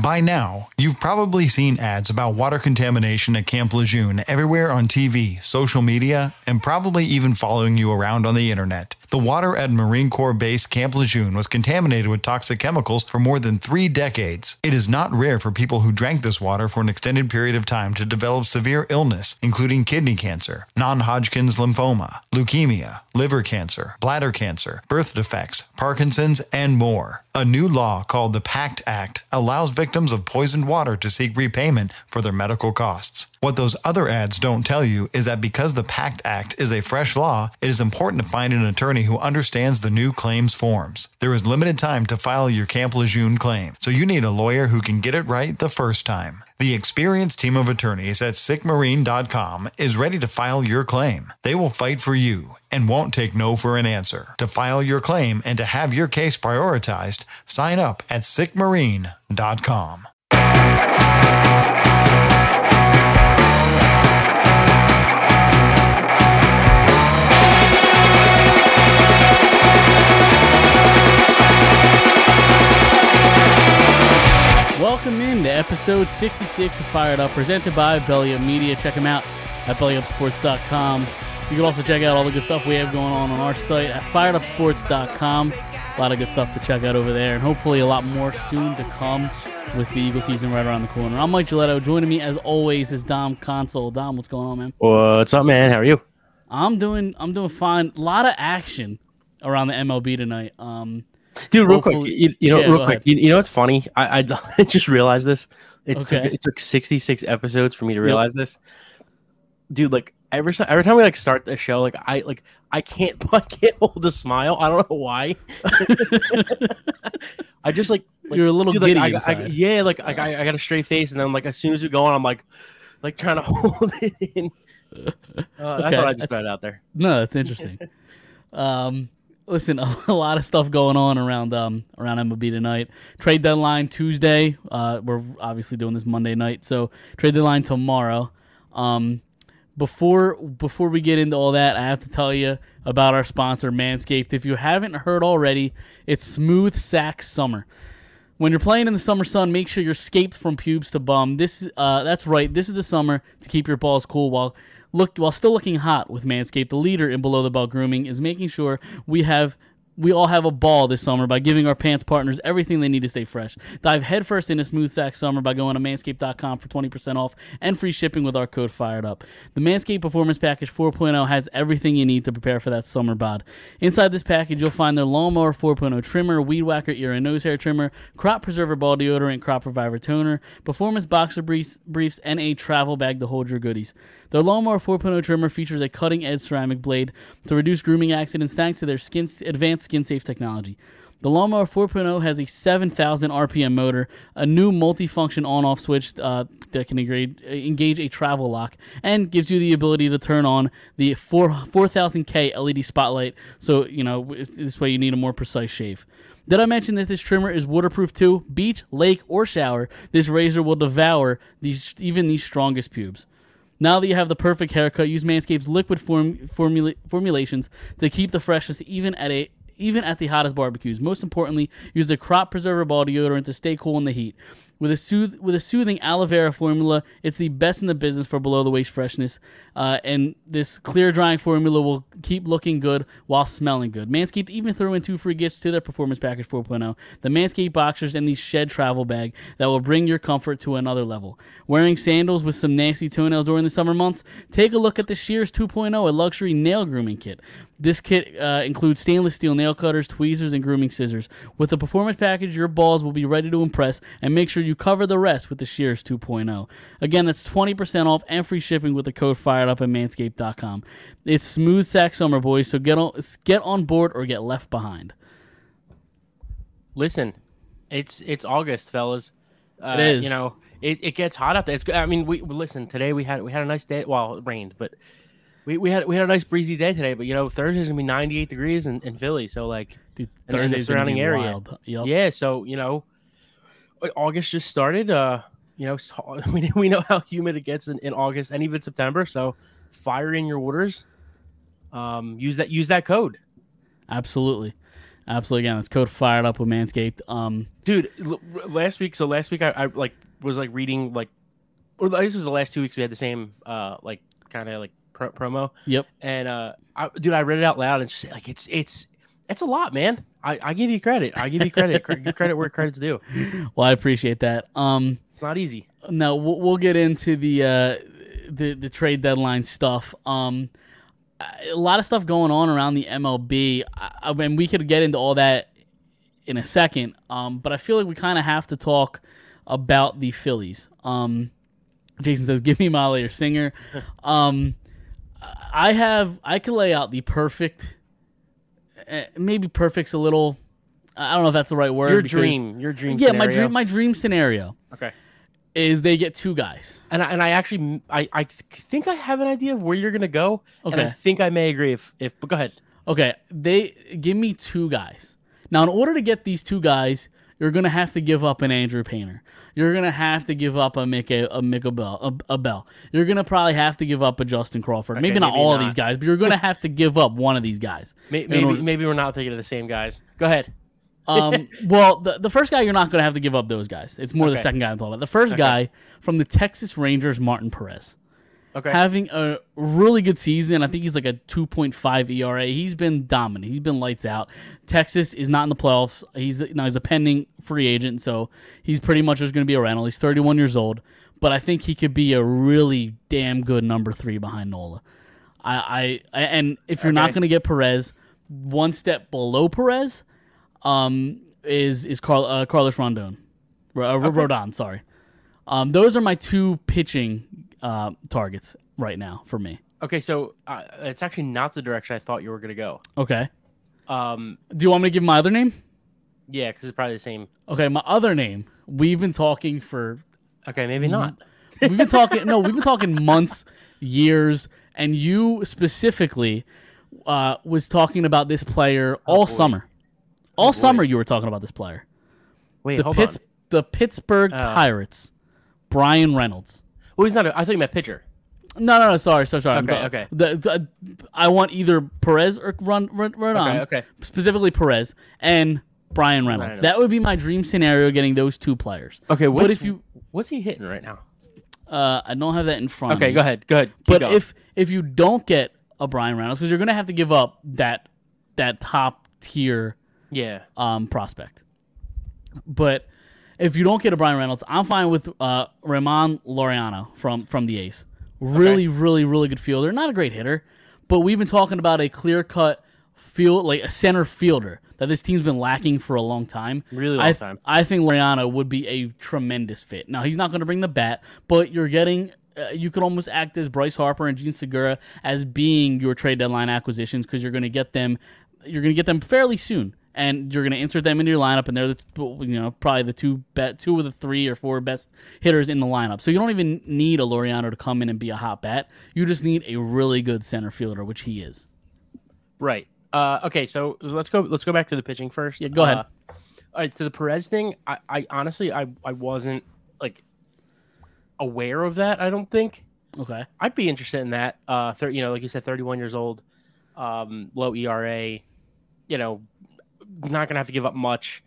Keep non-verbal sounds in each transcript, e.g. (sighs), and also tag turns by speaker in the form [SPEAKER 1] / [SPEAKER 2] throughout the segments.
[SPEAKER 1] By now, you've probably seen ads about water contamination at Camp Lejeune everywhere on TV, social media, and probably even following you around on the internet. The water at Marine Corps Base Camp Lejeune was contaminated with toxic chemicals for more than three decades. It is not rare for people who drank this water for an extended period of time to develop severe illness, including kidney cancer, non Hodgkin's lymphoma, leukemia, liver cancer, bladder cancer, birth defects, Parkinson's, and more. A new law called the PACT Act allows victims of poisoned water to seek repayment for their medical costs. What those other ads don't tell you is that because the PACT Act is a fresh law, it is important to find an attorney who understands the new claims forms. There is limited time to file your Camp Lejeune claim, so you need a lawyer who can get it right the first time. The experienced team of attorneys at sickmarine.com is ready to file your claim. They will fight for you and won't take no for an answer. To file your claim and to have your case prioritized, sign up at sickmarine.com.
[SPEAKER 2] Welcome in to episode 66 of Fired Up, presented by Belly Up Media. Check them out at bellyupsports.com. You can also check out all the good stuff we have going on on our site at firedupsports.com. A lot of good stuff to check out over there, and hopefully a lot more soon to come with the Eagle season right around the corner. I'm Mike Gilletto. Joining me, as always, is Dom Console. Dom, what's going on, man?
[SPEAKER 3] What's up, man? How are you?
[SPEAKER 2] I'm doing I'm doing fine. A lot of action around the MLB tonight. Um,
[SPEAKER 3] Dude, real quick,
[SPEAKER 2] Hopefully-
[SPEAKER 3] you, you know,
[SPEAKER 2] yeah, go
[SPEAKER 3] real quick,
[SPEAKER 2] ahead.
[SPEAKER 3] you, you know what's funny? I, (laughs) I- I just realized this. It,
[SPEAKER 2] Okay.
[SPEAKER 3] took, it took 66 episodes for me to realize this. Dude, like every si- every time we like start the show, like I like I can't (laughs) I can't hold a smile. I don't know why. (laughs) I just like, like
[SPEAKER 2] You're a little
[SPEAKER 3] dude, like,
[SPEAKER 2] giddy
[SPEAKER 3] I got- I,
[SPEAKER 2] inside.
[SPEAKER 3] yeah, like I, I, I got a straight face, and then like as soon as we go on, I'm like like trying to (laughs) hold it
[SPEAKER 2] (laughs)
[SPEAKER 3] in. Uh,
[SPEAKER 2] Okay,
[SPEAKER 3] that's what I just
[SPEAKER 2] that's-
[SPEAKER 3] found out there.
[SPEAKER 2] No, that's interesting. um, listen, (laughs) a, lot of stuff going on around um around MLB tonight. Trade deadline Tuesday. Uh, we're obviously doing this Monday night, so trade deadline tomorrow. Um, before before we get into all that, I have to tell you about our sponsor Manscaped. If you haven't heard already, it's Smooth Sack Summer. When you're playing in the summer sun, make sure you're scaped from pubes to bum. This, uh, that's right. This is the summer to keep your balls cool while look while still looking hot with Manscaped. The leader in below the belt grooming is making sure we have we all have a ball this summer by giving our pants partners everything they need to stay fresh. Dive headfirst into smooth sack summer by going to manscaped.com for 20% off and free shipping with our code fired up. The Manscaped Performance Package 4.0 has everything you need to prepare for that summer bod. Inside this package, you'll find their lawnmower 4.0 trimmer, weed whacker ear and nose hair trimmer, crop preserver ball deodorant, crop reviver toner, performance boxer briefs, briefs, and a travel bag to hold your goodies. Their lawnmower 4.0 trimmer features a cutting-edge ceramic blade to reduce grooming accidents thanks to their skin advanced skin-safe technology. The Lawnmower 4.0 has a 7,000 RPM motor, a new multifunction on-off switch uh, that can engage, engage a travel lock, and gives you the ability to turn on the 4 4,000K LED E spotlight. So you know w- this way you need a more precise shave. Did I mention that this trimmer is waterproof too? Beach, lake, or shower, this razor will devour these even these strongest pubes. Now that you have the perfect haircut, use Manscaped's liquid form, formula, formulations to keep the freshness even at a even at the hottest barbecues. Most importantly, use the crop preserver ball deodorant to stay cool in the heat. With a sooth, with a soothing aloe vera formula, it's the best in the business for below the waist freshness. Uh, and this clear drying formula will keep looking good while smelling good. Manscaped even threw in two free gifts to their performance package 4.0: the Manscaped boxers and the Shed travel bag that will bring your comfort to another level. Wearing sandals with some nasty toenails during the summer months, take a look at the Shears 2.0, a luxury nail grooming kit. This kit uh, includes stainless steel nail cutters, tweezers, and grooming scissors. With the performance package, your balls will be ready to impress, and make sure you cover the rest with the Shears 2.0. Again, that's 20% off and free shipping with the code fired up at manscaped.com. It's smooth sack summer, boys, so get on, get on board or get left behind.
[SPEAKER 3] Listen, it's it's August, fellas. Uh,
[SPEAKER 2] It is.
[SPEAKER 3] You know, it, it gets hot out there. It's. I mean, we we- listen. Today we had we had a nice day. Well, it rained, but we, we had we had a nice breezy day today. But you know, Thursday's gonna be 98 degrees in, in Philly. So like,
[SPEAKER 2] Dude,
[SPEAKER 3] And then the
[SPEAKER 2] Thursday's gonna be
[SPEAKER 3] surrounding area.
[SPEAKER 2] wild. Yup.
[SPEAKER 3] yeah. So you know, Au- August just started. Uh, you know, so, (laughs) we we know how humid it gets in, in August and even September. So fire in your orders. Um, use that use that code.
[SPEAKER 2] Absolutely. Absolutely. Again, that's code fired up with Manscaped. Um,
[SPEAKER 3] dude l- r- last week so last week I, I like was like reading like or this was the last two weeks we had the same uh like kind of like pro- promo (laughs)
[SPEAKER 2] yep.
[SPEAKER 3] and uh I, dude i read it out loud and she's like it's it's it's a lot man i i give you credit i give you credit Cre- give credit where credit's due
[SPEAKER 2] Well, I appreciate that. Um,
[SPEAKER 3] it's not easy
[SPEAKER 2] now we'll, we'll get into the uh, the the trade deadline stuff. Um, a lot of stuff going on around the MLB. I, I mean, we could get into all that in a second. Um, but I feel like we kind of have to talk about the Phillies. Um, Jason says, "Give me Molly or
[SPEAKER 3] (laughs)
[SPEAKER 2] Singer." um, I have I could lay out the perfect, eh, maybe perfect's a little. I don't know if that's the right word.
[SPEAKER 3] your
[SPEAKER 2] because-
[SPEAKER 3] dream your dream
[SPEAKER 2] Yeah, my
[SPEAKER 3] scenario.
[SPEAKER 2] dream my dream scenario
[SPEAKER 3] okay
[SPEAKER 2] is they get two guys.
[SPEAKER 3] and I, and I actually I, I th- think I have an idea of where you're gonna go, and I
[SPEAKER 2] Okay.
[SPEAKER 3] think I may agree if if. But go ahead.
[SPEAKER 2] Okay, they give me two guys. Now, in order to get these two guys, you're gonna have to give up an Andrew Painter. You're gonna have to give up a Mick a Mick Bell a, a Bell. You're gonna probably have to give up a Justin Crawford.
[SPEAKER 3] Okay,
[SPEAKER 2] maybe not
[SPEAKER 3] maybe
[SPEAKER 2] all of
[SPEAKER 3] not.
[SPEAKER 2] these guys, but you're gonna have to give up one of these
[SPEAKER 3] (laughs)
[SPEAKER 2] guys.
[SPEAKER 3] May-
[SPEAKER 2] In
[SPEAKER 3] Maybe
[SPEAKER 2] order-
[SPEAKER 3] maybe we're not thinking of the same guys. Go ahead.
[SPEAKER 2] Um, well, the, the first guy you're not gonna have to give up those guys. It's more the
[SPEAKER 3] Okay.
[SPEAKER 2] second guy I'm talking about. The first guy from the Texas Rangers, Martin Perez.
[SPEAKER 3] Okay.
[SPEAKER 2] having a really good season. I think he's like a 2.5 ERA. E He's been dominant. He's been lights out. Texas is not in the playoffs. He's now he's a pending free agent, so he's pretty much just going to be a rental. He's 31 years old, but I think he could be a really damn good number three behind Nola. I, I and if you're not
[SPEAKER 3] Okay.
[SPEAKER 2] going to get Perez, one step below Perez um, is is Carl, uh, Carlos Rondon, R- uh, Rodon. Sorry. Um, those are my two pitching uh, targets right now for me.
[SPEAKER 3] okay. So uh, it's actually not the direction I thought you were gonna go.
[SPEAKER 2] Okay.
[SPEAKER 3] Um.
[SPEAKER 2] Do you want me to give my other name?
[SPEAKER 3] Yeah, because it's probably the same.
[SPEAKER 2] Okay, my other name. We've been talking for
[SPEAKER 3] Okay, maybe
[SPEAKER 2] Mm-hmm.
[SPEAKER 3] not.
[SPEAKER 2] we've been talking no, we've been talking months, years, and you specifically uh, was talking about this player all summer. All summer you were talking about this player.
[SPEAKER 3] Wait,
[SPEAKER 2] The
[SPEAKER 3] hold
[SPEAKER 2] Pitts
[SPEAKER 3] on. Oh.
[SPEAKER 2] the Pittsburgh Pirates. Brian Reynolds.
[SPEAKER 3] Well, he's not. A, I thought you meant pitcher.
[SPEAKER 2] No, no, no. Sorry, sorry, sorry. I'm
[SPEAKER 3] Okay,
[SPEAKER 2] ta-
[SPEAKER 3] okay.
[SPEAKER 2] The, the- I want either Perez or Run Run Rodon.
[SPEAKER 3] okay.
[SPEAKER 2] Specifically Perez and Brian Reynolds.
[SPEAKER 3] Reynolds.
[SPEAKER 2] That would be my dream scenario, getting those two players.
[SPEAKER 3] Okay. What's,
[SPEAKER 2] but if you,
[SPEAKER 3] what's he hitting right now?
[SPEAKER 2] uh, I don't have that in front.
[SPEAKER 3] Okay,
[SPEAKER 2] of me.
[SPEAKER 3] go ahead. Go ahead. Keep
[SPEAKER 2] But
[SPEAKER 3] going.
[SPEAKER 2] if if you don't get a Brian Reynolds, because you're gonna have to give up that that top tier
[SPEAKER 3] yeah,
[SPEAKER 2] um, prospect. But if you don't get a Brian Reynolds, I'm fine with uh, Ramon Laureano from from the Ace. Really, really, really good fielder. Not a great hitter, but we've been talking about a clear cut field, like a center fielder that this team's been lacking for a long time. I
[SPEAKER 3] Really long
[SPEAKER 2] th-
[SPEAKER 3] time.
[SPEAKER 2] I think Laureano would be a tremendous fit. Now he's not going to bring the bat, but you're getting. Uh, you could almost act as Bryce Harper and Gene Segura as being your trade deadline acquisitions because you're going to get them. You're going to get them fairly soon, and you're going to insert them into your lineup, and they're the you know probably the two bet two of the three or four best hitters in the lineup. So you don't even need a Laureano to come in and be a hot bat. You just need a really good center fielder, which he is.
[SPEAKER 3] right. Uh, okay, so let's go. Let's go back to the pitching first.
[SPEAKER 2] Yeah, go ahead.
[SPEAKER 3] Uh, all right, so the Perez thing, I, I honestly, I, I wasn't like aware of that. I don't think
[SPEAKER 2] Okay.
[SPEAKER 3] I'd be interested in that. Uh, thir- you know, like you said, 31 years old, um, low ERA, you know, not gonna have to give up much,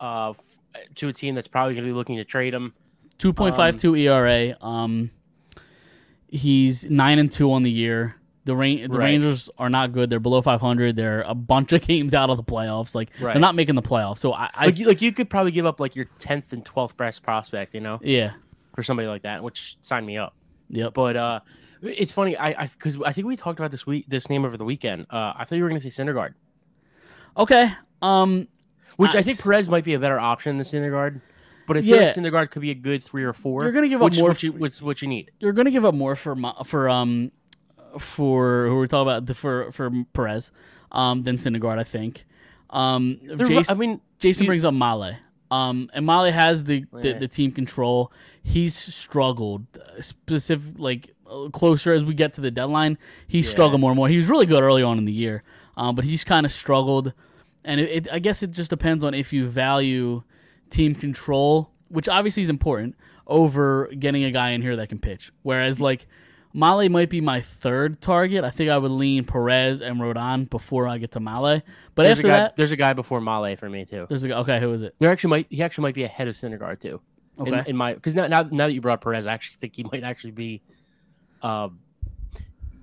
[SPEAKER 3] uh, f- to a team that's probably gonna be looking to trade him.
[SPEAKER 2] Two point five two ERA. Um, he's nine and two on the year. The rain, the
[SPEAKER 3] Right.
[SPEAKER 2] Rangers are not good. They're below five hundred. They're a bunch of (laughs) games out of the playoffs. Like
[SPEAKER 3] Right.
[SPEAKER 2] they're not making the playoffs. So I, I
[SPEAKER 3] Like, you, like you could probably give up like your 10th and 12th best prospect, you know,
[SPEAKER 2] yeah,
[SPEAKER 3] for somebody like that, which sign me up.
[SPEAKER 2] yep.
[SPEAKER 3] But uh, it's funny, I because I, think we talked about this week, this name over the weekend. Uh, I thought you were gonna say Syndergaard.
[SPEAKER 2] Okay. Um,
[SPEAKER 3] Which
[SPEAKER 2] Uh,
[SPEAKER 3] I think
[SPEAKER 2] s-
[SPEAKER 3] Perez might be a better option than Syndergaard, but I feel
[SPEAKER 2] Yeah.
[SPEAKER 3] like Syndergaard could be a good three or four.
[SPEAKER 2] You're gonna give up
[SPEAKER 3] which,
[SPEAKER 2] more
[SPEAKER 3] which you,
[SPEAKER 2] f-
[SPEAKER 3] which, what you need.
[SPEAKER 2] you're gonna give up more for Mo- for um for who we're talking about the- for for Perez, um, than Syndergaard. I think. Um,
[SPEAKER 3] They're ru- I
[SPEAKER 2] Jason-
[SPEAKER 3] mean,
[SPEAKER 2] Jason
[SPEAKER 3] You-
[SPEAKER 2] brings up Male. Um, and Male has the, the,
[SPEAKER 3] Yeah.
[SPEAKER 2] the team control. He's struggled uh, specific like uh, closer as we get to the deadline. He struggled more and more. He was really good early on in the year, um, but he's kind of struggled. And it, it, I guess it just depends on if you value team control, which obviously is important, over getting a guy in here that can pitch. Whereas like Male might be my third target. I think I would lean Perez and Rodon before I get to Male. But
[SPEAKER 3] There's a
[SPEAKER 2] after
[SPEAKER 3] guy.
[SPEAKER 2] that,
[SPEAKER 3] There's a guy before Male for me too.
[SPEAKER 2] there's a guy. Okay, who is it?
[SPEAKER 3] There actually might he actually might be ahead of Syndergaard too.
[SPEAKER 2] Okay.
[SPEAKER 3] in, in my because now, now now that you brought Perez, I actually think he might actually be um,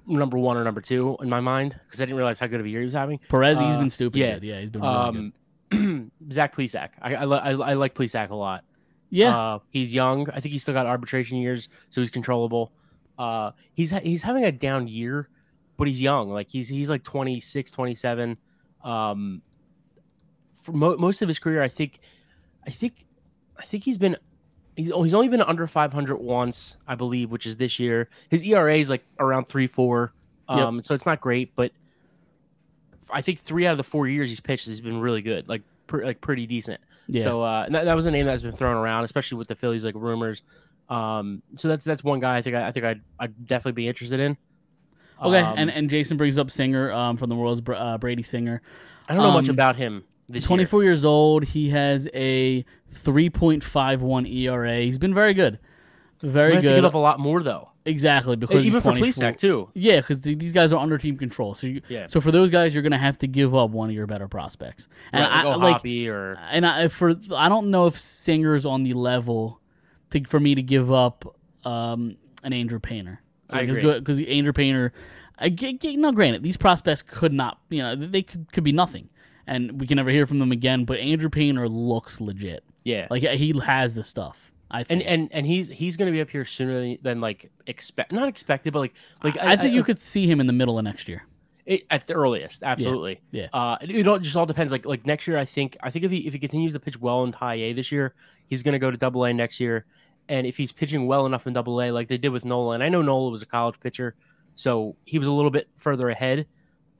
[SPEAKER 3] number one or number two in my mind because I didn't realize how good of a year he was having.
[SPEAKER 2] Perez, he's
[SPEAKER 3] uh,
[SPEAKER 2] been stupid.
[SPEAKER 3] yeah,
[SPEAKER 2] good. yeah, he's been really good.
[SPEAKER 3] Um, (clears throat) Zach Plesac, I I, li- I I like Plesac a lot.
[SPEAKER 2] Yeah,
[SPEAKER 3] uh, he's young. I think he's still got arbitration years, so he's controllable. Uh, he's ha- he's having a down year, but he's young. Like he's he's like 26, 27. Um, for mo- most of his career, I think, I think, I think he's been he's oh, he's only been under 500 once, I believe, which is this year. His ERA is like around three four.
[SPEAKER 2] Yep.
[SPEAKER 3] Um, so it's not great, but I think three out of the four years he's pitched has been really good, like pr- like pretty decent.
[SPEAKER 2] yeah.
[SPEAKER 3] So uh, and that, that was a name that's been thrown around, especially with the Phillies like rumors. Um, so that's that's one guy I think I, I think I'd, I'd definitely be interested in.
[SPEAKER 2] okay,
[SPEAKER 3] Um,
[SPEAKER 2] and, and Jason brings up Singer um, from the Royals, Br- uh, Brady Singer.
[SPEAKER 3] I don't know much
[SPEAKER 2] um,
[SPEAKER 3] about him. This year.
[SPEAKER 2] 24 years old. He has a 3.51 ERA. E He's been very good.
[SPEAKER 3] We're
[SPEAKER 2] Very
[SPEAKER 3] gonna have to
[SPEAKER 2] good.
[SPEAKER 3] give up a lot more though,
[SPEAKER 2] exactly because
[SPEAKER 3] even
[SPEAKER 2] he's
[SPEAKER 3] for
[SPEAKER 2] 24
[SPEAKER 3] Plesac too.
[SPEAKER 2] Yeah, because these guys are under team control. So you,
[SPEAKER 3] Yeah.
[SPEAKER 2] so for those guys, you're gonna have to give up one of your better prospects. And
[SPEAKER 3] Right,
[SPEAKER 2] I
[SPEAKER 3] like, oh,
[SPEAKER 2] like, uh,
[SPEAKER 3] Ohapi or
[SPEAKER 2] and I for I don't know if Singer's on the level to for me to give up um, an Andrew Painter.
[SPEAKER 3] I agree.
[SPEAKER 2] Because the Andrew Painter, I, g- g- no, granted, these prospects could not, you know, they could, could be nothing, and we can never hear from them again. But Andrew Painter looks legit.
[SPEAKER 3] yeah,
[SPEAKER 2] Like he has the stuff. I think.
[SPEAKER 3] and and and he's he's gonna be up here sooner than like expect not expected, but like like
[SPEAKER 2] I, think you could see him in the middle of next year.
[SPEAKER 3] It, at the earliest, absolutely.
[SPEAKER 2] yeah.
[SPEAKER 3] Uh, it, it all just all depends. Like like next year, I think I think if he if he continues to pitch well in High A this year, he's going to go to Double A next year, and if he's pitching well enough in Double A, like they did with Nola, and I know Nola was a college pitcher, so he was a little bit further ahead,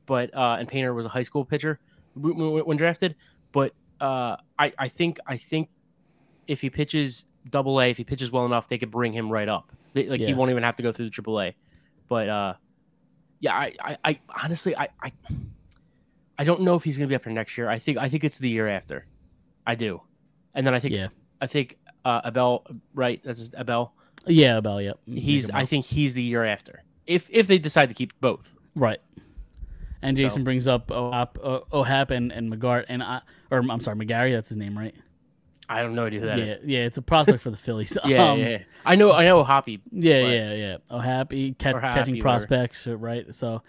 [SPEAKER 3] but uh, and Painter was a high school pitcher w- w- when drafted, but uh, I I think I think if he pitches Double A, if he pitches well enough, they could bring him right up. They, like
[SPEAKER 2] Yeah.
[SPEAKER 3] he won't even have to go through the Triple A, but. uh yeah, I, I, I honestly, I, I, I don't know if he's gonna be up here next year. I think, I think it's the year after. I do, and then I think,
[SPEAKER 2] Yeah.
[SPEAKER 3] I think uh, Abel, right? That's Abel.
[SPEAKER 2] Yeah, about yep. Make
[SPEAKER 3] He's,
[SPEAKER 2] him
[SPEAKER 3] I think he's the year after. If if they decide to keep both,
[SPEAKER 2] Right. And
[SPEAKER 3] So-
[SPEAKER 2] Jason brings up Ohap, uh, Ohap and, and McGart and I, or I'm sorry, McGarry. That's his name, right?
[SPEAKER 3] I don't know who that
[SPEAKER 2] yeah, Um,
[SPEAKER 3] is.
[SPEAKER 2] yeah. It's a prospect for the Phillies.
[SPEAKER 3] (laughs) Yeah, yeah, yeah. I know, I know Hoppy.
[SPEAKER 2] yeah,
[SPEAKER 3] Right.
[SPEAKER 2] yeah, yeah. Ohap, he ca-
[SPEAKER 3] Or Happy,
[SPEAKER 2] catching
[SPEAKER 3] whatever.
[SPEAKER 2] prospects, uh, right? So,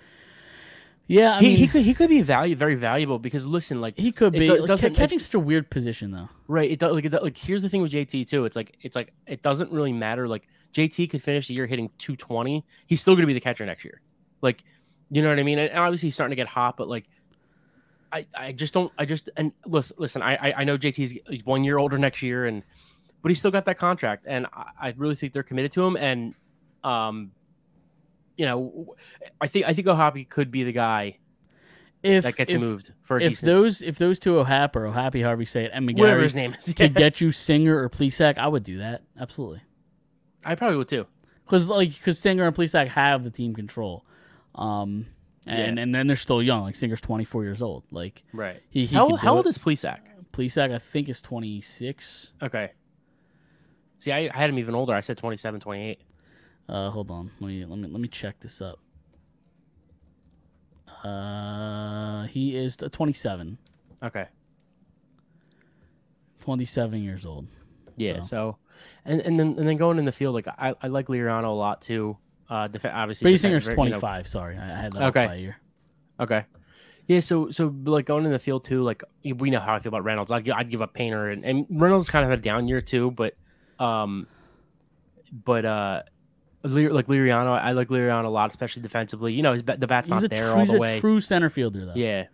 [SPEAKER 2] yeah, I
[SPEAKER 3] he,
[SPEAKER 2] mean,
[SPEAKER 3] he could he could be value very valuable because listen, like
[SPEAKER 2] he could
[SPEAKER 3] it
[SPEAKER 2] be
[SPEAKER 3] do-
[SPEAKER 2] like, ca-
[SPEAKER 3] doesn't- it-
[SPEAKER 2] catching such a weird position though.
[SPEAKER 3] Right. It does, like, it do- like here's the thing with JT too. It's like it's like it doesn't really matter. Like JT could finish the year hitting 220. He's still going to be the catcher next year. Like, you know what I mean? And obviously he's starting to get hot, but like, I I just don't. I just and listen listen. I I, I know JT's he's one year older next year, and but he's still got that contract, and I, I really think they're committed to him. And um, you know, I think I think Ohapi could be the guy
[SPEAKER 2] If
[SPEAKER 3] that gets
[SPEAKER 2] if,
[SPEAKER 3] moved for a
[SPEAKER 2] if
[SPEAKER 3] decent
[SPEAKER 2] those if those two Ohap or Ohappy, however you say it, and
[SPEAKER 3] whatever his
[SPEAKER 2] McGarry
[SPEAKER 3] name is.
[SPEAKER 2] (laughs) could get you Singer or Plesac, I would do that absolutely.
[SPEAKER 3] (laughs) I probably would too.
[SPEAKER 2] because like because Singer and Plesac have the team control, um, and
[SPEAKER 3] Yeah.
[SPEAKER 2] and then they're still young. Like Singer's twenty four years old. Like
[SPEAKER 3] Right.
[SPEAKER 2] he, he
[SPEAKER 3] How,
[SPEAKER 2] could
[SPEAKER 3] how
[SPEAKER 2] do
[SPEAKER 3] old
[SPEAKER 2] it.
[SPEAKER 3] is Plesac?
[SPEAKER 2] Plesac? I think is twenty six.
[SPEAKER 3] Okay. See, I, I had him even older. I said 27, 28.
[SPEAKER 2] Uh, hold on, let me let me let me check this up. Uh, he is t- 27,
[SPEAKER 3] Okay.
[SPEAKER 2] 27 years old. So-
[SPEAKER 3] Yeah. So, and, and then and then going in the field, like I, I like Liriano a lot too. Uh, def- obviously,
[SPEAKER 2] Brady
[SPEAKER 3] defense-
[SPEAKER 2] Singer's
[SPEAKER 3] you know-
[SPEAKER 2] 25. Sorry, I I had that up
[SPEAKER 3] Okay.
[SPEAKER 2] by a year.
[SPEAKER 3] Okay. Yeah. So so but, like going in the field too. Like we know how I feel about Reynolds. I'd, gi- I'd give up Painter and, and Reynolds kind of had a down year too, but um, but uh. Lir- Like Liriano, I like Liriano a lot, especially defensively. You know, his, ba- the bat's
[SPEAKER 2] He's a,
[SPEAKER 3] not there
[SPEAKER 2] true,
[SPEAKER 3] all
[SPEAKER 2] he's
[SPEAKER 3] the
[SPEAKER 2] a
[SPEAKER 3] way.
[SPEAKER 2] true center fielder though.
[SPEAKER 3] Yeah,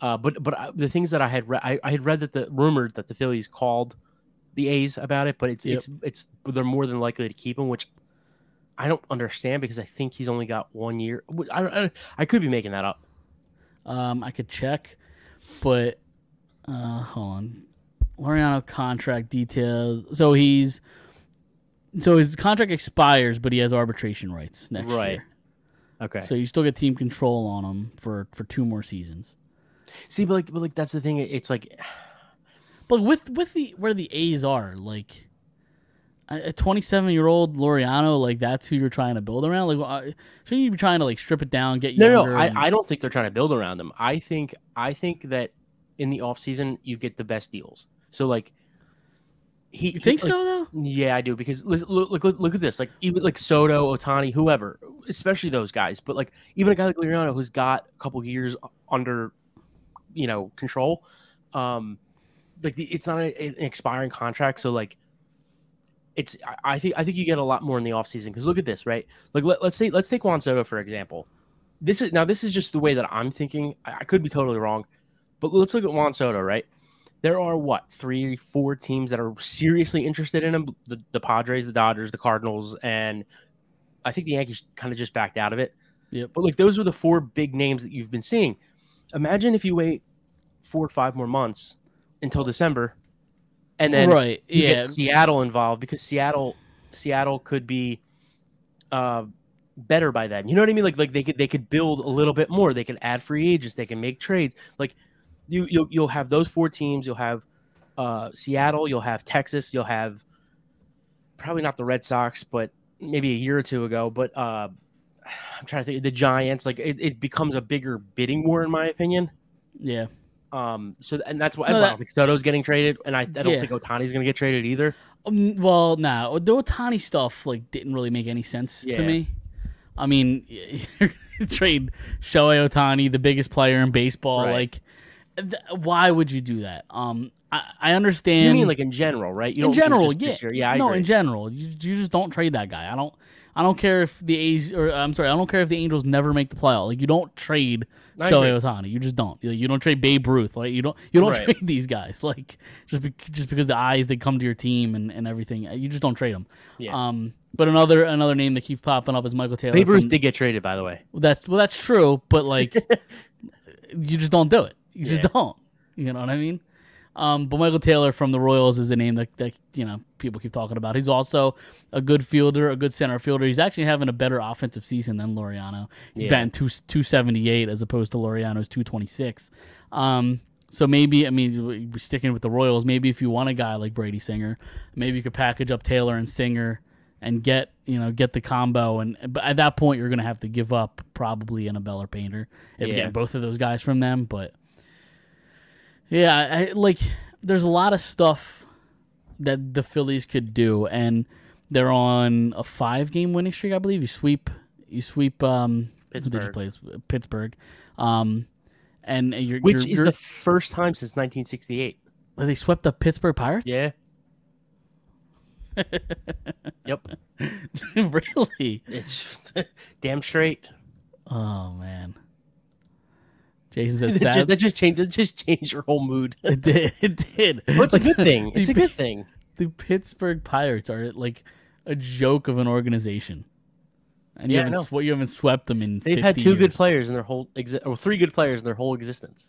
[SPEAKER 3] uh, but but I, the things that I had read, I, I had read that the rumored that the Phillies called the A's about it, but it's
[SPEAKER 2] Yep.
[SPEAKER 3] it's it's they're more than likely to keep him, which I don't understand because I think he's only got one year. Wh- I don't- I, don't- I could be making that up.
[SPEAKER 2] Um, I could check, but uh, hold on. Loriano contract details. So he's so his contract expires, but he has arbitration rights next
[SPEAKER 3] Right.
[SPEAKER 2] year.
[SPEAKER 3] Okay.
[SPEAKER 2] So you still get team control on him for for two more seasons.
[SPEAKER 3] See, but like but like that's the thing. It's like
[SPEAKER 2] But with with the where the A's are, like a 27 year old Loriano, like that's who you're trying to build around. Like, well, shouldn't you be trying to like strip it down, get
[SPEAKER 3] No,
[SPEAKER 2] younger?
[SPEAKER 3] no, I,
[SPEAKER 2] and-
[SPEAKER 3] I don't think they're trying to build around them. I think I think that in the offseason you get the best deals. So like he
[SPEAKER 2] you think
[SPEAKER 3] he-
[SPEAKER 2] so though?
[SPEAKER 3] Yeah, I do because lis- look, look, look, look at this. Like even like Soto, Otani, whoever, especially those guys. But like even a guy like Liriano who's got a couple years under, you know, control. Um, like the, it's not a, an expiring contract, so like it's. I- I think I think you get a lot more in the offseason because look at this, right? Like let, let's say let's take Juan Soto for example. This is now this is just the way that I'm thinking. I, I could be totally wrong, but let's look at Juan Soto, right? there are what three, four teams that are seriously interested in him: the, the Padres, the Dodgers, the Cardinals, and I think the Yankees kind of just backed out of it.
[SPEAKER 2] Yep.
[SPEAKER 3] But like those were the four big names that you've been seeing. Imagine if you wait four or five more months until December, and then
[SPEAKER 2] right.
[SPEAKER 3] you
[SPEAKER 2] Yeah.
[SPEAKER 3] get Seattle involved because Seattle, Seattle could be uh, better by then. You know what I mean? Like like they could they could build a little bit more. They could add free agents. They can make trades. Like you you'll, you'll have those four teams. You'll have uh, Seattle. You'll have Texas. You'll have probably not the Red Sox, but maybe a year or two ago. But uh, I'm trying to think the Giants. Like it, it becomes a bigger bidding war in my opinion.
[SPEAKER 2] yeah.
[SPEAKER 3] Um, so and that's
[SPEAKER 2] No,
[SPEAKER 3] why, that's why I
[SPEAKER 2] that-
[SPEAKER 3] don't think Soto's getting traded, and I, I don't
[SPEAKER 2] Yeah.
[SPEAKER 3] think Otani's going to get traded either.
[SPEAKER 2] Um, well, nah, the Otani stuff like didn't really make any sense
[SPEAKER 3] Yeah.
[SPEAKER 2] to me. I mean, (laughs) you're gonna trade Shohei Otani, the biggest player in baseball.
[SPEAKER 3] Right.
[SPEAKER 2] Like, th- why would you do that? Um, I, I understand.
[SPEAKER 3] you mean like in general, right? You
[SPEAKER 2] in
[SPEAKER 3] don't think
[SPEAKER 2] general,
[SPEAKER 3] just
[SPEAKER 2] yeah,
[SPEAKER 3] this year. yeah, I
[SPEAKER 2] no,
[SPEAKER 3] agree.
[SPEAKER 2] in general, you, you just don't trade that guy. I don't. I don't care if the A's or I'm sorry, I don't care if the Angels never make the playoff. Like you don't trade
[SPEAKER 3] I
[SPEAKER 2] Shohei Otani. You just don't. You, you don't trade Babe Ruth. Like you don't. You don't (laughs)
[SPEAKER 3] Right.
[SPEAKER 2] trade these guys. Like just be, just because the eyes they come to your team and, and everything, you just don't trade them.
[SPEAKER 3] Yeah.
[SPEAKER 2] Um. But another another name that keeps popping up is Michael Taylor.
[SPEAKER 3] Babe Ruth
[SPEAKER 2] from-
[SPEAKER 3] did get traded, by the way.
[SPEAKER 2] that's well, that's true, but
[SPEAKER 3] (laughs)
[SPEAKER 2] like, you just don't do it. You just
[SPEAKER 3] Yeah.
[SPEAKER 2] don't. You know what I mean? Um, but Michael Taylor from the Royals is a name that, that you know people keep talking about. He's also a good fielder, a good center fielder. He's actually having a better offensive season than Loriano. He's
[SPEAKER 3] Yeah.
[SPEAKER 2] batting two two seventy eight as opposed to Loriano's two twenty six. Um, so maybe I mean we- we're sticking with the Royals. Maybe if you want a guy like Brady Singer, maybe you could package up Taylor and Singer and get you know get the combo and but at that point you're gonna have to give up probably Annabelle or Painter if you
[SPEAKER 3] Yeah.
[SPEAKER 2] get both of those guys from them but yeah I, I- like there's a lot of stuff that the Phillies could do and they're on a five game winning streak I believe you sweep you sweep um who did you
[SPEAKER 3] Pittsburgh.
[SPEAKER 2] play? Pittsburgh um and you're
[SPEAKER 3] Which
[SPEAKER 2] you're-
[SPEAKER 3] is
[SPEAKER 2] you're-
[SPEAKER 3] the first time since 1968.
[SPEAKER 2] they swept the Pittsburgh Pirates
[SPEAKER 3] Yeah. yep.
[SPEAKER 2] (laughs) really
[SPEAKER 3] It's (laughs) damn straight.
[SPEAKER 2] (laughs) oh man Jason says
[SPEAKER 3] That just,
[SPEAKER 2] "Sad-
[SPEAKER 3] that just changed. That just changed your whole mood.
[SPEAKER 2] (laughs) It did. It did.
[SPEAKER 3] Well, it's a
[SPEAKER 2] Like, (laughs)
[SPEAKER 3] good thing.
[SPEAKER 2] the
[SPEAKER 3] It's a
[SPEAKER 2] Pi-
[SPEAKER 3] good thing.
[SPEAKER 2] The Pittsburgh Pirates are like a joke of an organization, and you
[SPEAKER 3] Yeah, I
[SPEAKER 2] haven't
[SPEAKER 3] know.
[SPEAKER 2] sw- you haven't swept them in.
[SPEAKER 3] They've had
[SPEAKER 2] 50
[SPEAKER 3] two good
[SPEAKER 2] years.
[SPEAKER 3] players in their whole exi- or three good players in their whole existence.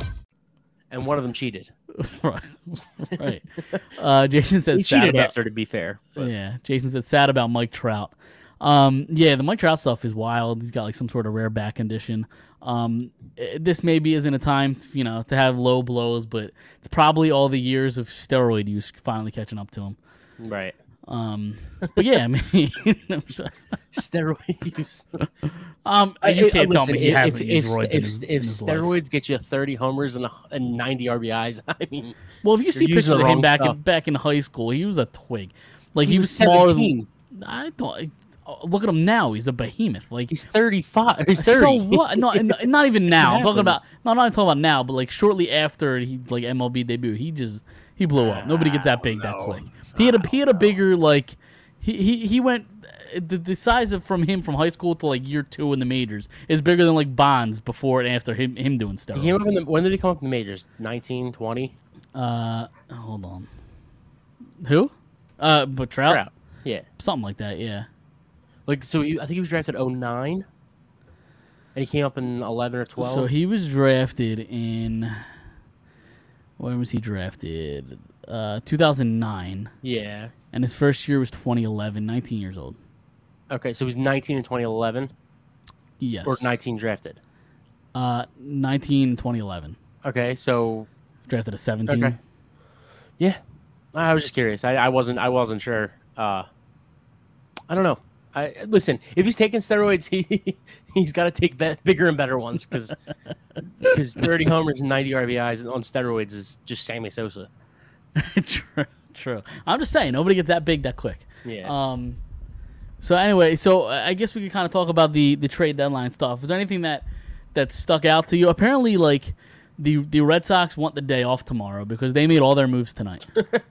[SPEAKER 2] (laughs)
[SPEAKER 3] And one of them cheated.
[SPEAKER 2] right. (laughs)
[SPEAKER 3] (laughs)
[SPEAKER 2] right. Uh, Jason says
[SPEAKER 3] He
[SPEAKER 2] sad
[SPEAKER 3] cheated
[SPEAKER 2] about
[SPEAKER 3] after, to be fair. But
[SPEAKER 2] Yeah, Jason said sad about Mike Trout. Um, yeah, the Mike Trout stuff is wild. He's got like some sort of rare back condition. Um, eh, this maybe isn't a time to, you know to have low blows, but it's probably all the years of steroid use finally catching up to him. (laughs)
[SPEAKER 3] right.
[SPEAKER 2] Um, but yeah, I mean, (laughs) I'm sorry.
[SPEAKER 3] Steroid use.
[SPEAKER 2] um,
[SPEAKER 3] I-
[SPEAKER 2] you
[SPEAKER 3] I-
[SPEAKER 2] can't tell
[SPEAKER 3] listen,
[SPEAKER 2] me he
[SPEAKER 3] if-
[SPEAKER 2] hasn't
[SPEAKER 3] if,
[SPEAKER 2] used
[SPEAKER 3] if-
[SPEAKER 2] roids
[SPEAKER 3] if,
[SPEAKER 2] in his,
[SPEAKER 3] if
[SPEAKER 2] in his life.
[SPEAKER 3] steroids get you 30 homers and, a, and 90 RBIs, (laughs) I mean,
[SPEAKER 2] Well, if you see
[SPEAKER 3] using
[SPEAKER 2] pictures
[SPEAKER 3] the
[SPEAKER 2] of him
[SPEAKER 3] wrong
[SPEAKER 2] back in
[SPEAKER 3] stuff.
[SPEAKER 2] back in high school, he was a twig. Like he,
[SPEAKER 3] he
[SPEAKER 2] was,
[SPEAKER 3] was
[SPEAKER 2] smaller. Than,
[SPEAKER 3] 17.
[SPEAKER 2] I don't. uh, Look at him now. He's a behemoth. Like
[SPEAKER 3] he's 35. He's 30.
[SPEAKER 2] So what? No, and- and not
[SPEAKER 3] (laughs)
[SPEAKER 2] even now. I'm talking
[SPEAKER 3] happens.
[SPEAKER 2] about. No, I'm not even talking about now. But like shortly after he like MLB debut, he just he blew up. Nobody gets
[SPEAKER 3] Oh,
[SPEAKER 2] that big that quick. He had a he had a bigger like he he, he went uh, the, the size of from him from high school to like year two in the majors is bigger than like Bonds before and after him him doing
[SPEAKER 3] He came up
[SPEAKER 2] steroids.
[SPEAKER 3] in the, when did he come up in the majors? 19, 20?
[SPEAKER 2] Uh, hold on. Who? Uh, but Trout,
[SPEAKER 3] Trout. Yeah.
[SPEAKER 2] something like that. Yeah.
[SPEAKER 3] Like, so he, I think he was drafted 09, and he came up in 11 or 12.
[SPEAKER 2] So he was drafted in. When was he drafted? Uh, 2009.
[SPEAKER 3] yeah.
[SPEAKER 2] And his first year was 2011, 19 years old.
[SPEAKER 3] Okay, so he's 19 in 2011,
[SPEAKER 2] Yes.
[SPEAKER 3] or 19 drafted.
[SPEAKER 2] Uh, 19 in 2011.
[SPEAKER 3] Okay, so
[SPEAKER 2] Drafted at 17.
[SPEAKER 3] Okay. Yeah, I was just curious. I, I wasn't. I wasn't sure. Uh, I don't know. I listen. If he's taking steroids, (laughs) he he's got to take be- bigger and better ones because thirty homers and ninety RBIs on steroids is just Sammy Sosa.
[SPEAKER 2] (laughs) true, true. I'm just saying, nobody gets that big that quick.
[SPEAKER 3] Yeah.
[SPEAKER 2] Um. So anyway, so uh, I guess we could kind of talk about the the trade deadline stuff. Is there anything that that stuck out to you? Apparently, like the the Red Sox want the day off tomorrow because they made all their moves tonight.
[SPEAKER 3] (laughs)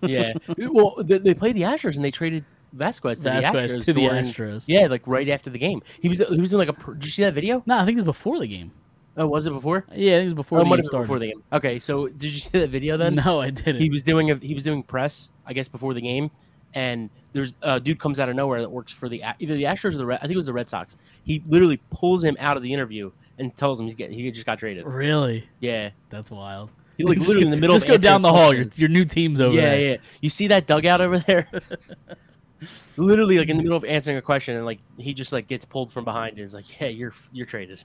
[SPEAKER 3] Yeah. well, they, they played the Astros and they traded Vasquez to
[SPEAKER 2] Vasquez
[SPEAKER 3] the Astros.
[SPEAKER 2] to the
[SPEAKER 3] during-
[SPEAKER 2] Astros.
[SPEAKER 3] Yeah, like right after the game. He was he was in like a. pr- Did you see that video?
[SPEAKER 2] no, I think it was before the game.
[SPEAKER 3] Oh, was it before?
[SPEAKER 2] Yeah, I think it was before
[SPEAKER 3] oh,
[SPEAKER 2] the game
[SPEAKER 3] might have been
[SPEAKER 2] started.
[SPEAKER 3] before the game. Okay, so did you (laughs) see that video
[SPEAKER 2] (laughs)
[SPEAKER 3] then?
[SPEAKER 2] No, I didn't.
[SPEAKER 3] he was doing a he was doing press, I guess, before the game, and there's a dude comes out of nowhere that works for the A- either the Astros or the Red, I think it was the Red Sox. He literally pulls him out of the interview and tells him he's getting he just got traded.
[SPEAKER 2] really?
[SPEAKER 3] Yeah,
[SPEAKER 2] That's wild.
[SPEAKER 3] he like
[SPEAKER 2] (laughs) Just
[SPEAKER 3] literally
[SPEAKER 2] go-
[SPEAKER 3] in the middle.
[SPEAKER 2] Just
[SPEAKER 3] of
[SPEAKER 2] go
[SPEAKER 3] answering
[SPEAKER 2] down the hall. Your,
[SPEAKER 3] questions.
[SPEAKER 2] your new team's over
[SPEAKER 3] yeah,
[SPEAKER 2] there.
[SPEAKER 3] yeah. You see that dugout over there? (laughs) literally, like in the middle of answering a question, and like he just like gets pulled from behind and is like, "Yeah, you're you're traded.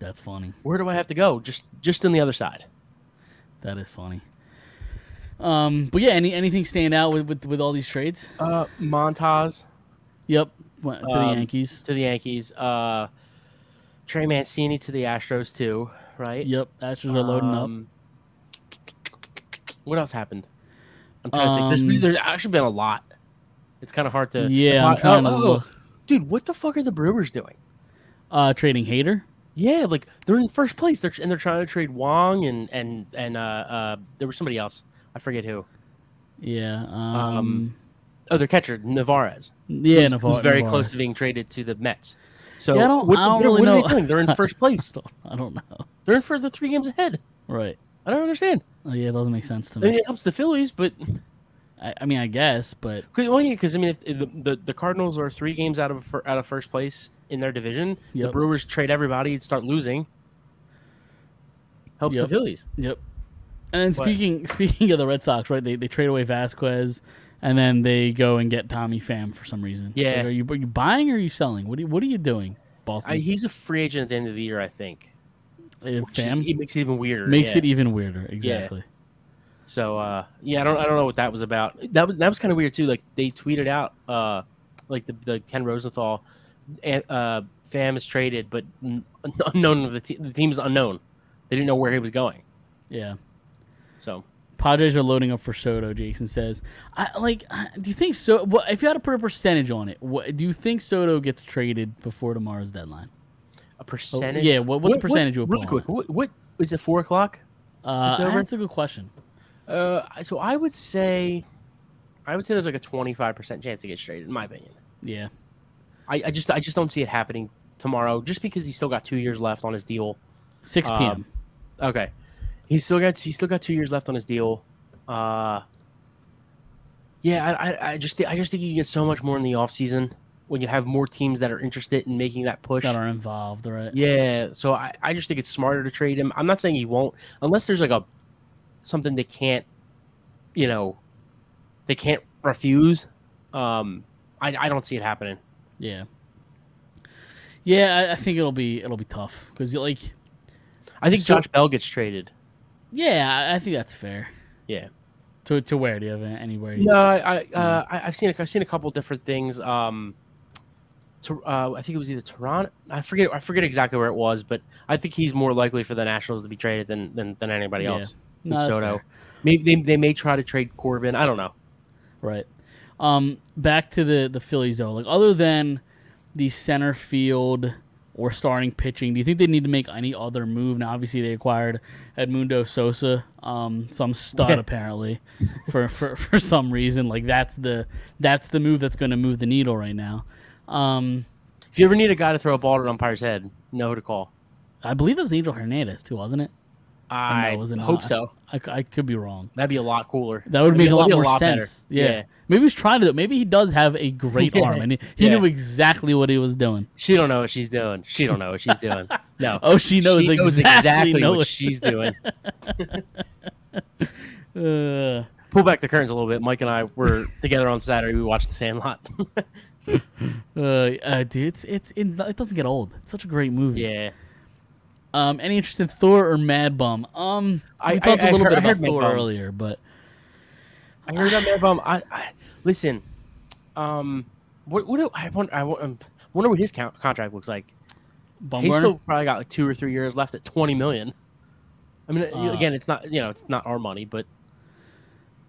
[SPEAKER 2] That's funny.
[SPEAKER 3] Where do I have to go? Just just on the other side."
[SPEAKER 2] That is funny. Um, but yeah, any anything stand out with, with, with all these trades?
[SPEAKER 3] Uh, Montaz
[SPEAKER 2] Yep, went to the
[SPEAKER 3] Um,
[SPEAKER 2] Yankees.
[SPEAKER 3] to the Yankees. Uh, Trey Mancini to the Astros too, right?
[SPEAKER 2] Yep, Astros are loading up.
[SPEAKER 3] Um, What else happened? I'm trying to think.
[SPEAKER 2] Um,
[SPEAKER 3] There's, there's actually been a lot. It's kind of hard to.
[SPEAKER 2] Yeah, I'm
[SPEAKER 3] Oh,
[SPEAKER 2] trying to
[SPEAKER 3] oh, oh.
[SPEAKER 2] look.
[SPEAKER 3] Dude, what the fuck are the Brewers doing?
[SPEAKER 2] Uh, trading Hater.
[SPEAKER 3] Yeah, like they're in first place. They're and they're trying to trade Wong and and and uh, uh there was somebody else. I forget who.
[SPEAKER 2] Yeah. Um.
[SPEAKER 3] Oh, their catcher Navarez.
[SPEAKER 2] yeah,
[SPEAKER 3] who's-
[SPEAKER 2] Navar-
[SPEAKER 3] who's very close to
[SPEAKER 2] Navarez.
[SPEAKER 3] being traded to the Mets. So
[SPEAKER 2] Yeah, I don't-
[SPEAKER 3] what,
[SPEAKER 2] I don't
[SPEAKER 3] what-
[SPEAKER 2] really
[SPEAKER 3] what
[SPEAKER 2] know.
[SPEAKER 3] are they doing? They're
[SPEAKER 2] (laughs)
[SPEAKER 3] in first place.
[SPEAKER 2] (laughs) I don't know.
[SPEAKER 3] They're in further three games ahead.
[SPEAKER 2] Right.
[SPEAKER 3] I don't understand.
[SPEAKER 2] Oh, yeah, it doesn't make sense to
[SPEAKER 3] I mean,
[SPEAKER 2] me.
[SPEAKER 3] it helps the Phillies, but
[SPEAKER 2] I, I mean, I guess, but
[SPEAKER 3] Cause, well, yeah, because I mean, if the, the the Cardinals are three games out of fir- out of first place in their division,
[SPEAKER 2] Yep.
[SPEAKER 3] the Brewers trade everybody and start losing. Helps
[SPEAKER 2] Yep.
[SPEAKER 3] the Phillies.
[SPEAKER 2] Yep. And then
[SPEAKER 3] What?
[SPEAKER 2] speaking (laughs) speaking of the Red Sox, right? They, they trade away Vasquez, and then they go and get Tommy Pham for some reason. It's like,
[SPEAKER 3] Yeah.
[SPEAKER 2] are you are you buying or are you selling? What are you, what are you doing, Boston?
[SPEAKER 3] I, he's a free agent at the end of the year, I think.
[SPEAKER 2] Uh,
[SPEAKER 3] Which is-
[SPEAKER 2] Pham
[SPEAKER 3] it makes it even weirder.
[SPEAKER 2] makes
[SPEAKER 3] yeah.
[SPEAKER 2] it even weirder. Exactly.
[SPEAKER 3] so. Uh, yeah, I don't I don't know what that was about. That was that was kind of weird too. Like they tweeted out, uh, like the, the Ken Rosenthal, and uh, Fam is traded, but n- unknown of the te- the team is unknown. They didn't know where he was going.
[SPEAKER 2] Yeah.
[SPEAKER 3] So
[SPEAKER 2] Padres are loading up for Soto. Jason says, "I like. I- Do you think so? Well, if you had to put a percentage on it, what, do you think Soto gets traded before tomorrow's deadline?
[SPEAKER 3] a percentage.
[SPEAKER 2] yeah, what- what's the percentage you
[SPEAKER 3] Oh, What,
[SPEAKER 2] would
[SPEAKER 3] really
[SPEAKER 2] put on
[SPEAKER 3] quick. What, what is it? Four o'clock.
[SPEAKER 2] Uh,
[SPEAKER 3] It's over?
[SPEAKER 2] That's a good question.
[SPEAKER 3] Uh, I- so I would say, I would say there's like a twenty five percent chance he gets traded, in my opinion.
[SPEAKER 2] Yeah,
[SPEAKER 3] I, I just I just don't see it happening tomorrow, just because he's still got two years left on his deal.
[SPEAKER 2] six
[SPEAKER 3] Um,
[SPEAKER 2] p.m.
[SPEAKER 3] Okay, he's still got he's still got two years left on his deal. Uh, yeah, I, I, I just thi- I just think you get so much more in the offseason when you have more teams that are interested in making that push.
[SPEAKER 2] that are involved, right?
[SPEAKER 3] Yeah, so I, I just think it's smarter to trade him. I'm not saying he won't, unless there's like a something they can't, you know, they can't refuse. Um, I, I don't see it happening.
[SPEAKER 2] Yeah. Yeah, I, I think it'll be it'll be tough because like,
[SPEAKER 3] I think
[SPEAKER 2] So-
[SPEAKER 3] Josh Bell gets traded.
[SPEAKER 2] yeah, I- I think that's fair.
[SPEAKER 3] Yeah.
[SPEAKER 2] To to where do you have anywhere?
[SPEAKER 3] No, I, I uh, I- I've seen a, I've seen a couple different things. Um, to, uh, I think it was either Toronto. I forget I forget exactly where it was, but I think he's more likely for the Nationals to be traded than than, than anybody
[SPEAKER 2] Yeah.
[SPEAKER 3] else.
[SPEAKER 2] No,
[SPEAKER 3] than
[SPEAKER 2] that's
[SPEAKER 3] Soto.
[SPEAKER 2] fair.
[SPEAKER 3] Maybe they, they may try to trade Corbin. I don't know.
[SPEAKER 2] Right. Um, back to the the Phillies though. Like other than the center field or starting pitching, do you think they need to make any other move? Now, obviously, they acquired Edmundo Sosa, um, some stud apparently, for, for for some reason. Like that's the that's the move that's going to move the needle right now. Um,
[SPEAKER 3] If you ever need a guy to throw a ball at an umpire's head, know who to call.
[SPEAKER 2] I believe that was Angel Hernandez too, wasn't it? Or no,
[SPEAKER 3] I
[SPEAKER 2] was it
[SPEAKER 3] hope
[SPEAKER 2] not?
[SPEAKER 3] so.
[SPEAKER 2] I, c- I could be wrong.
[SPEAKER 3] That'd be a lot cooler.
[SPEAKER 2] That would
[SPEAKER 3] That'd
[SPEAKER 2] make
[SPEAKER 3] be-
[SPEAKER 2] a lot
[SPEAKER 3] that'd be
[SPEAKER 2] more
[SPEAKER 3] better.
[SPEAKER 2] sense. Yeah. Maybe he's trying to do it. Maybe he does have a great
[SPEAKER 3] (laughs) Yeah.
[SPEAKER 2] arm and he, he
[SPEAKER 3] Yeah.
[SPEAKER 2] knew exactly what he was doing.
[SPEAKER 3] She don't know what she's doing. She don't know what
[SPEAKER 2] (laughs)
[SPEAKER 3] she's doing. No.
[SPEAKER 2] Oh, she knows exactly (laughs) know
[SPEAKER 3] what
[SPEAKER 2] what-
[SPEAKER 3] she's doing.
[SPEAKER 2] Uh,
[SPEAKER 3] Pull back the curtains a little bit. Mike and I were (laughs) together on Saturday. We watched The Sandlot. (laughs)
[SPEAKER 2] uh, uh, dude, it's, it's in, it doesn't get old. It's such a great movie.
[SPEAKER 3] yeah.
[SPEAKER 2] Um, any interest in Thor or Mad Bum? Um,
[SPEAKER 3] I-
[SPEAKER 2] we talked
[SPEAKER 3] I-
[SPEAKER 2] a
[SPEAKER 3] I
[SPEAKER 2] little
[SPEAKER 3] heard- I
[SPEAKER 2] bit
[SPEAKER 3] heard
[SPEAKER 2] about
[SPEAKER 3] Mad
[SPEAKER 2] Thor
[SPEAKER 3] Bum.
[SPEAKER 2] earlier, but
[SPEAKER 3] I heard that man bum. I, I listen. Um, what what do I wonder? I won- um, wonder what his count, contract looks like.
[SPEAKER 2] Bum
[SPEAKER 3] He's
[SPEAKER 2] Burner?
[SPEAKER 3] still probably got like two or three years left at twenty million. I mean,
[SPEAKER 2] Uh,
[SPEAKER 3] again, it's not you know it's not our money, but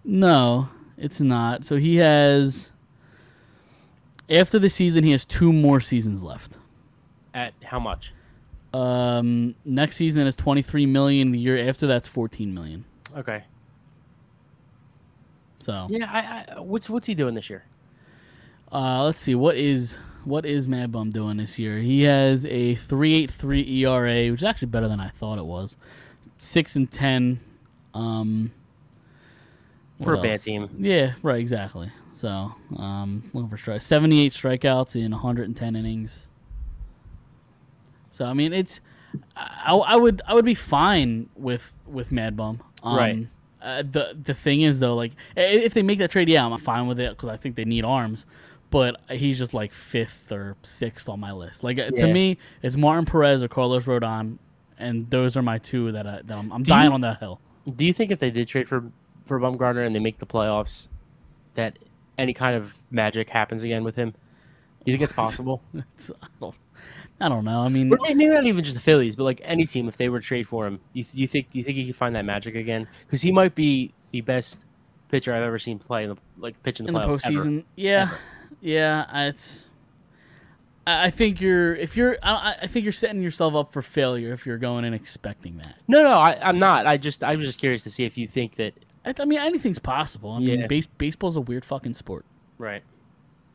[SPEAKER 2] No, it's not. So he has after the season, he has two more seasons left.
[SPEAKER 3] at how much?
[SPEAKER 2] Um, next season is twenty three million. The year after that's fourteen million.
[SPEAKER 3] Okay.
[SPEAKER 2] So
[SPEAKER 3] Yeah. I, I what's what's he doing this year?
[SPEAKER 2] Uh, let's see what is what is Mad Bum doing this year. He has a 3.83 ERA, E which is actually better than I thought it was. Six and ten. Um,
[SPEAKER 3] For
[SPEAKER 2] what
[SPEAKER 3] a bad
[SPEAKER 2] else?
[SPEAKER 3] team.
[SPEAKER 2] Yeah, right, exactly. So, um, looking for strike. 78 strikeouts in 110 innings. So, I mean, it's I, I would I would be fine with with Mad Bum. Um,
[SPEAKER 3] Right.
[SPEAKER 2] Uh, the the thing is though, like i- if they make that trade, yeah, I'm fine with it because I think they need arms. But he's just like fifth or sixth on my list. Like uh to
[SPEAKER 3] Yeah.
[SPEAKER 2] me, it's Martin Perez or Carlos Rodon, and those are my two that, I, that I'm, I'm dying
[SPEAKER 3] you-
[SPEAKER 2] on that hill. (laughs)
[SPEAKER 3] Do you think if they did trade for for Bumgarner and they make the playoffs, that any kind of magic happens again with him? You think it's
[SPEAKER 2] (laughs)
[SPEAKER 3] possible?
[SPEAKER 2] It's, I, don't, I don't know. I mean,
[SPEAKER 3] Or may- maybe not even just the Phillies, but like any team, if they were to trade for him, you, you think you think he could find that magic again? Because he might be the best pitcher I've ever seen play in the like pitch in the,
[SPEAKER 2] in the
[SPEAKER 3] playoffs
[SPEAKER 2] postseason.
[SPEAKER 3] Ever.
[SPEAKER 2] Yeah, yeah. I- It's. I I think you're if you're I, I- I think you're setting yourself up for failure if you're going and expecting that.
[SPEAKER 3] No, no, I, I'm not. I just I was just curious to see if you think that
[SPEAKER 2] I, I mean, anything's possible. I mean,
[SPEAKER 3] Yeah.
[SPEAKER 2] base, baseball's a weird fucking sport. (laughs)
[SPEAKER 3] right.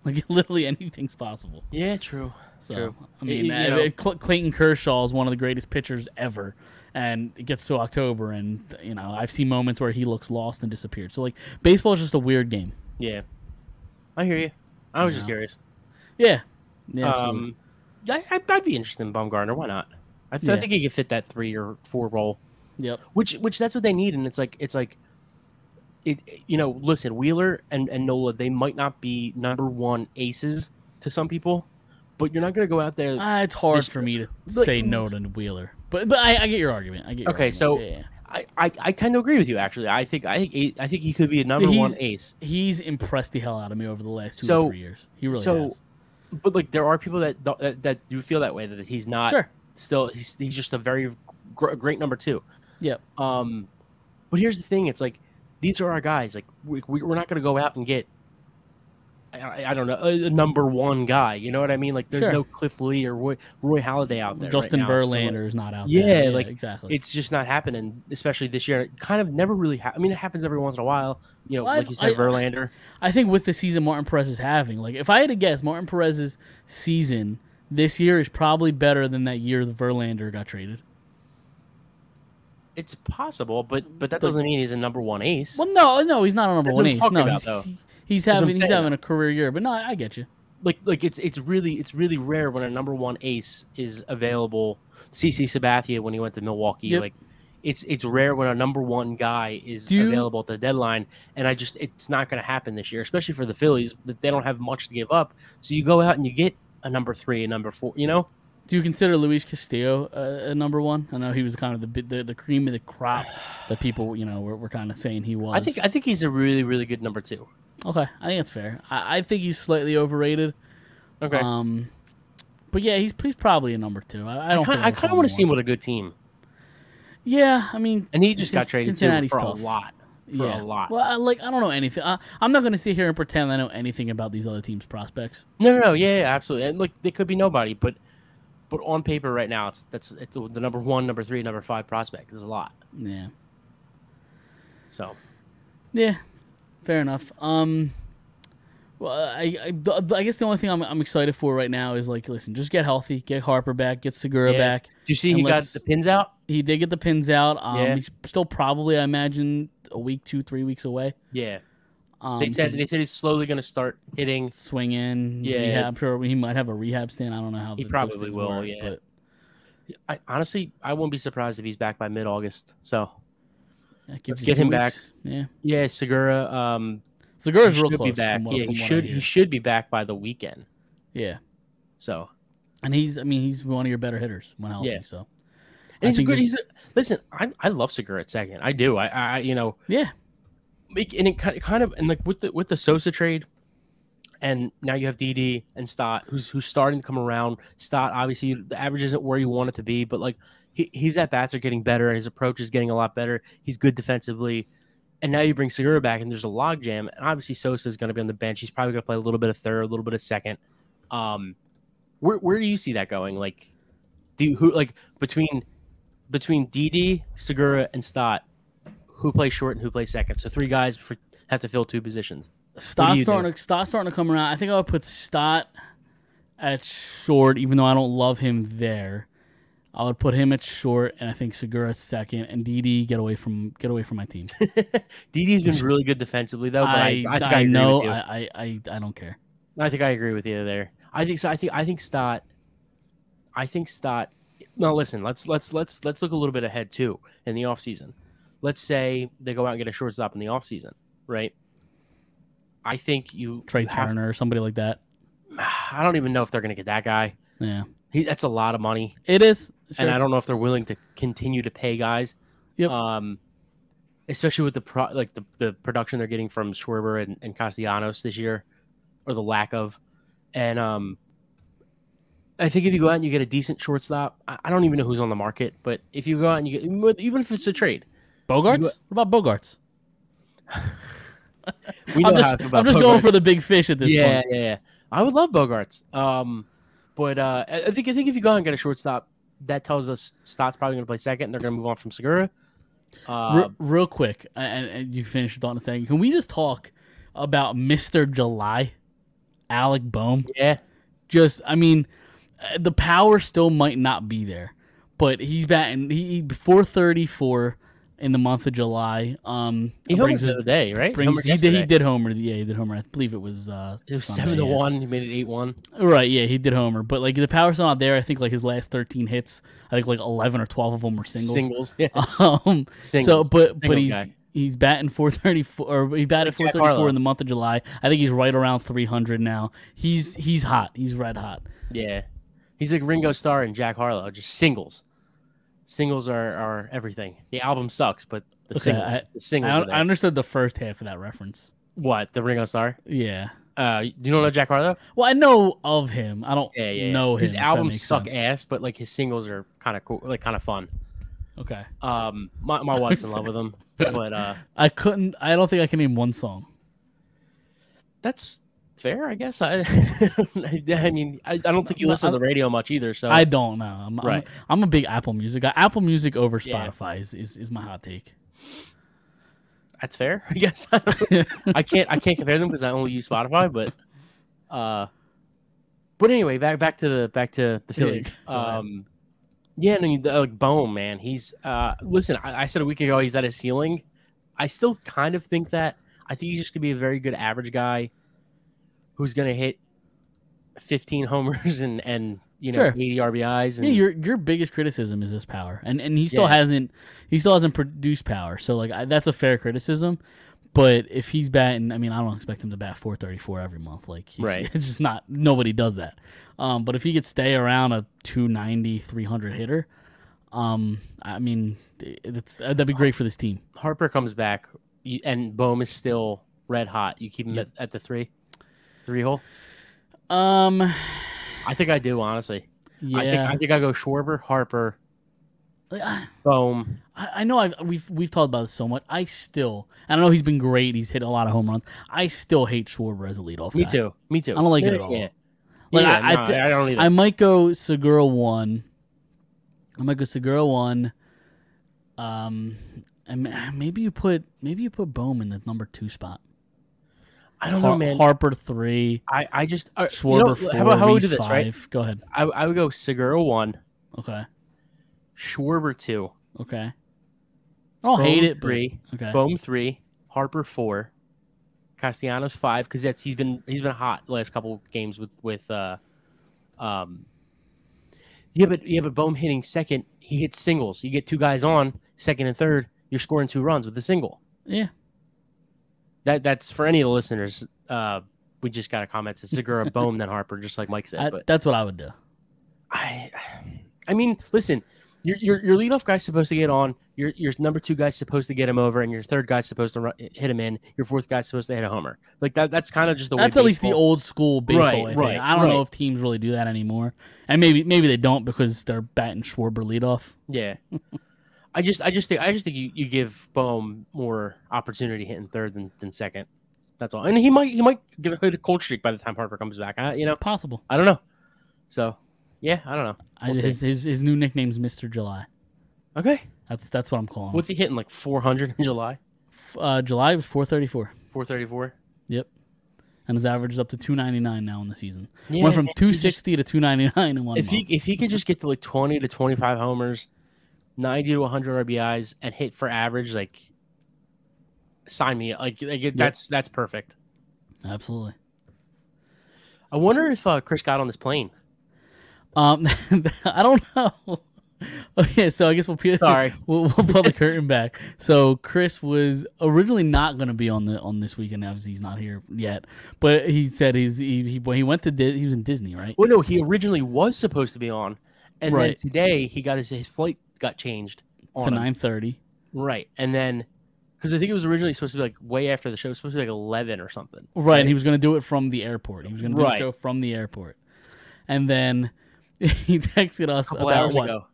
[SPEAKER 2] Like literally anything's possible.
[SPEAKER 3] Yeah, true.
[SPEAKER 2] So
[SPEAKER 3] True.
[SPEAKER 2] I
[SPEAKER 3] Y-
[SPEAKER 2] mean,
[SPEAKER 3] y- you
[SPEAKER 2] uh,
[SPEAKER 3] know.
[SPEAKER 2] Cl- Clayton Kershaw is one of the greatest pitchers ever, and it gets to October, and you know I've seen moments where he looks lost and disappeared. So like baseball is just a weird game.
[SPEAKER 3] Yeah, I hear you. I was just curious.
[SPEAKER 2] Yeah. Yeah. absolutely.
[SPEAKER 3] Um, I, I- I'd be interested in Bumgarner. Why not? I, th- I
[SPEAKER 2] Yeah.
[SPEAKER 3] think he could fit that three or four role.
[SPEAKER 2] Yep.
[SPEAKER 3] which which that's what they need and it's like it's like it you know listen wheeler and and nola they might not be number one aces to some people but you're not going to go out there
[SPEAKER 2] Uh, it's hard
[SPEAKER 3] this-
[SPEAKER 2] for me to
[SPEAKER 3] like-
[SPEAKER 2] say no to Wheeler, but but I, I get your argument. I get your
[SPEAKER 3] Okay,
[SPEAKER 2] argument.
[SPEAKER 3] so-
[SPEAKER 2] Yeah, yeah.
[SPEAKER 3] I, I i tend to agree with you actually i think i think he- i think he could be a number one
[SPEAKER 2] He's-
[SPEAKER 3] ace
[SPEAKER 2] he's impressed the hell out of me over the last two
[SPEAKER 3] So-
[SPEAKER 2] or three years. He really
[SPEAKER 3] so
[SPEAKER 2] has.
[SPEAKER 3] but like there are people that don't- that, that do feel that way that he's not
[SPEAKER 2] Sure.
[SPEAKER 3] still he's, he's just a very gr- great number two
[SPEAKER 2] Yep.
[SPEAKER 3] Um, but here's the thing: it's like these are our guys. Like we, we, we're not going to go out and get, I- I, I don't know, a, a number one guy. You know what I mean? Like there's
[SPEAKER 2] Sure.
[SPEAKER 3] no Cliff Lee or Roy, Roy Halladay out there. right
[SPEAKER 2] Justin
[SPEAKER 3] now, so, like,
[SPEAKER 2] Verlander is not out
[SPEAKER 3] yeah,
[SPEAKER 2] there.
[SPEAKER 3] like
[SPEAKER 2] exactly.
[SPEAKER 3] It's just not happening, especially this year. It kind of never really. Ha- I mean, it happens every once in a while. You know,
[SPEAKER 2] Well,
[SPEAKER 3] like
[SPEAKER 2] I've-
[SPEAKER 3] you said,
[SPEAKER 2] I-
[SPEAKER 3] Verlander.
[SPEAKER 2] I think with the season Martin Perez is having, like if I had to guess, Martin Perez's season this year is probably better than that year that Verlander got traded.
[SPEAKER 3] It's possible, but but that doesn't mean he's a number one ace.
[SPEAKER 2] Well, no, no, he's not a number
[SPEAKER 3] That's
[SPEAKER 2] one
[SPEAKER 3] what I'm
[SPEAKER 2] ace.
[SPEAKER 3] talking
[SPEAKER 2] No,
[SPEAKER 3] about,
[SPEAKER 2] he's,
[SPEAKER 3] though.
[SPEAKER 2] he's, he's
[SPEAKER 3] That's what I'm
[SPEAKER 2] having he's
[SPEAKER 3] saying,
[SPEAKER 2] having a career year. But no, I get you.
[SPEAKER 3] like like it's it's really it's really rare when a number one ace is available. CC Sabathia when he went to Milwaukee,
[SPEAKER 2] Yep.
[SPEAKER 3] like it's it's rare when a number one guy is
[SPEAKER 2] Do you-
[SPEAKER 3] available at the deadline, and I just it's not going to happen this year, especially for the Phillies that they don't have much to give up. So you go out and you get a number three, a number four, you know.
[SPEAKER 2] Do you consider Luis Castillo a, a number one? I know he was kind of the bi- the, the cream of the crop that people you know were, were kind of saying he was.
[SPEAKER 3] I think I think he's a really really good number two.
[SPEAKER 2] okay, I think that's fair. I, I think he's slightly overrated.
[SPEAKER 3] Okay,
[SPEAKER 2] Um, but yeah, he's he's probably a number two. I, I don't.
[SPEAKER 3] I kind of want to see him with a good team,
[SPEAKER 2] Yeah, I mean,
[SPEAKER 3] and he just got
[SPEAKER 2] Cin-
[SPEAKER 3] traded too,
[SPEAKER 2] Cincinnati's
[SPEAKER 3] for
[SPEAKER 2] tough.
[SPEAKER 3] a lot. For
[SPEAKER 2] yeah.
[SPEAKER 3] a lot.
[SPEAKER 2] Well, I, like I don't know anything. I, I'm not going to sit here and pretend I know anything about these other teams' prospects.
[SPEAKER 3] No, no, no, yeah, yeah, absolutely. And look, they could be nobody, but but on paper right now, it's that's it's the number one, number three, number five prospect. There's a lot.
[SPEAKER 2] Yeah.
[SPEAKER 3] So
[SPEAKER 2] Yeah, fair enough. Um, well, I, I, the- the- I guess the only thing I'm, I'm excited for right now is like, listen, just get healthy, get Harper back, get Segura
[SPEAKER 3] Yeah.
[SPEAKER 2] back.
[SPEAKER 3] Did you see
[SPEAKER 2] And
[SPEAKER 3] he got
[SPEAKER 2] let's-
[SPEAKER 3] the pins out?
[SPEAKER 2] He did get the pins out. Um,
[SPEAKER 3] Yeah.
[SPEAKER 2] he's still probably, I imagine, a week, two, three weeks away.
[SPEAKER 3] Yeah.
[SPEAKER 2] Um,
[SPEAKER 3] They said
[SPEAKER 2] 'cause
[SPEAKER 3] they said he's slowly going to start hitting.
[SPEAKER 2] swing in.
[SPEAKER 3] Yeah.
[SPEAKER 2] rehab. I'm sure he might have a rehab stand. I don't know how
[SPEAKER 3] He
[SPEAKER 2] th- those
[SPEAKER 3] probably
[SPEAKER 2] things
[SPEAKER 3] will,
[SPEAKER 2] work,
[SPEAKER 3] yeah.
[SPEAKER 2] But
[SPEAKER 3] I, honestly, I won't be surprised if he's back by mid-August. So
[SPEAKER 2] that gives
[SPEAKER 3] Let's
[SPEAKER 2] you
[SPEAKER 3] get
[SPEAKER 2] two
[SPEAKER 3] him back.
[SPEAKER 2] weeks. Yeah,
[SPEAKER 3] yeah, Segura. Um, he
[SPEAKER 2] Segura's real
[SPEAKER 3] should
[SPEAKER 2] close.
[SPEAKER 3] be back.
[SPEAKER 2] from what-
[SPEAKER 3] yeah,
[SPEAKER 2] from
[SPEAKER 3] he
[SPEAKER 2] what I
[SPEAKER 3] should
[SPEAKER 2] hear.
[SPEAKER 3] he should be back by the weekend.
[SPEAKER 2] Yeah,
[SPEAKER 3] So
[SPEAKER 2] and he's. I mean, he's one of your better hitters when healthy.
[SPEAKER 3] Yeah.
[SPEAKER 2] So. I
[SPEAKER 3] and he's a
[SPEAKER 2] think
[SPEAKER 3] good.
[SPEAKER 2] just-
[SPEAKER 3] He's a, listen, I I love Segura at second. I do. I I you know
[SPEAKER 2] yeah,
[SPEAKER 3] make- and it ki- kind of and like with the with the Sosa trade, and now you have DD and Stott, who's who's starting to come around. Stott, obviously, the average isn't where you want it to be, but like he, his at bats are getting better, and his approach is getting a lot better. He's good defensively, and now you bring Segura back, and there's a logjam. And obviously, Sosa is going to be on the bench. He's probably going to play a little bit of third, a little bit of second. Um, where where do you see that going? Like, do you, who like between between DD, Segura, and Stott? who plays short and who plays second. So three guys for, have to fill two positions.
[SPEAKER 2] Stott's
[SPEAKER 3] you
[SPEAKER 2] starting, to, Stott's starting to come around. I think I would put Stott at short, even though I don't love him there. I would put him at short, and I think Segura at second, and DD get away from get away from my
[SPEAKER 3] (laughs)
[SPEAKER 2] team.
[SPEAKER 3] DD's been really good defensively though, but I, I, think I, agree
[SPEAKER 2] know
[SPEAKER 3] With you. I,
[SPEAKER 2] I, I, I I don't care.
[SPEAKER 3] think I agree with you there. I think so. I think I think Stott. I think Stott. No, listen. Let's let's let's let's look a little bit ahead too in the offseason. Let's say they go out and get a shortstop in the offseason, right? I think you
[SPEAKER 2] Trey
[SPEAKER 3] you have-
[SPEAKER 2] Turner or somebody like that.
[SPEAKER 3] I don't even know if they're going to get that guy.
[SPEAKER 2] Yeah,
[SPEAKER 3] He, that's a lot of money.
[SPEAKER 2] it is. Sure.
[SPEAKER 3] and I don't know if they're willing to continue to pay guys.
[SPEAKER 2] Yep.
[SPEAKER 3] Um, especially with the pro, like the, the production they're getting from Schwerber and, and Castellanos this year, or the lack of, and um, I think if you go out and you get a decent shortstop, I, I don't even know who's on the market, but if you go out and you get even if it's a trade,
[SPEAKER 2] Bogarts.
[SPEAKER 3] uh,
[SPEAKER 2] What about Bogarts?
[SPEAKER 3] we know
[SPEAKER 2] I'm
[SPEAKER 3] how I
[SPEAKER 2] just,
[SPEAKER 3] feel
[SPEAKER 2] I'm
[SPEAKER 3] about
[SPEAKER 2] just going
[SPEAKER 3] Bogarts.
[SPEAKER 2] for the big fish at this
[SPEAKER 3] yeah,
[SPEAKER 2] point.
[SPEAKER 3] Yeah, yeah. I would love Bogarts. Um, but uh, I I think I think if you go out and get a shortstop, that tells us Stott's probably going to play second, and they're going to move on from Segura. Uh,
[SPEAKER 2] Re- real quick, a- and, and you finish your thought in a second. Can we just talk about Mister July, Alec Bohm?
[SPEAKER 3] yeah.
[SPEAKER 2] just I mean, uh, the power still might not be there, but he's batting he 434 in the month of July. Um,
[SPEAKER 3] He homered
[SPEAKER 2] brings
[SPEAKER 3] the
[SPEAKER 2] his,
[SPEAKER 3] other day, right?
[SPEAKER 2] brings
[SPEAKER 3] Homered
[SPEAKER 2] he did, he
[SPEAKER 3] yesterday.
[SPEAKER 2] did homer. Yeah, he did homer. I believe it was uh
[SPEAKER 3] It was
[SPEAKER 2] Sunday,
[SPEAKER 3] seven to
[SPEAKER 2] yeah.
[SPEAKER 3] one. He made it eight one.
[SPEAKER 2] Right, yeah, he did homer, but like the power's still not there. I think like his last 13 hits, I think like 11 or 12 of them were singles.
[SPEAKER 3] Singles. Yeah.
[SPEAKER 2] (laughs) Um, so
[SPEAKER 3] Singles.
[SPEAKER 2] but but
[SPEAKER 3] Singles
[SPEAKER 2] he's
[SPEAKER 3] guy.
[SPEAKER 2] he's batting 434 or he batted
[SPEAKER 3] Jack
[SPEAKER 2] 434
[SPEAKER 3] Harlow.
[SPEAKER 2] in the month of July. I think he's right around 300 now. He's he's hot. He's red hot.
[SPEAKER 3] (laughs) yeah. He's like Ringo Starr and Jack Harlow, just singles. Singles are, are everything. The album sucks, but the
[SPEAKER 2] Okay,
[SPEAKER 3] singles,
[SPEAKER 2] I-
[SPEAKER 3] the singles
[SPEAKER 2] I,
[SPEAKER 3] are there.
[SPEAKER 2] I understood the first half of that reference.
[SPEAKER 3] what the Ringo Starr?
[SPEAKER 2] Yeah.
[SPEAKER 3] Uh, you don't know Jack Harlow?
[SPEAKER 2] Well, I know of him. I don't
[SPEAKER 3] Yeah, yeah. yeah.
[SPEAKER 2] know him.
[SPEAKER 3] His
[SPEAKER 2] if that
[SPEAKER 3] albums
[SPEAKER 2] makes
[SPEAKER 3] suck
[SPEAKER 2] sense.
[SPEAKER 3] ass, but like his singles are kind of cool, like kind of fun.
[SPEAKER 2] Okay.
[SPEAKER 3] Um, my, my wife's in love with him, but uh,
[SPEAKER 2] I couldn't. I don't think I can name one song.
[SPEAKER 3] that's fair, I guess. I, (laughs) I mean, I, I don't think you
[SPEAKER 2] No,
[SPEAKER 3] listen
[SPEAKER 2] I-
[SPEAKER 3] to the radio much either, so
[SPEAKER 2] I don't know. I'm,
[SPEAKER 3] Right.
[SPEAKER 2] I'm, I'm a big Apple Music guy. Apple Music over
[SPEAKER 3] Yeah.
[SPEAKER 2] Spotify is, is, is my hot take.
[SPEAKER 3] that's fair,
[SPEAKER 2] (laughs)
[SPEAKER 3] I guess. I don't- I can't I can't compare them because I only use Spotify, but uh but anyway, back back to the back to the Phillies.
[SPEAKER 2] Go ahead.
[SPEAKER 3] Um yeah, no, you- like Bohm, man, he's uh listen, I, I said a week ago he's at his ceiling. I still kind of think that. I think he's just gonna be a very good average guy who's gonna hit fifteen homers (laughs) and and you know
[SPEAKER 2] Sure.
[SPEAKER 3] 80 RBIs. And,
[SPEAKER 2] Yeah, your your biggest criticism is his power, and and he still
[SPEAKER 3] Hmm. Yeah.
[SPEAKER 2] hasn't he still hasn't produced power. So like I, that's a fair criticism, but if he's batting, I mean, I don't expect him to bat 434 every month. Like he's-
[SPEAKER 3] Right.
[SPEAKER 2] (laughs) it's just not nobody does that. Um, but if he could stay around a 290 300 hitter, um, I mean, it- it's uh, that'd be great for this team.
[SPEAKER 3] Harper comes back, you, and Bohm is still red hot. You keep him at, at the three, three hole.
[SPEAKER 2] Um,
[SPEAKER 3] I think I do honestly.
[SPEAKER 2] yeah,
[SPEAKER 3] I think I think I go Schwarber, Harper,
[SPEAKER 2] Like, I-
[SPEAKER 3] Bohm.
[SPEAKER 2] I, I know I've, we've we've talked about this so much. I still, I know he's been great. He's hit a lot of home runs. I still hate Schwarber as a leadoff.
[SPEAKER 3] Me
[SPEAKER 2] guy.
[SPEAKER 3] too. Me too.
[SPEAKER 2] I don't like it
[SPEAKER 3] Yeah,
[SPEAKER 2] at all.
[SPEAKER 3] Yeah.
[SPEAKER 2] Like,
[SPEAKER 3] Yeah,
[SPEAKER 2] I- I
[SPEAKER 3] no,
[SPEAKER 2] thi-
[SPEAKER 3] I don't either.
[SPEAKER 2] I might go Segura one. I might go Segura one. Um, and ma- maybe you put maybe you put Bohm in the number two spot.
[SPEAKER 3] I don't know,
[SPEAKER 2] Har-
[SPEAKER 3] man.
[SPEAKER 2] Harper three,
[SPEAKER 3] I, I just uh, you know,
[SPEAKER 2] Schwarber four,
[SPEAKER 3] How about how we
[SPEAKER 2] Reese
[SPEAKER 3] do this?
[SPEAKER 2] five.
[SPEAKER 3] Right?
[SPEAKER 2] Go ahead.
[SPEAKER 3] I, I would go Segura one,
[SPEAKER 2] Okay.
[SPEAKER 3] Schwarber two,
[SPEAKER 2] Okay. I don't
[SPEAKER 3] Bohm
[SPEAKER 2] hate it. but-
[SPEAKER 3] three,
[SPEAKER 2] okay.
[SPEAKER 3] Bohm three, Harper four, Castellanos five because that's he's been he's been hot the last couple games with with uh, um. Yeah, but yeah, but Bohm hitting second, he hits singles. You get two guys on second and third, you're scoring two runs with a single.
[SPEAKER 2] Yeah.
[SPEAKER 3] That that's for any of the listeners. Uh, we just got a comment. It's Segura, Bohm, then Harper, just like Mike said.
[SPEAKER 2] I-
[SPEAKER 3] but
[SPEAKER 2] that's what I would do.
[SPEAKER 3] I, I mean, listen, your your your leadoff guy's supposed to get on. Your your number two guy's supposed to get him over, and your third guy's supposed to ru- hit him in. Your fourth guy's supposed to hit a homer. Like that. That's kind of just the way.
[SPEAKER 2] That's at least the
[SPEAKER 3] baseball-
[SPEAKER 2] old school baseball.
[SPEAKER 3] Right,
[SPEAKER 2] I, think.
[SPEAKER 3] right,
[SPEAKER 2] I don't know
[SPEAKER 3] right.
[SPEAKER 2] if teams really do that anymore, and maybe maybe they don't because they're batting Schwarber leadoff.
[SPEAKER 3] Yeah. I just I just think I just think you, you give Bohm more opportunity hitting third than, than second. That's all. And he might he might get a hit a cold streak by the time Harper comes back. I, you know,
[SPEAKER 2] Possible.
[SPEAKER 3] I don't know. So, yeah, I don't know.
[SPEAKER 2] I,
[SPEAKER 3] We'll
[SPEAKER 2] his,
[SPEAKER 3] see.
[SPEAKER 2] his his new nickname's Mister July.
[SPEAKER 3] Okay.
[SPEAKER 2] That's that's what I'm calling. What's
[SPEAKER 3] What's he hitting like 400 in July?
[SPEAKER 2] uh, July was 434.
[SPEAKER 3] 434.
[SPEAKER 2] Yep, and his average is up to 299 now in the season.
[SPEAKER 3] Yeah,
[SPEAKER 2] Went from
[SPEAKER 3] if he just-
[SPEAKER 2] 260 to 299 in one
[SPEAKER 3] if he
[SPEAKER 2] month.
[SPEAKER 3] if he could just get to like 20 to 25 homers 90 to 100 rbis and hit for average like sign me up. like, like that's that's perfect
[SPEAKER 2] Absolutely.
[SPEAKER 3] i wonder if uh, chris got on this plane
[SPEAKER 2] Um, (laughs) I don't know. (laughs) Okay, so I guess we'll peel,
[SPEAKER 3] Sorry.
[SPEAKER 2] (laughs) we'll, we'll pull the curtain back. So Chris was originally not going to be on the on this weekend. Obviously, he's not here yet. But he said he's he he, when he went to Di- he was in Disney, right?
[SPEAKER 3] well no he originally was supposed to be on and
[SPEAKER 2] Right.
[SPEAKER 3] then today he got his, his flight got changed on
[SPEAKER 2] To
[SPEAKER 3] him.
[SPEAKER 2] nine thirty.
[SPEAKER 3] right and then because i think it was originally supposed to be like way after the show it was supposed to be like 11 or something
[SPEAKER 2] Right, and he was going to do it from the airport. He was going to do the
[SPEAKER 3] Right.
[SPEAKER 2] show from the airport, and then (laughs) he texted us
[SPEAKER 3] a couple
[SPEAKER 2] about
[SPEAKER 3] hours
[SPEAKER 2] what
[SPEAKER 3] ago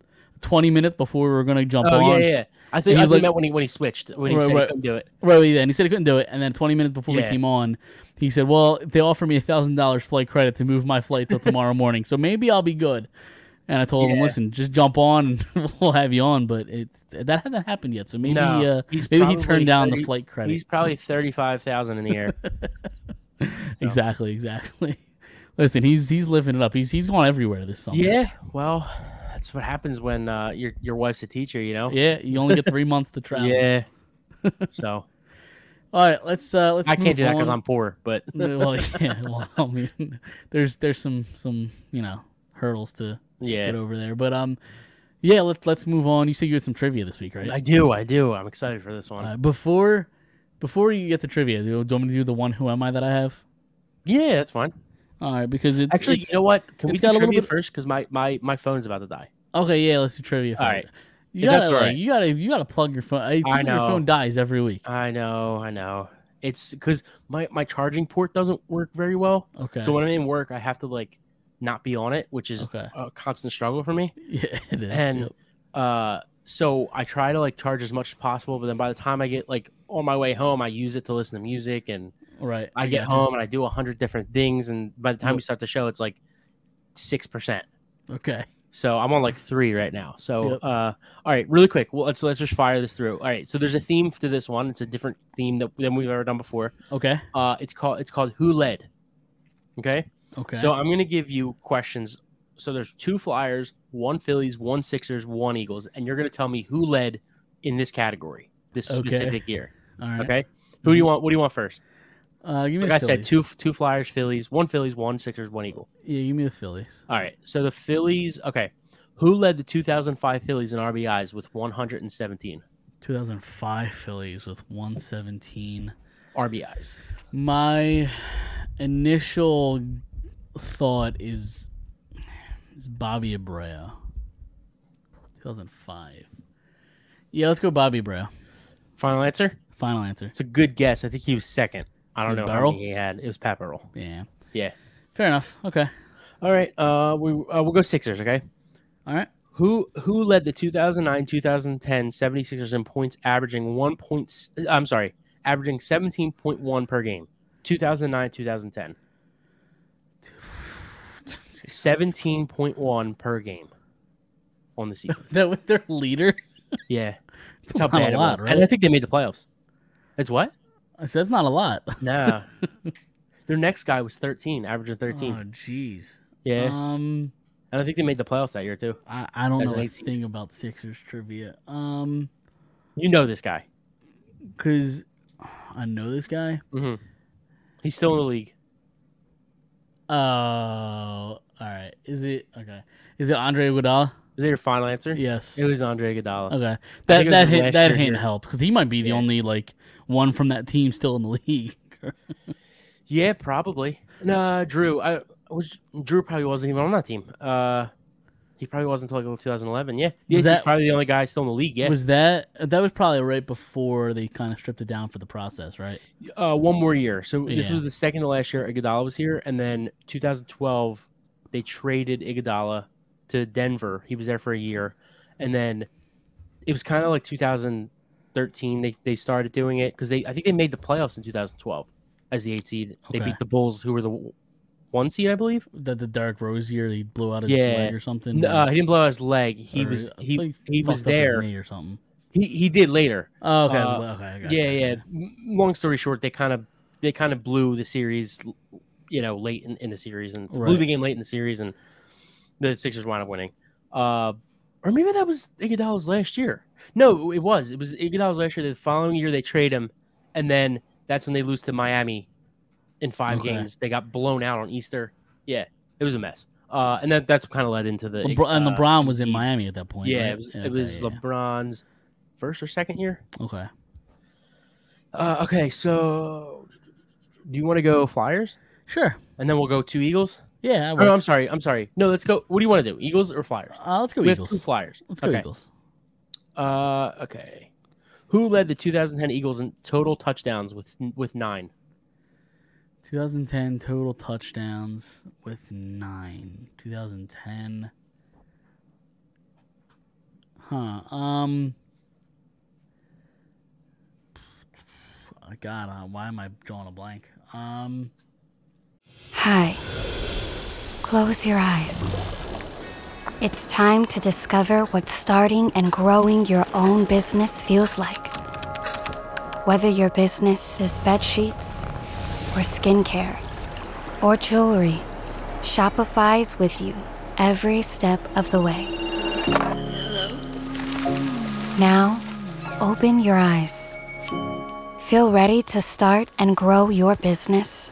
[SPEAKER 2] twenty minutes before we were going to jump
[SPEAKER 3] oh
[SPEAKER 2] on.
[SPEAKER 3] yeah yeah i think
[SPEAKER 2] he
[SPEAKER 3] i
[SPEAKER 2] was
[SPEAKER 3] think
[SPEAKER 2] like-
[SPEAKER 3] that when he when he switched when he
[SPEAKER 2] Right,
[SPEAKER 3] said he
[SPEAKER 2] right.
[SPEAKER 3] couldn't do it
[SPEAKER 2] Right, yeah, and he said he couldn't do it. And then 20 minutes before we
[SPEAKER 3] Yeah.
[SPEAKER 2] came on, he said, "Well, they offer me a thousand dollars flight credit to move my flight till tomorrow
[SPEAKER 3] (laughs)
[SPEAKER 2] morning, so maybe I'll be good." And I told him,
[SPEAKER 3] Yeah.
[SPEAKER 2] "Listen, just jump on, and (laughs) we'll have you on." But it that hasn't happened yet, so maybe
[SPEAKER 3] No,
[SPEAKER 2] uh,
[SPEAKER 3] he's
[SPEAKER 2] maybe he
[SPEAKER 3] probably
[SPEAKER 2] turned down the
[SPEAKER 3] 30
[SPEAKER 2] flight credit.
[SPEAKER 3] He's probably thirty-five thousand in the
[SPEAKER 2] (laughs)
[SPEAKER 3] air.
[SPEAKER 2] Exactly, exactly. (laughs) Listen, he's he's living it up. He's he's gone everywhere this summer.
[SPEAKER 3] yeah, well, that's what happens when uh, your your wife's a teacher, you know.
[SPEAKER 2] yeah. You only get three months to travel.
[SPEAKER 3] Yeah. so
[SPEAKER 2] All right, let's uh (laughs) let's.
[SPEAKER 3] I can't
[SPEAKER 2] move
[SPEAKER 3] do that because
[SPEAKER 2] on.
[SPEAKER 3] I'm poor, but
[SPEAKER 2] Uh, well, yeah. Well, I mean, there's there's some some you know hurdles to
[SPEAKER 3] Yeah.
[SPEAKER 2] (laughs) get over there, but um, yeah. Let's let's move on. You said you had some trivia this week, right?
[SPEAKER 3] I do, I do. I'm excited for this one.
[SPEAKER 2] Uh, before before you get to trivia, do you want me to do the one who am I that I have?
[SPEAKER 3] yeah, that's fine.
[SPEAKER 2] All right, because it's
[SPEAKER 3] Actually,
[SPEAKER 2] it's-
[SPEAKER 3] you know what? Can we
[SPEAKER 2] it's
[SPEAKER 3] do
[SPEAKER 2] got a little
[SPEAKER 3] trivia
[SPEAKER 2] bit-
[SPEAKER 3] first? Because my, my my phone's about to die.
[SPEAKER 2] okay, yeah. Let's do trivia.
[SPEAKER 3] All
[SPEAKER 2] first.
[SPEAKER 3] right.
[SPEAKER 2] You
[SPEAKER 3] If
[SPEAKER 2] gotta,
[SPEAKER 3] that's all
[SPEAKER 2] like,
[SPEAKER 3] right.
[SPEAKER 2] you gotta, you gotta plug your phone. It
[SPEAKER 3] I
[SPEAKER 2] seems like Your
[SPEAKER 3] know.
[SPEAKER 2] phone dies every week.
[SPEAKER 3] I know, I know. It's because my my charging port doesn't work very well.
[SPEAKER 2] Okay.
[SPEAKER 3] So when I'm in work, I have to like not be on it, which is
[SPEAKER 2] Okay. (laughs)
[SPEAKER 3] a constant struggle for me.
[SPEAKER 2] yeah, it is.
[SPEAKER 3] and
[SPEAKER 2] yep.
[SPEAKER 3] uh so i try to like charge as much as possible but then by the time i get like on my way home i use it to listen to music and
[SPEAKER 2] right,
[SPEAKER 3] i, get
[SPEAKER 2] gotcha.
[SPEAKER 3] home and i do a hundred different things and by the time
[SPEAKER 2] Yep.
[SPEAKER 3] we start the show it's like six percent
[SPEAKER 2] Okay.
[SPEAKER 3] so i'm on like three right now so
[SPEAKER 2] Yep.
[SPEAKER 3] uh all right really quick well let's let's just fire this through all right so there's a theme to this one it's a different theme that, than we've ever done before
[SPEAKER 2] Okay.
[SPEAKER 3] uh it's called it's called who led okay
[SPEAKER 2] Okay.
[SPEAKER 3] so I'm going to give you questions. So there's two Flyers, one Phillies, one Sixers, one Eagles, and you're going to tell me who led in this category, this
[SPEAKER 2] Okay.
[SPEAKER 3] specific year.
[SPEAKER 2] all right.
[SPEAKER 3] Okay. Who do you want? What do you want first?
[SPEAKER 2] Uh, give me
[SPEAKER 3] Like
[SPEAKER 2] the
[SPEAKER 3] I
[SPEAKER 2] Phillies.
[SPEAKER 3] said, two two Flyers, Phillies, one Phillies, one Sixers, one Eagle.
[SPEAKER 2] Yeah, give me the Phillies.
[SPEAKER 3] All right. So the Phillies. Okay. Who led the 2005 Phillies in RBIs with 117
[SPEAKER 2] 2005 Phillies with 117.
[SPEAKER 3] RBIs?
[SPEAKER 2] My initial thought is is Bobby Abreu. 2005. Yeah, let's go Bobby Abreu.
[SPEAKER 3] Final answer.
[SPEAKER 2] Final answer.
[SPEAKER 3] It's a good guess. I think he was second. I don't
[SPEAKER 2] it
[SPEAKER 3] know
[SPEAKER 2] Barrel?
[SPEAKER 3] how many he had. It was Pat Burrell.
[SPEAKER 2] Yeah.
[SPEAKER 3] Yeah.
[SPEAKER 2] Fair enough. Okay.
[SPEAKER 3] All right. Uh, we uh, we'll go Sixers. Okay.
[SPEAKER 2] All right. (laughs)
[SPEAKER 3] Who who led the 2009 2010 76ers in points, averaging one point? I'm sorry, averaging 17.1 per game. 2009 2010. 17.1 per game on
[SPEAKER 2] (laughs)
[SPEAKER 3] the season.
[SPEAKER 2] That was their leader.
[SPEAKER 3] Yeah, that's how
[SPEAKER 2] not a
[SPEAKER 3] bad it
[SPEAKER 2] lot,
[SPEAKER 3] was.
[SPEAKER 2] right?
[SPEAKER 3] And I think they made the playoffs. It's what?
[SPEAKER 2] I said that's not a lot. (laughs)
[SPEAKER 3] Nah. Their next guy was 13, averaging
[SPEAKER 2] Oh
[SPEAKER 3] 13.
[SPEAKER 2] jeez.
[SPEAKER 3] yeah,
[SPEAKER 2] Um
[SPEAKER 3] and I think they made the playoffs that year too.
[SPEAKER 2] I, I don't
[SPEAKER 3] As
[SPEAKER 2] know
[SPEAKER 3] an
[SPEAKER 2] a
[SPEAKER 3] 18.
[SPEAKER 2] thing about Sixers trivia. Um
[SPEAKER 3] You know this guy.
[SPEAKER 2] cuz I know this guy.
[SPEAKER 3] He's still in the league.
[SPEAKER 2] Oh, all right. Is it okay? Is it Andre Iguodala?
[SPEAKER 3] Is that your final answer?
[SPEAKER 2] Yes.
[SPEAKER 3] It was Andre Iguodala.
[SPEAKER 2] Okay.
[SPEAKER 3] I think
[SPEAKER 2] That
[SPEAKER 3] it was
[SPEAKER 2] that
[SPEAKER 3] his
[SPEAKER 2] hint,
[SPEAKER 3] last
[SPEAKER 2] that
[SPEAKER 3] year
[SPEAKER 2] hint
[SPEAKER 3] here.
[SPEAKER 2] helps because he might be the only like one from that team still in the (laughs) league.
[SPEAKER 3] Yeah, probably. Nah, Drew. I was Drew probably wasn't even on that team. Uh, he probably wasn't until like 2011. Yeah, yes, he's
[SPEAKER 2] that-
[SPEAKER 3] probably the only guy still in the league. Yeah,
[SPEAKER 2] Was that that was probably right before they kind of stripped it down for the process, right?
[SPEAKER 3] uh, one more year. So this
[SPEAKER 2] Yeah.
[SPEAKER 3] was the second to last year Iguodala was here, and then 2012 they traded Iguodala to Denver. He was there for a year, and then it was kind of like 2013 they they started doing it because they I think they made the playoffs in 2012 as the eight seed. They
[SPEAKER 2] Okay.
[SPEAKER 3] beat the Bulls, who were the w- one seed, I believe.
[SPEAKER 2] That the Derek Rose year he blew out his
[SPEAKER 3] Yeah.
[SPEAKER 2] leg or something.
[SPEAKER 3] No,
[SPEAKER 2] or-
[SPEAKER 3] uh, he didn't blow out his leg. He
[SPEAKER 2] or-
[SPEAKER 3] was
[SPEAKER 2] I
[SPEAKER 3] he
[SPEAKER 2] think
[SPEAKER 3] he was
[SPEAKER 2] fucked up his
[SPEAKER 3] there.
[SPEAKER 2] knee or something.
[SPEAKER 3] He he did later.
[SPEAKER 2] Oh, okay. I was
[SPEAKER 3] Uh,
[SPEAKER 2] like, okay, I got it,
[SPEAKER 3] yeah,
[SPEAKER 2] got it,
[SPEAKER 3] yeah.
[SPEAKER 2] got it.
[SPEAKER 3] M- Long story short, they kind of they kind of blew the series, you know, late in, in the series and blew the
[SPEAKER 2] Right.
[SPEAKER 3] game late in the series, and the Sixers wound up winning. Uh, or maybe that was Iguodala's last year. No, it was. It was Iguodala's last year. The following year, they trade him, and then that's when they lose to Miami in five
[SPEAKER 2] Okay.
[SPEAKER 3] games. They got blown out on Easter. Yeah, it was a mess. Uh, and that that's kind of led into the Ig-
[SPEAKER 2] LeBron, and
[SPEAKER 3] uh,
[SPEAKER 2] LeBron was in
[SPEAKER 3] Embiid.
[SPEAKER 2] Miami at that point.
[SPEAKER 3] Yeah,
[SPEAKER 2] right?
[SPEAKER 3] it was
[SPEAKER 2] Yeah,
[SPEAKER 3] it
[SPEAKER 2] okay,
[SPEAKER 3] was
[SPEAKER 2] yeah, yeah.
[SPEAKER 3] LeBron's first or second year.
[SPEAKER 2] Okay.
[SPEAKER 3] Uh, okay, so do you want to go Flyers,
[SPEAKER 2] Sure.
[SPEAKER 3] and then we'll go two Eagles?
[SPEAKER 2] Yeah. I
[SPEAKER 3] Oh, no, I'm
[SPEAKER 2] works.
[SPEAKER 3] sorry, I'm sorry. No, let's go. What do you want to do, Eagles or Flyers?
[SPEAKER 2] Uh, let's go
[SPEAKER 3] we have two
[SPEAKER 2] Eagles.
[SPEAKER 3] Flyers.
[SPEAKER 2] Let's go
[SPEAKER 3] okay.
[SPEAKER 2] Eagles.
[SPEAKER 3] Uh, okay. Who led the 2010 Eagles in total touchdowns with with nine?
[SPEAKER 2] 2010 total touchdowns with nine. 2010. Huh. Um. God, uh, why am I drawing a blank? Um.
[SPEAKER 4] Hi. Close your eyes. It's time to discover what starting and growing your own business feels like. Whether your business is bed sheets or skincare or jewelry, Shopify's with you every step of the way. Hello. Now, open your eyes. Feel ready to start and grow your business?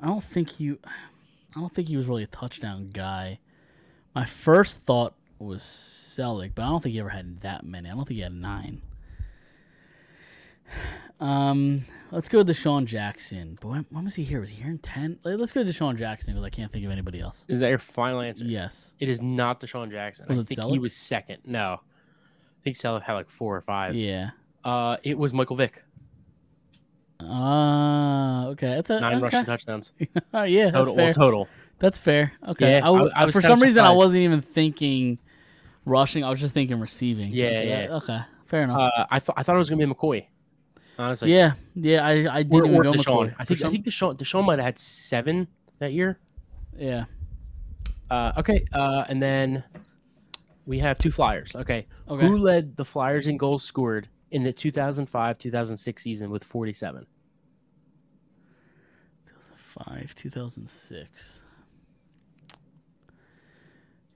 [SPEAKER 2] I don't think he, I don't think he was really a touchdown guy. My first thought was Selig, but I don't think he ever had that many. I don't think he had nine. Um, let's go to Deshaun Jackson. But when, when was he here? Was he here in ten? Like, Let's go to Deshaun Jackson because I can't think of anybody else.
[SPEAKER 3] Is that your final answer?
[SPEAKER 2] Yes.
[SPEAKER 3] It is not Deshaun Jackson.
[SPEAKER 2] Was
[SPEAKER 3] I
[SPEAKER 2] it
[SPEAKER 3] think he
[SPEAKER 2] Selleck?
[SPEAKER 3] was second. No. I think Selick had like four or five.
[SPEAKER 2] Yeah.
[SPEAKER 3] Uh, it was Michael Vick.
[SPEAKER 2] Ah, okay. That's a,
[SPEAKER 3] Nine
[SPEAKER 2] okay.
[SPEAKER 3] rushing touchdowns.
[SPEAKER 2] All right, yeah, that's
[SPEAKER 3] Total- well,
[SPEAKER 2] fair.
[SPEAKER 3] total.
[SPEAKER 2] That's fair. Okay.
[SPEAKER 3] Yeah,
[SPEAKER 2] I w-
[SPEAKER 3] I- I was
[SPEAKER 2] for
[SPEAKER 3] kinda
[SPEAKER 2] some reason I
[SPEAKER 3] surprised.
[SPEAKER 2] wasn't even thinking rushing. I was just thinking receiving.
[SPEAKER 3] Yeah,
[SPEAKER 2] Okay,
[SPEAKER 3] yeah.
[SPEAKER 2] that- Okay. Fair enough.
[SPEAKER 3] Uh, I thought I thought it was gonna be McCoy. Honestly.
[SPEAKER 2] yeah, yeah. I I didn't
[SPEAKER 3] Or,
[SPEAKER 2] even
[SPEAKER 3] or
[SPEAKER 2] go
[SPEAKER 3] Deshaun.
[SPEAKER 2] McCoy. For
[SPEAKER 3] I think I
[SPEAKER 2] some-
[SPEAKER 3] think Deshaun Deshaun might have had seven that year.
[SPEAKER 2] Yeah.
[SPEAKER 3] Uh, okay. Uh, and then we have two Flyers. Okay.
[SPEAKER 2] Okay.
[SPEAKER 3] Who led the Flyers in goals scored in the 2005-2006 season with 47?
[SPEAKER 2] five, two thousand six.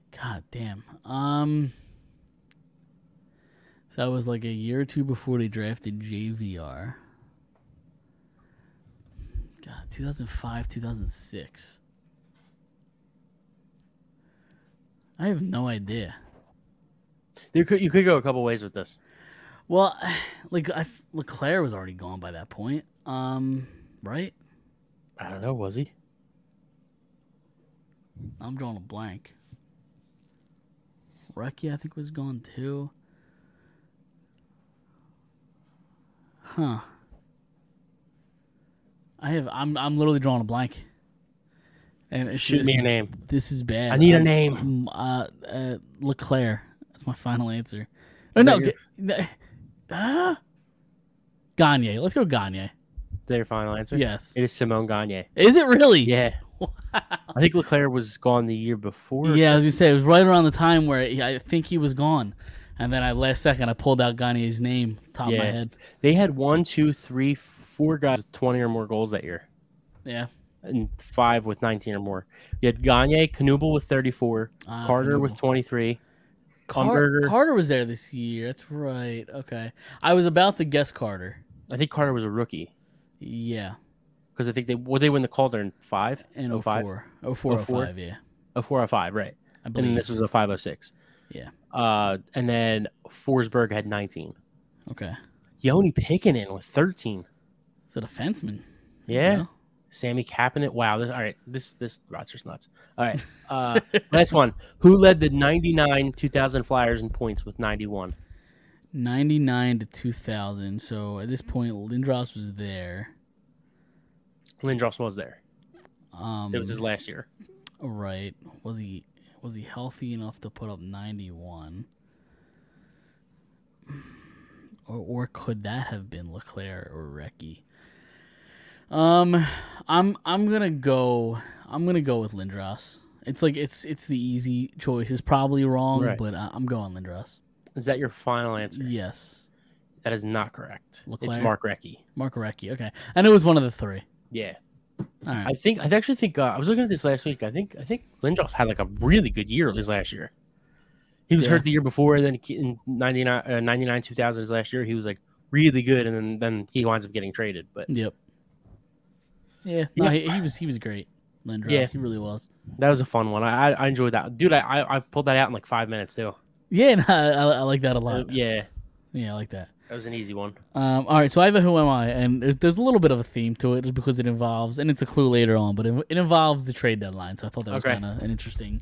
[SPEAKER 2] God damn. Um. So that was like a year or two before they drafted JVR. God, two thousand five, two thousand six. I have no idea.
[SPEAKER 3] You could you could go a couple ways with this.
[SPEAKER 2] Well, (sighs) like I, f- Leclerc was already gone by that point. Um, right?
[SPEAKER 3] I don't know. Was he?
[SPEAKER 2] I'm drawing a blank. Recky, I think, was gone too. Huh. I have. I'm. I'm literally drawing a blank. And it's
[SPEAKER 3] Shoot me
[SPEAKER 2] this-
[SPEAKER 3] a name.
[SPEAKER 2] This is bad.
[SPEAKER 3] I need a
[SPEAKER 2] I'm-
[SPEAKER 3] name.
[SPEAKER 2] I'm, uh, uh, Leclerc. That's my final answer.
[SPEAKER 3] Is
[SPEAKER 2] Oh, no,
[SPEAKER 3] that your-
[SPEAKER 2] Ga- no, ah, Gagne. Let's go Gagne.
[SPEAKER 3] Their final answer.
[SPEAKER 2] Yes.
[SPEAKER 3] It is Simone Gagne.
[SPEAKER 2] Is it really?
[SPEAKER 3] Yeah. I think Leclaire was gone the year before. or
[SPEAKER 2] Yeah, I was gonna say it was right around the time where he- I think he was gone, and then I last second I pulled out Gagne's name top of my
[SPEAKER 3] Yeah.
[SPEAKER 2] head.
[SPEAKER 3] They had one, two, three, four guys with 20 or more goals that year,
[SPEAKER 2] Yeah,
[SPEAKER 3] and five with 19 or more. You had Gagne, Knubel with 34,
[SPEAKER 2] Ah,
[SPEAKER 3] Carter with 23,
[SPEAKER 2] Car-
[SPEAKER 3] Umberger-
[SPEAKER 2] Carter was there this year. That's right. Okay, I was about to guess Carter.
[SPEAKER 3] I think Carter was a rookie
[SPEAKER 2] Yeah,
[SPEAKER 3] because I think they would they win the Calder in five
[SPEAKER 2] in
[SPEAKER 3] Oh,
[SPEAKER 2] 04.
[SPEAKER 3] five?
[SPEAKER 2] 04, 04, 05, Yeah,
[SPEAKER 3] a four or five, right?
[SPEAKER 2] I
[SPEAKER 3] And then
[SPEAKER 2] believe.
[SPEAKER 3] this was a 506.
[SPEAKER 2] yeah.
[SPEAKER 3] Uh, and then Forsberg had 19.
[SPEAKER 2] Okay,
[SPEAKER 3] Yoni Pickinen with 13.
[SPEAKER 2] is it a defenseman?
[SPEAKER 3] Yeah.
[SPEAKER 2] No?
[SPEAKER 3] Sammy Kapanen. Wow. This, all right. This this Roger's nuts. All right. Uh, (laughs) last one. Who led the 99 2000 Flyers in points with 91?
[SPEAKER 2] 99 to 2000. So at this point, Lindros was there.
[SPEAKER 3] Lindros was there.
[SPEAKER 2] Um,
[SPEAKER 3] It was his last year.
[SPEAKER 2] Right. Was he was he healthy enough to put up 91? Or or could that have been Leclerc or Recky? Um I'm I'm going to go I'm going to go with Lindros. It's like it's it's the easy choice. It's probably wrong,
[SPEAKER 3] Right.
[SPEAKER 2] but I, I'm going Lindros.
[SPEAKER 3] Is that your final answer?
[SPEAKER 2] Yes.
[SPEAKER 3] That is not correct. It's
[SPEAKER 2] Leclerc?
[SPEAKER 3] Mark Recchi.
[SPEAKER 2] Mark Recky. Okay. I know it was one of the three.
[SPEAKER 3] Yeah.
[SPEAKER 2] All right.
[SPEAKER 3] I think I actually think uh, I was looking at this last week. I think I think Lindros had like a really good year his last year. He was
[SPEAKER 2] Yeah.
[SPEAKER 3] hurt the year before, then he- in 99, uh, 99 2000 his last year, he was like really good, and then then he winds up getting traded. But
[SPEAKER 2] yep. Yeah. No,
[SPEAKER 3] Yeah.
[SPEAKER 2] He, he was he was great. Lindros.
[SPEAKER 3] Yeah.
[SPEAKER 2] He really was.
[SPEAKER 3] that was a fun one. I I- I enjoyed that, dude. I I, I pulled that out in like five minutes too.
[SPEAKER 2] Yeah, no, I, I- I like that a lot.
[SPEAKER 3] Uh, yeah.
[SPEAKER 2] yeah, I like that.
[SPEAKER 3] That was an easy one.
[SPEAKER 2] Um, all right, so I have a who am I, and there's, there's a little bit of a theme to it, just because it involves, and it's a clue later on, but it, it involves the trade deadline. So I thought that was
[SPEAKER 3] Okay.
[SPEAKER 2] kind of an interesting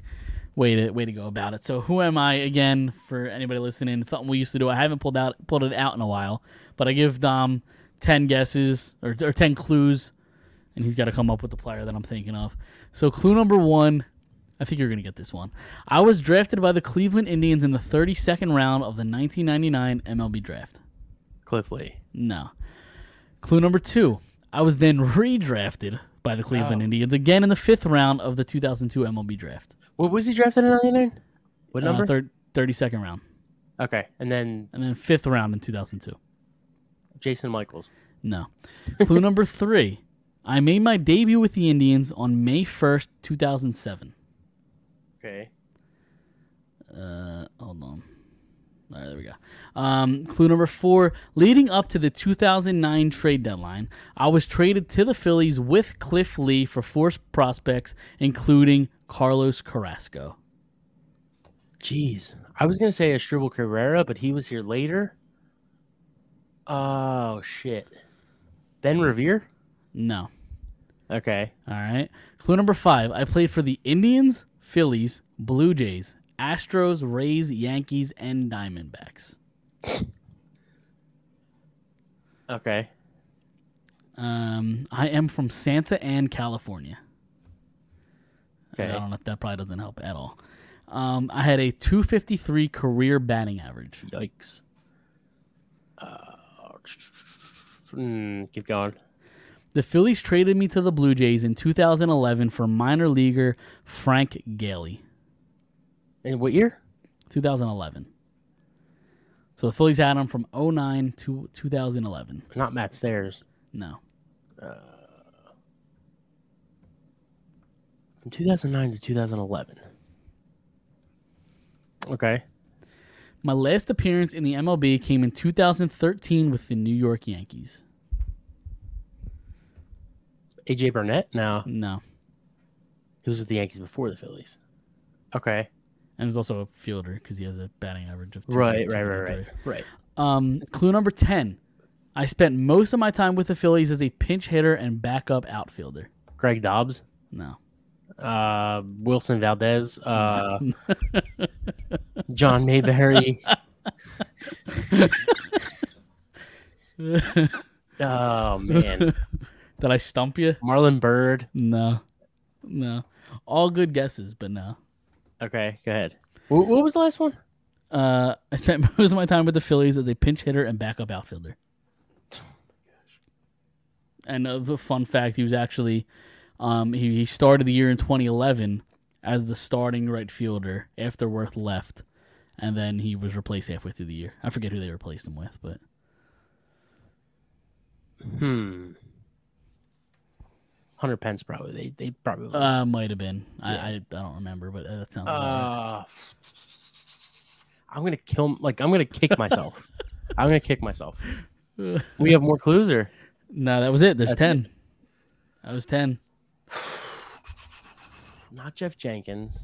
[SPEAKER 2] way to way to go about it. So who am I again for anybody listening? It's something we used to do. I haven't pulled out pulled it out in a while, but I give Dom ten guesses or, or ten clues, and he's got to come up with the player that I'm thinking of. So clue number one. I think you're going to get this one. I was drafted by the Cleveland Indians in the 32nd round of the 1999 MLB draft.
[SPEAKER 3] Cliff Lee.
[SPEAKER 2] No. Clue number two. I was then redrafted by the Cleveland Indians again in the fifth round of the 2002 MLB draft.
[SPEAKER 3] What was he drafted in ninety nine? What number?
[SPEAKER 2] Uh, third, 32nd round.
[SPEAKER 3] okay, and then
[SPEAKER 2] And then fifth round in 2002.
[SPEAKER 3] Jason Michaels.
[SPEAKER 2] No. Clue number three. I made my debut with the Indians on May 1st, 2007.
[SPEAKER 3] Okay.
[SPEAKER 2] Uh, hold on. All right, there we go. Um, clue number four. Leading up to the 2009 trade deadline, I was traded to the Phillies with Cliff Lee for four prospects, including Carlos Carrasco.
[SPEAKER 3] Jeez, I was gonna say Estribel Cabrera, but he was here later. Oh shit. Ben Revere?
[SPEAKER 2] No.
[SPEAKER 3] Okay.
[SPEAKER 2] All right. Clue number five. I played for the Indians, Phillies, Blue Jays, Astros, Rays, Yankees, and Diamondbacks.
[SPEAKER 3] Okay.
[SPEAKER 2] Um, I am from Santa Ann, California.
[SPEAKER 3] Okay.
[SPEAKER 2] I don't know if that probably doesn't help at all. Um, I had a 253 career batting average.
[SPEAKER 3] Yikes. Uh, Hmm, keep going.
[SPEAKER 2] The Phillies traded me to the Blue Jays in 2011 for minor leaguer Frank Galey.
[SPEAKER 3] In what year?
[SPEAKER 2] 2011. So the Phillies had him from 09 to 2011.
[SPEAKER 3] Not Matt Stairs.
[SPEAKER 2] No.
[SPEAKER 3] From 2009 to 2011. Okay.
[SPEAKER 2] My last appearance in the MLB came in 2013 with the New York Yankees.
[SPEAKER 3] AJ Burnett? No.
[SPEAKER 2] No.
[SPEAKER 3] He was with the Yankees before the Phillies. Okay.
[SPEAKER 2] And he's also a fielder because he has a batting average of
[SPEAKER 3] Right,
[SPEAKER 2] 233.
[SPEAKER 3] right, right, right. Right.
[SPEAKER 2] Um, clue number 10. I spent most of my time with the Phillies as a pinch hitter and backup outfielder.
[SPEAKER 3] Greg Dobbs.
[SPEAKER 2] No.
[SPEAKER 3] Uh, Wilson Valdez. Uh, John Mayberry. oh, man.
[SPEAKER 2] Did I stump you?
[SPEAKER 3] Marlon Byrd.
[SPEAKER 2] No. No. All good guesses, but no.
[SPEAKER 3] Okay, go ahead. What, what was the last one?
[SPEAKER 2] Uh, (laughs) I spent most of my time with the Phillies as a pinch hitter and backup outfielder. And uh, the fun fact, he was actually, um, he, he started the year in 2011 as the starting right fielder after Worth left, and then he was replaced halfway through the year. I forget who they replaced him with, but
[SPEAKER 3] Hmm. Hundred pence probably. They they probably.
[SPEAKER 2] uh, might have been. I, I I don't remember, but uh, that sounds. about right.
[SPEAKER 3] Uh, I'm gonna kill. Like I'm gonna kick myself. I'm gonna kick myself. We have more clues, or
[SPEAKER 2] No, that was it. There's
[SPEAKER 3] that's
[SPEAKER 2] ten. That was ten.
[SPEAKER 3] not Jeff Jenkins.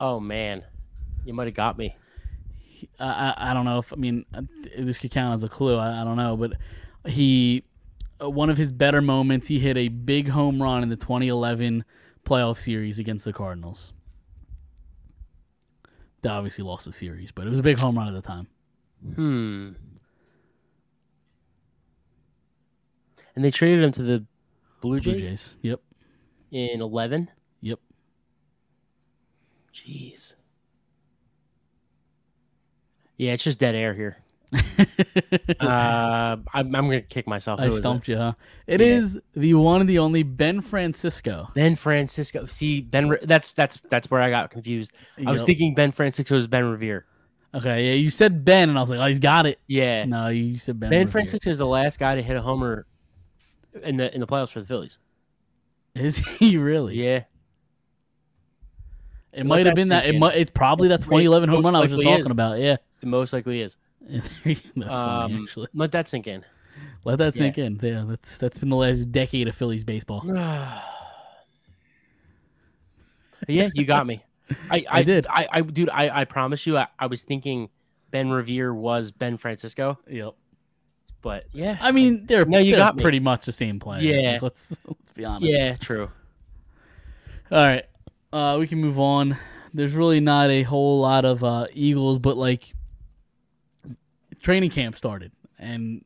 [SPEAKER 3] Oh man, you might have got me.
[SPEAKER 2] I, I I don't know if I mean uh, this could count as a clue. I, I don't know, but he uh, one of his better moments. He hit a big home run in the 2011 playoff series against the Cardinals. They obviously lost the series, but it was a big home run at the time.
[SPEAKER 3] Hmm. And they traded him to the
[SPEAKER 2] Blue
[SPEAKER 3] Blue Jays,
[SPEAKER 2] Jays. Yep.
[SPEAKER 3] in eleven.
[SPEAKER 2] Yep.
[SPEAKER 3] Jeez. Yeah, it's just dead air (laughs) here. uh, I'm, I'm gonna kick myself.
[SPEAKER 2] I
[SPEAKER 3] Who is it?
[SPEAKER 2] stumped you, huh? It is the one and the only Ben Francisco.
[SPEAKER 3] Ben Francisco. See Ben. Re- that's that's that's where I got confused. I was
[SPEAKER 2] Yep.
[SPEAKER 3] thinking Ben Francisco was Ben Revere.
[SPEAKER 2] Okay, yeah, you said Ben, and I was like, oh, he's got it.
[SPEAKER 3] Yeah,
[SPEAKER 2] No, you said Ben.
[SPEAKER 3] Ben
[SPEAKER 2] Revere.
[SPEAKER 3] Francisco is the last guy to hit a homer in the in the playoffs for the Phillies.
[SPEAKER 2] (laughs) Is he really?
[SPEAKER 3] Yeah,
[SPEAKER 2] It
[SPEAKER 3] Let
[SPEAKER 2] might have
[SPEAKER 3] that
[SPEAKER 2] been that.
[SPEAKER 3] sink
[SPEAKER 2] It
[SPEAKER 3] in.
[SPEAKER 2] might. It's probably that 2011 home
[SPEAKER 3] Most
[SPEAKER 2] run I was just
[SPEAKER 3] likely
[SPEAKER 2] talking
[SPEAKER 3] is.
[SPEAKER 2] about. Yeah, (laughs)
[SPEAKER 3] it most likely is.
[SPEAKER 2] that's funny.
[SPEAKER 3] Um,
[SPEAKER 2] Actually,
[SPEAKER 3] Let that sink in.
[SPEAKER 2] let that sink in. Yeah, that's that's been the last decade of Phillies baseball.
[SPEAKER 3] yeah, you
[SPEAKER 2] (laughs)
[SPEAKER 3] got me. I, I,
[SPEAKER 2] I did.
[SPEAKER 3] I, I dude, I, I promise you, I, I was thinking Ben Revere was Ben Francisco,
[SPEAKER 2] Yep.
[SPEAKER 3] but yeah,
[SPEAKER 2] I mean, they're,
[SPEAKER 3] No, you
[SPEAKER 2] they're
[SPEAKER 3] got me.
[SPEAKER 2] pretty much the same player.
[SPEAKER 3] Yeah.
[SPEAKER 2] Like, let's, let's be honest.
[SPEAKER 3] yeah, true.
[SPEAKER 2] All right. Uh, we can move on. There's really not a whole lot of uh, Eagles, but like training camp started, and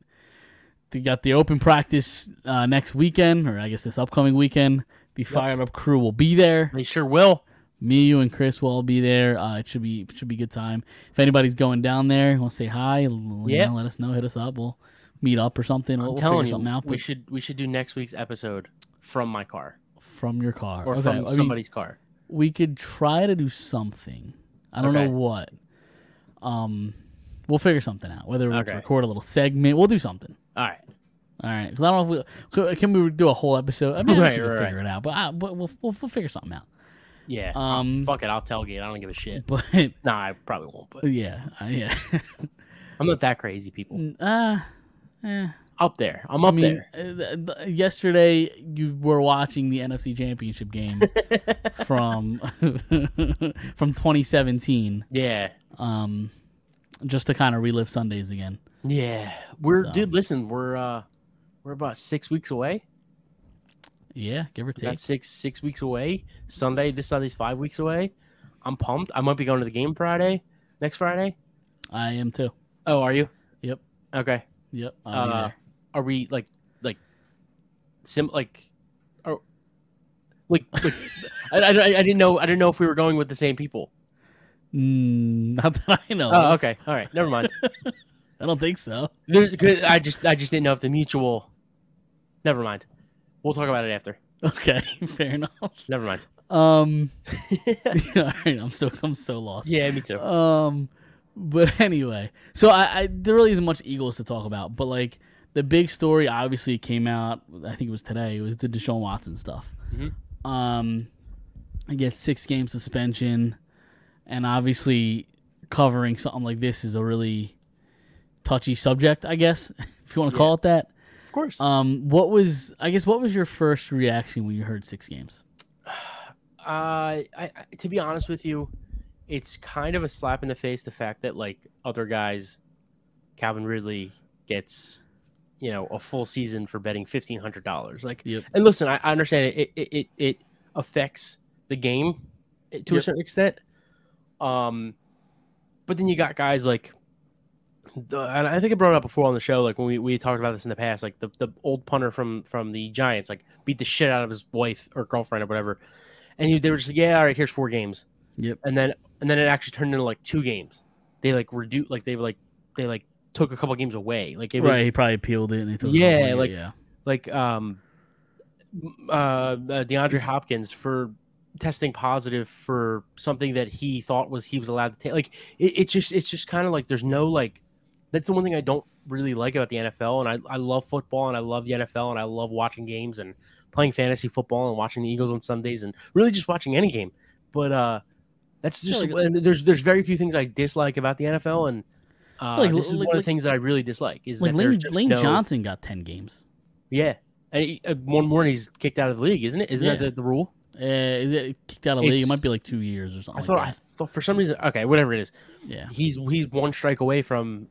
[SPEAKER 2] they got the open practice uh, next weekend, or I guess this upcoming weekend. The fired up crew will be there.
[SPEAKER 3] They sure will.
[SPEAKER 2] Me, you, and Chris will all be there. Uh, it should be it should be a good time. If anybody's going down there, want to say hi, l- you
[SPEAKER 3] Yeah.
[SPEAKER 2] know, let us know. Hit us up. We'll meet up or something.
[SPEAKER 3] I'm
[SPEAKER 2] we'll we'll
[SPEAKER 3] telling
[SPEAKER 2] figure
[SPEAKER 3] you,
[SPEAKER 2] something out.
[SPEAKER 3] we
[SPEAKER 2] But
[SPEAKER 3] should we should do next week's episode from my car
[SPEAKER 2] from your car
[SPEAKER 3] or
[SPEAKER 2] Okay, I
[SPEAKER 3] from
[SPEAKER 2] mean,
[SPEAKER 3] somebody's car.
[SPEAKER 2] we could try to do something. I don't
[SPEAKER 3] Okay.
[SPEAKER 2] know what. Um, we'll figure something out. Whether we have to
[SPEAKER 3] Okay.
[SPEAKER 2] record a little segment, we'll do something.
[SPEAKER 3] All right,
[SPEAKER 2] All right, 'Cause I don't know if we c- can we do a whole episode. I mean, I guess
[SPEAKER 3] Right,
[SPEAKER 2] we can
[SPEAKER 3] right,
[SPEAKER 2] figure it out, but, I, but we'll, we'll we'll figure something out. (laughs)
[SPEAKER 3] yeah.
[SPEAKER 2] Um,
[SPEAKER 3] Um, fuck it, I'll tailgate. I don't give a shit.
[SPEAKER 2] But
[SPEAKER 3] Nah, I probably won't. But
[SPEAKER 2] yeah, I- yeah,
[SPEAKER 3] I'm not that crazy, people.
[SPEAKER 2] uh, eh.
[SPEAKER 3] Up there, I'm up
[SPEAKER 2] I mean,
[SPEAKER 3] there.
[SPEAKER 2] uh, th- th- yesterday you were watching the NFC Championship
[SPEAKER 3] (laughs)
[SPEAKER 2] game from (laughs) from 2017,
[SPEAKER 3] Yeah,
[SPEAKER 2] um, just to kind of relive Sundays again.
[SPEAKER 3] Yeah, we're dude. Listen, we're uh, we're about six weeks away.
[SPEAKER 2] Yeah, give or
[SPEAKER 3] About six six weeks away. Sunday, this Sunday's five weeks away. I'm pumped. I might be going to the game Friday, next Friday.
[SPEAKER 2] I am too.
[SPEAKER 3] Oh, are you?
[SPEAKER 2] Yep.
[SPEAKER 3] Okay.
[SPEAKER 2] Yep. I'll be
[SPEAKER 3] Uh,
[SPEAKER 2] there.
[SPEAKER 3] are we like like sim like are like like (laughs) I, I, I didn't know I didn't know if we were going with the same people.
[SPEAKER 2] Mm, (laughs) not that I know.
[SPEAKER 3] Oh,
[SPEAKER 2] of.
[SPEAKER 3] okay. All right. Never mind.
[SPEAKER 2] I don't think so. (laughs)
[SPEAKER 3] There's, 'cause I just I just didn't know if the mutual. Never mind. We'll talk about it after.
[SPEAKER 2] Okay, (laughs) fair enough.
[SPEAKER 3] Never mind. (laughs)
[SPEAKER 2] Um, (laughs) all right, I'm so I'm so lost.
[SPEAKER 3] Yeah, me too.
[SPEAKER 2] Um, but (laughs) anyway, so I, I there really isn't much Eagles to talk about, but like the big story obviously came out. I think it was today. It was the Deshaun Watson stuff.
[SPEAKER 3] Mhm.
[SPEAKER 2] Um, I get six game suspension, and obviously covering something like this is a really touchy subject, I guess, (laughs) if you want to call it that.
[SPEAKER 3] Of course.
[SPEAKER 2] Um, what was I guess what was your first reaction when you heard six games?
[SPEAKER 3] Uh, I, I to be honest with you, it's kind of a slap in the face the fact that like other guys, Calvin Ridley gets, you know, a full season for betting fifteen hundred dollars. Like,
[SPEAKER 2] Yep.
[SPEAKER 3] and listen, I, I understand it. It, it it affects the game eh, to a
[SPEAKER 2] Yep.
[SPEAKER 3] certain extent. Um, but then you got guys like, the, and I think I brought it up before on the show. Like when we, we talked about this in the past, like the, the old punter from from the Giants, like beat the shit out of his wife or girlfriend or whatever, and you, they were just like, yeah, all right, here's four games,
[SPEAKER 2] Yep.
[SPEAKER 3] and then and then it actually turned into like two games. They like reduced, like they like they like took a couple games away. Like it was
[SPEAKER 2] right, he probably appealed it and they took it
[SPEAKER 3] Yeah,
[SPEAKER 2] away,
[SPEAKER 3] like-
[SPEAKER 2] yeah.
[SPEAKER 3] like um uh, uh DeAndre Hopkins for testing positive for something that he thought was he was allowed to take. Like it, it's just it's just kind of like there's no like that's the one thing I don't really like about the NFL and I, I love football and I love the NFL and I love watching games and playing fantasy football and watching the Eagles on Sundays and really just watching any game. But uh that's
[SPEAKER 2] Yeah,
[SPEAKER 3] just
[SPEAKER 2] like-
[SPEAKER 3] and there's there's very few things I dislike about the NFL and uh,
[SPEAKER 2] Like,
[SPEAKER 3] this is
[SPEAKER 2] like-
[SPEAKER 3] one of
[SPEAKER 2] like-
[SPEAKER 3] the things that I really dislike is
[SPEAKER 2] Like
[SPEAKER 3] that there's
[SPEAKER 2] Lane,
[SPEAKER 3] just
[SPEAKER 2] Lane
[SPEAKER 3] no-
[SPEAKER 2] Johnson got ten games.
[SPEAKER 3] yeah. And he- uh, one more and he's kicked out of the league, isn't it? Isn't that
[SPEAKER 2] Yeah.
[SPEAKER 3] the, the rule?
[SPEAKER 2] Uh, is it kicked out of the league? It
[SPEAKER 3] It's-
[SPEAKER 2] might be like two years or something.
[SPEAKER 3] I thought
[SPEAKER 2] like
[SPEAKER 3] I thought for some reason okay, whatever it is.
[SPEAKER 2] that. yeah,
[SPEAKER 3] He's he's one strike away from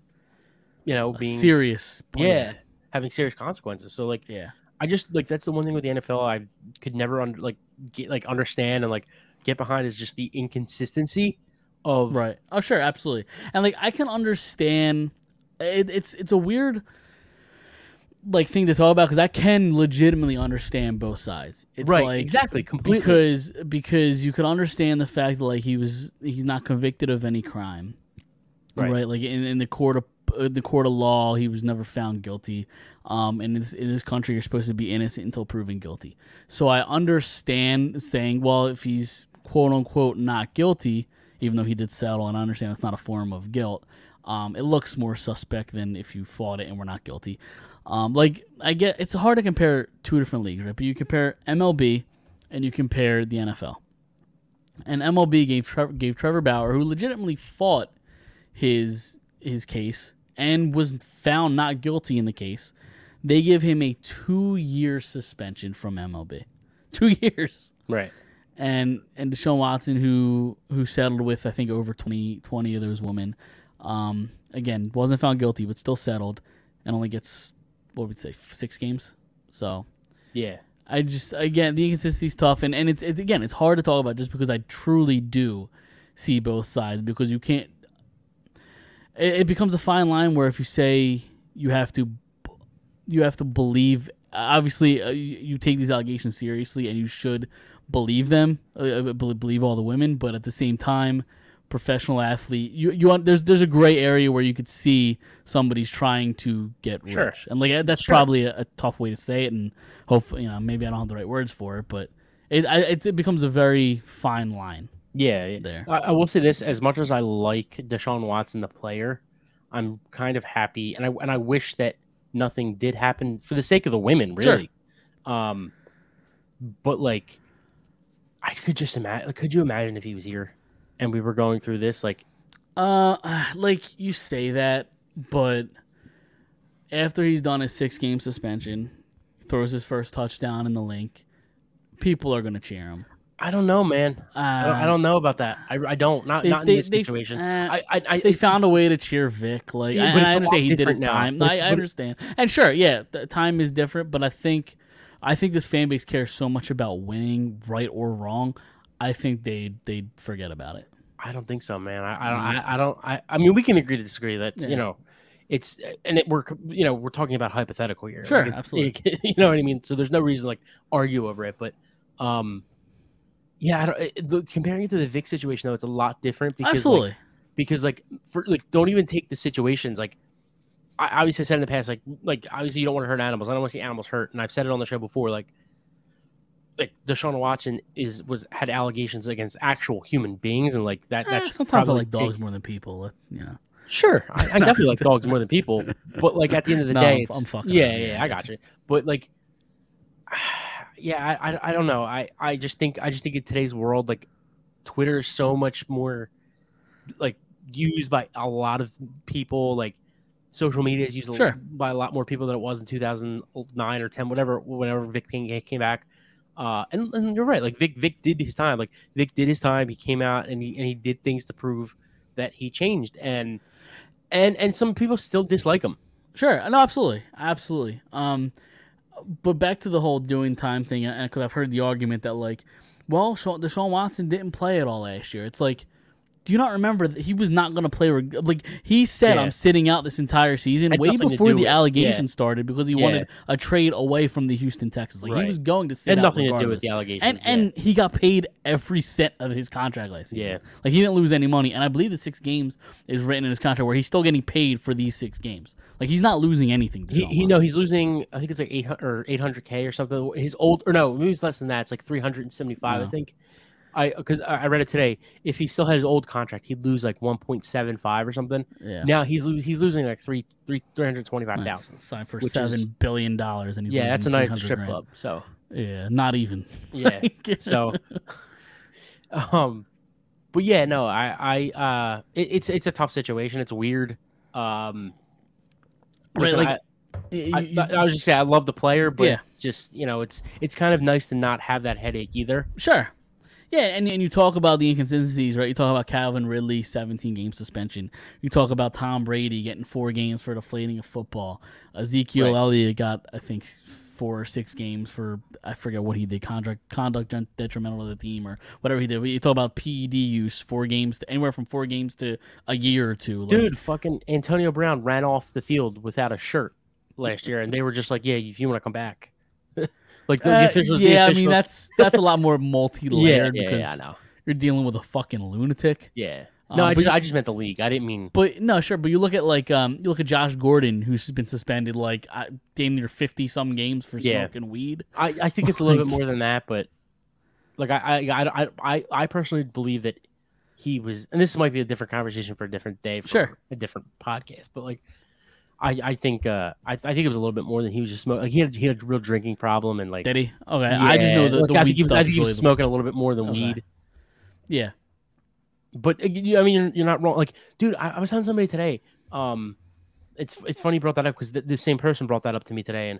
[SPEAKER 3] you know, being
[SPEAKER 2] serious. point.
[SPEAKER 3] yeah, having serious consequences. So like
[SPEAKER 2] yeah.
[SPEAKER 3] I just like that's the one thing with the NFL I could never under, like get like understand and like get behind is just the inconsistency of
[SPEAKER 2] Right. Oh, sure, absolutely. And like I can understand it, it's it's a weird like thing to talk about because I can legitimately understand both sides. It's
[SPEAKER 3] right
[SPEAKER 2] like
[SPEAKER 3] exactly completely
[SPEAKER 2] because because you could understand the fact that like he was he's not convicted of any crime.
[SPEAKER 3] Right.
[SPEAKER 2] Right. Like in, in the court of in the court of law, he was never found guilty. Um, and in this, in this country, you're supposed to be innocent until proven guilty. So I understand saying, well, if he's quote unquote not guilty, even though he did settle, and I understand it's not a form of guilt. Um, it looks more suspect than if you fought it and were not guilty. Um, like I get, it's hard to compare two different leagues, right? But you compare MLB and you compare the NFL. And MLB gave Trevor, gave Trevor Bauer, who legitimately fought his his case and was found not guilty in the case, they give him a two year suspension from MLB. (laughs) Two years.
[SPEAKER 3] right
[SPEAKER 2] And and Deshaun Watson who who settled with I think over 20, 20 of those women, um, again, wasn't found guilty but still settled and only gets what would we say, six games? So
[SPEAKER 3] yeah
[SPEAKER 2] I just again the inconsistency's tough, and and it's, it's again it's hard to talk about just because I truly do see both sides because you can't. It, it becomes a fine line where if you say you have to, b- you have to believe. Obviously, uh, you, you take these allegations seriously, and you should believe them. Uh, uh, be- believe all the women, but at the same time, professional athlete, you you want, there's there's a gray area where you could see somebody's trying to get
[SPEAKER 3] Sure.
[SPEAKER 2] rich, and like uh, that's
[SPEAKER 3] Sure.
[SPEAKER 2] probably a, a tough way to say it, and hopefully, you know, maybe I don't have the right words for it, but it I, it, it becomes a very fine line.
[SPEAKER 3] Yeah, yeah.
[SPEAKER 2] there.
[SPEAKER 3] I, I will say this: as much as I like Deshaun Watson, the player, I'm kind of happy, and I and I wish that nothing did happen for the sake of the women,
[SPEAKER 2] Sure.
[SPEAKER 3] really. Um, but like, I could just imagine. Could you imagine if he was here and we were going through this? Like,
[SPEAKER 2] Uh, (sighs) like you say that, but after he's done his six game suspension, throws his first touchdown in the link, people are gonna cheer him. Uh,
[SPEAKER 3] I don't know, man. I, don't, I don't know about that. I, I don't. Not
[SPEAKER 2] Um, They-
[SPEAKER 3] not
[SPEAKER 2] they-
[SPEAKER 3] in this
[SPEAKER 2] they-
[SPEAKER 3] situation.
[SPEAKER 2] eh,
[SPEAKER 3] I, I, I
[SPEAKER 2] they found a way to cheer Vic. Like,
[SPEAKER 3] Yeah,
[SPEAKER 2] I-
[SPEAKER 3] but
[SPEAKER 2] and I
[SPEAKER 3] it's a lot
[SPEAKER 2] understand he did his
[SPEAKER 3] different now.
[SPEAKER 2] time.
[SPEAKER 3] It's-
[SPEAKER 2] I, I
[SPEAKER 3] but-
[SPEAKER 2] understand, and sure, yeah, the time is different. But I think, I think this fan base cares so much about winning, right or wrong. I think they they forget about it.
[SPEAKER 3] I don't think so, man. I, I don't. I, I don't. I, I mean, we can agree to disagree. That
[SPEAKER 2] Mm-hmm. Yeah.
[SPEAKER 3] you know, it's and it, we're you know we're talking about hypothetical here.
[SPEAKER 2] Sure,
[SPEAKER 3] Like, it's-
[SPEAKER 2] absolutely.
[SPEAKER 3] (laughs) you know what I mean. So there's no reason to, like argue over it, but um, yeah. I don't, it, the, comparing it to the Vic situation though, it's a lot different because like,
[SPEAKER 2] Absolutely.
[SPEAKER 3] because like for like don't even take the situations like. I obviously said in the past, like, like obviously you don't want to hurt animals. I don't want to see animals hurt, and I've said it on the show before. Like, like Deshaun Watson is was had allegations against actual human beings, and like that.
[SPEAKER 2] Eh,
[SPEAKER 3] that should
[SPEAKER 2] sometimes I
[SPEAKER 3] probably
[SPEAKER 2] like dogs
[SPEAKER 3] take-
[SPEAKER 2] more than people. uh, You know.
[SPEAKER 3] Sure,
[SPEAKER 2] (laughs)
[SPEAKER 3] I, I definitely like dogs more than people, but like at the end of the
[SPEAKER 2] No, I'm-
[SPEAKER 3] day, it's,
[SPEAKER 2] I'm fucking
[SPEAKER 3] yeah,
[SPEAKER 2] up.
[SPEAKER 3] yeah,
[SPEAKER 2] Yeah,
[SPEAKER 3] I got you. But like, (sighs) yeah, I, I, I don't know. I, I just think, I just think in today's world, like, Twitter is so much more, like, used by a lot of people. Like, social media is used a-
[SPEAKER 2] Sure.
[SPEAKER 3] by a lot more people than it was in 2009 or 10, whatever, whenever Vic King came back. Uh, and, and you're right. Like Vic, Vic did his time. Like Vic did his time. He came out and he and he did things to prove that he changed. And and and some people still dislike him.
[SPEAKER 2] Sure. No, absolutely. Absolutely. Um, but back to the whole doing time thing, because I've heard the argument that, like, well, Sha- Deshaun Watson didn't play at all last year. It's like, do you not remember that he was not going to play? Reg- like, he said,
[SPEAKER 3] Yeah.
[SPEAKER 2] I'm sitting out this entire season
[SPEAKER 3] Had
[SPEAKER 2] way
[SPEAKER 3] nothing to
[SPEAKER 2] before
[SPEAKER 3] do
[SPEAKER 2] the
[SPEAKER 3] with it.
[SPEAKER 2] allegation
[SPEAKER 3] Yeah.
[SPEAKER 2] started because he
[SPEAKER 3] Yeah.
[SPEAKER 2] wanted a trade away from the Houston Texans. Like,
[SPEAKER 3] Right.
[SPEAKER 2] he was going to sit
[SPEAKER 3] Had
[SPEAKER 2] out
[SPEAKER 3] nothing to do
[SPEAKER 2] regardless.
[SPEAKER 3] with the allegations,
[SPEAKER 2] And,
[SPEAKER 3] yeah.
[SPEAKER 2] and he got paid every cent of his contract last season.
[SPEAKER 3] Yeah.
[SPEAKER 2] Like, he didn't lose any money. And I believe the six games is written in his contract where he's still getting paid for these six games. Like, he's not losing anything.
[SPEAKER 3] He,
[SPEAKER 2] Deshaun
[SPEAKER 3] he no, he's losing. I think it's like eight hundred or eight hundred k or something. His old or no, maybe it's less than that. It's like three hundred and seventy five. I
[SPEAKER 2] Wow.
[SPEAKER 3] think. I because I I read it today. If he still had his old contract, he'd lose like one point seven five or something.
[SPEAKER 2] Yeah.
[SPEAKER 3] Now he's lo- he's losing like three three three hundred twenty five
[SPEAKER 2] Nice.
[SPEAKER 3] thousand.
[SPEAKER 2] Signed for
[SPEAKER 3] which
[SPEAKER 2] seven
[SPEAKER 3] is-
[SPEAKER 2] billion dollars, and he's
[SPEAKER 3] Yeah, that's a
[SPEAKER 2] losing
[SPEAKER 3] night at the
[SPEAKER 2] 300
[SPEAKER 3] strip
[SPEAKER 2] grand.
[SPEAKER 3] club. So
[SPEAKER 2] Yeah, not even.
[SPEAKER 3] yeah
[SPEAKER 2] (laughs) Like-
[SPEAKER 3] so (laughs) um but yeah no i i uh it, it's it's a tough situation it's weird um
[SPEAKER 2] Right,
[SPEAKER 3] listen,
[SPEAKER 2] like,
[SPEAKER 3] I-
[SPEAKER 2] y-
[SPEAKER 3] I,
[SPEAKER 2] y-
[SPEAKER 3] but I was just saying i love the player but
[SPEAKER 2] Yeah.
[SPEAKER 3] just you know it's it's kind of nice to not have that headache either
[SPEAKER 2] Sure. Yeah, and, and you talk about the inconsistencies, right? You talk about Calvin Ridley, 17 game suspension. You talk about Tom Brady getting four games for deflating a football. Ezekiel
[SPEAKER 3] Right.
[SPEAKER 2] Elliott got, I think, s- four or six games for, I forget what he did, contract, conduct gen- detrimental to the team or whatever he did. But You talk about PED use, four games, to, anywhere from four games to a year or two. like-
[SPEAKER 3] dude fucking antonio brown ran off the field without a shirt last year and they were just like yeah if you want to come back like the, the
[SPEAKER 2] Uh,
[SPEAKER 3] officials the
[SPEAKER 2] yeah, I mean
[SPEAKER 3] officials-
[SPEAKER 2] that's that's a lot more multi-layered
[SPEAKER 3] (laughs) yeah, yeah,
[SPEAKER 2] because
[SPEAKER 3] yeah, I know.
[SPEAKER 2] you're dealing with a fucking lunatic.
[SPEAKER 3] yeah no
[SPEAKER 2] Um,
[SPEAKER 3] I,
[SPEAKER 2] but
[SPEAKER 3] just,
[SPEAKER 2] you-
[SPEAKER 3] I just meant the league i didn't mean
[SPEAKER 2] But no, sure. But you look at like um, you look at Josh Gordon, who's been suspended like I, damn near fifty some games for
[SPEAKER 3] Yeah.
[SPEAKER 2] smoking weed.
[SPEAKER 3] I, I think it's a little bit
[SPEAKER 2] Like-
[SPEAKER 3] more than that, but like I, I- I, I, I, I personally believe that he was, and this might be a different conversation for a different day, for
[SPEAKER 2] Sure.
[SPEAKER 3] a different podcast, but like I, I think, uh, I, I think it was a little bit more than he was just smoking. Like he had, he had a real drinking problem, and like
[SPEAKER 2] Did he? Okay, I just know
[SPEAKER 3] Yeah,
[SPEAKER 2] the,
[SPEAKER 3] like,
[SPEAKER 2] the weed
[SPEAKER 3] I think he was,
[SPEAKER 2] stuff.
[SPEAKER 3] I
[SPEAKER 2] is
[SPEAKER 3] think
[SPEAKER 2] really
[SPEAKER 3] he was
[SPEAKER 2] the-
[SPEAKER 3] smoking a little bit more than
[SPEAKER 2] Okay.
[SPEAKER 3] weed.
[SPEAKER 2] yeah,
[SPEAKER 3] But uh, you- I mean, you're, you're not wrong. Like, dude, I, I was telling somebody today. Um, it's it's funny you brought that up because th- the same person brought that up to me today, and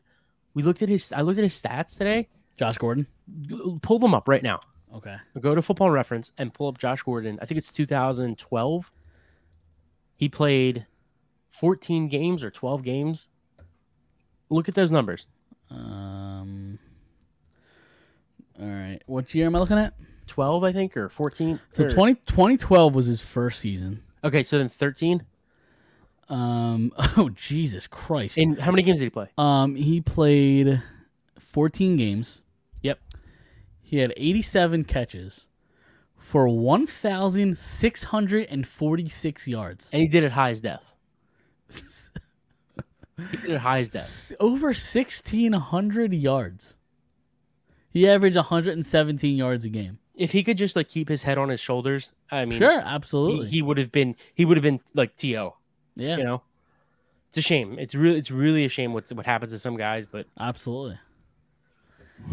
[SPEAKER 3] we looked at his. I looked at his stats today.
[SPEAKER 2] Josh Gordon.
[SPEAKER 3] Pull them up right now.
[SPEAKER 2] Okay,
[SPEAKER 3] go to football reference and pull up Josh Gordon. I think it's 2012. He played 14 games or 12 games. Look at those numbers.
[SPEAKER 2] um, all right. What year am I looking at?
[SPEAKER 3] 12, I think, or 14.
[SPEAKER 2] So
[SPEAKER 3] or-
[SPEAKER 2] 20, 2012 was his first season.
[SPEAKER 3] Okay, so then 13.
[SPEAKER 2] Um, (laughs) oh Jesus Christ!
[SPEAKER 3] And how many games did he play?
[SPEAKER 2] Um, he played 14 games.
[SPEAKER 3] Yep.
[SPEAKER 2] He had 87 catches for 1,646 yards.
[SPEAKER 3] And he did it high as
[SPEAKER 2] (laughs)
[SPEAKER 3] death. He did it high as death.
[SPEAKER 2] S- Over 1,600 yards. He averaged 117 yards a game.
[SPEAKER 3] If he could just like keep his head on his shoulders, I mean,
[SPEAKER 2] sure,
[SPEAKER 3] he,
[SPEAKER 2] absolutely.
[SPEAKER 3] he would have been he would have been like to.
[SPEAKER 2] yeah,
[SPEAKER 3] You know, it's a shame. It's really it's really a shame what's what happens to some guys. But
[SPEAKER 2] absolutely.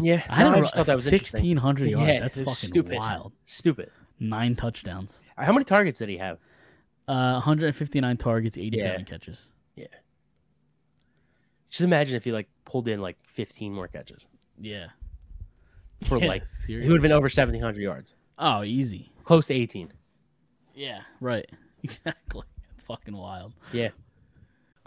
[SPEAKER 3] yeah,
[SPEAKER 2] I
[SPEAKER 3] no,
[SPEAKER 2] don't know.
[SPEAKER 3] just thought that was interesting.
[SPEAKER 2] 1,600 yards.
[SPEAKER 3] Yeah,
[SPEAKER 2] That's
[SPEAKER 3] it's
[SPEAKER 2] fucking
[SPEAKER 3] stupid.
[SPEAKER 2] wild.
[SPEAKER 3] Stupid.
[SPEAKER 2] Nine touchdowns,
[SPEAKER 3] How many targets did he have?
[SPEAKER 2] uh, 159 targets, 87 catches.
[SPEAKER 3] Just imagine if he like pulled in like 15 more catches.
[SPEAKER 2] Yeah.
[SPEAKER 3] for
[SPEAKER 2] Yeah,
[SPEAKER 3] like he
[SPEAKER 2] seriously.
[SPEAKER 3] would have been over seventeen hundred yards.
[SPEAKER 2] Oh, easy.
[SPEAKER 3] Close to eighteen.
[SPEAKER 2] Yeah, right. (laughs) Exactly. It's fucking wild.
[SPEAKER 3] Yeah.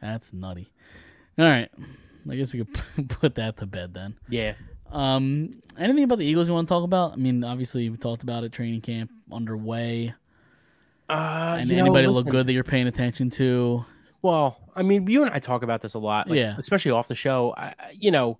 [SPEAKER 2] That's nutty. All right. I guess we could (laughs) put that to bed then.
[SPEAKER 3] Yeah.
[SPEAKER 2] Um, anything about the Eagles you want to talk about? I mean, obviously we talked about it. Training camp underway.
[SPEAKER 3] Uh,
[SPEAKER 2] and
[SPEAKER 3] you know,
[SPEAKER 2] anybody look
[SPEAKER 3] listen.
[SPEAKER 2] good that you're paying attention to?
[SPEAKER 3] Well, I mean, you and I talk about this a lot, like,
[SPEAKER 2] Yeah.
[SPEAKER 3] Especially off the show, I, I- you know.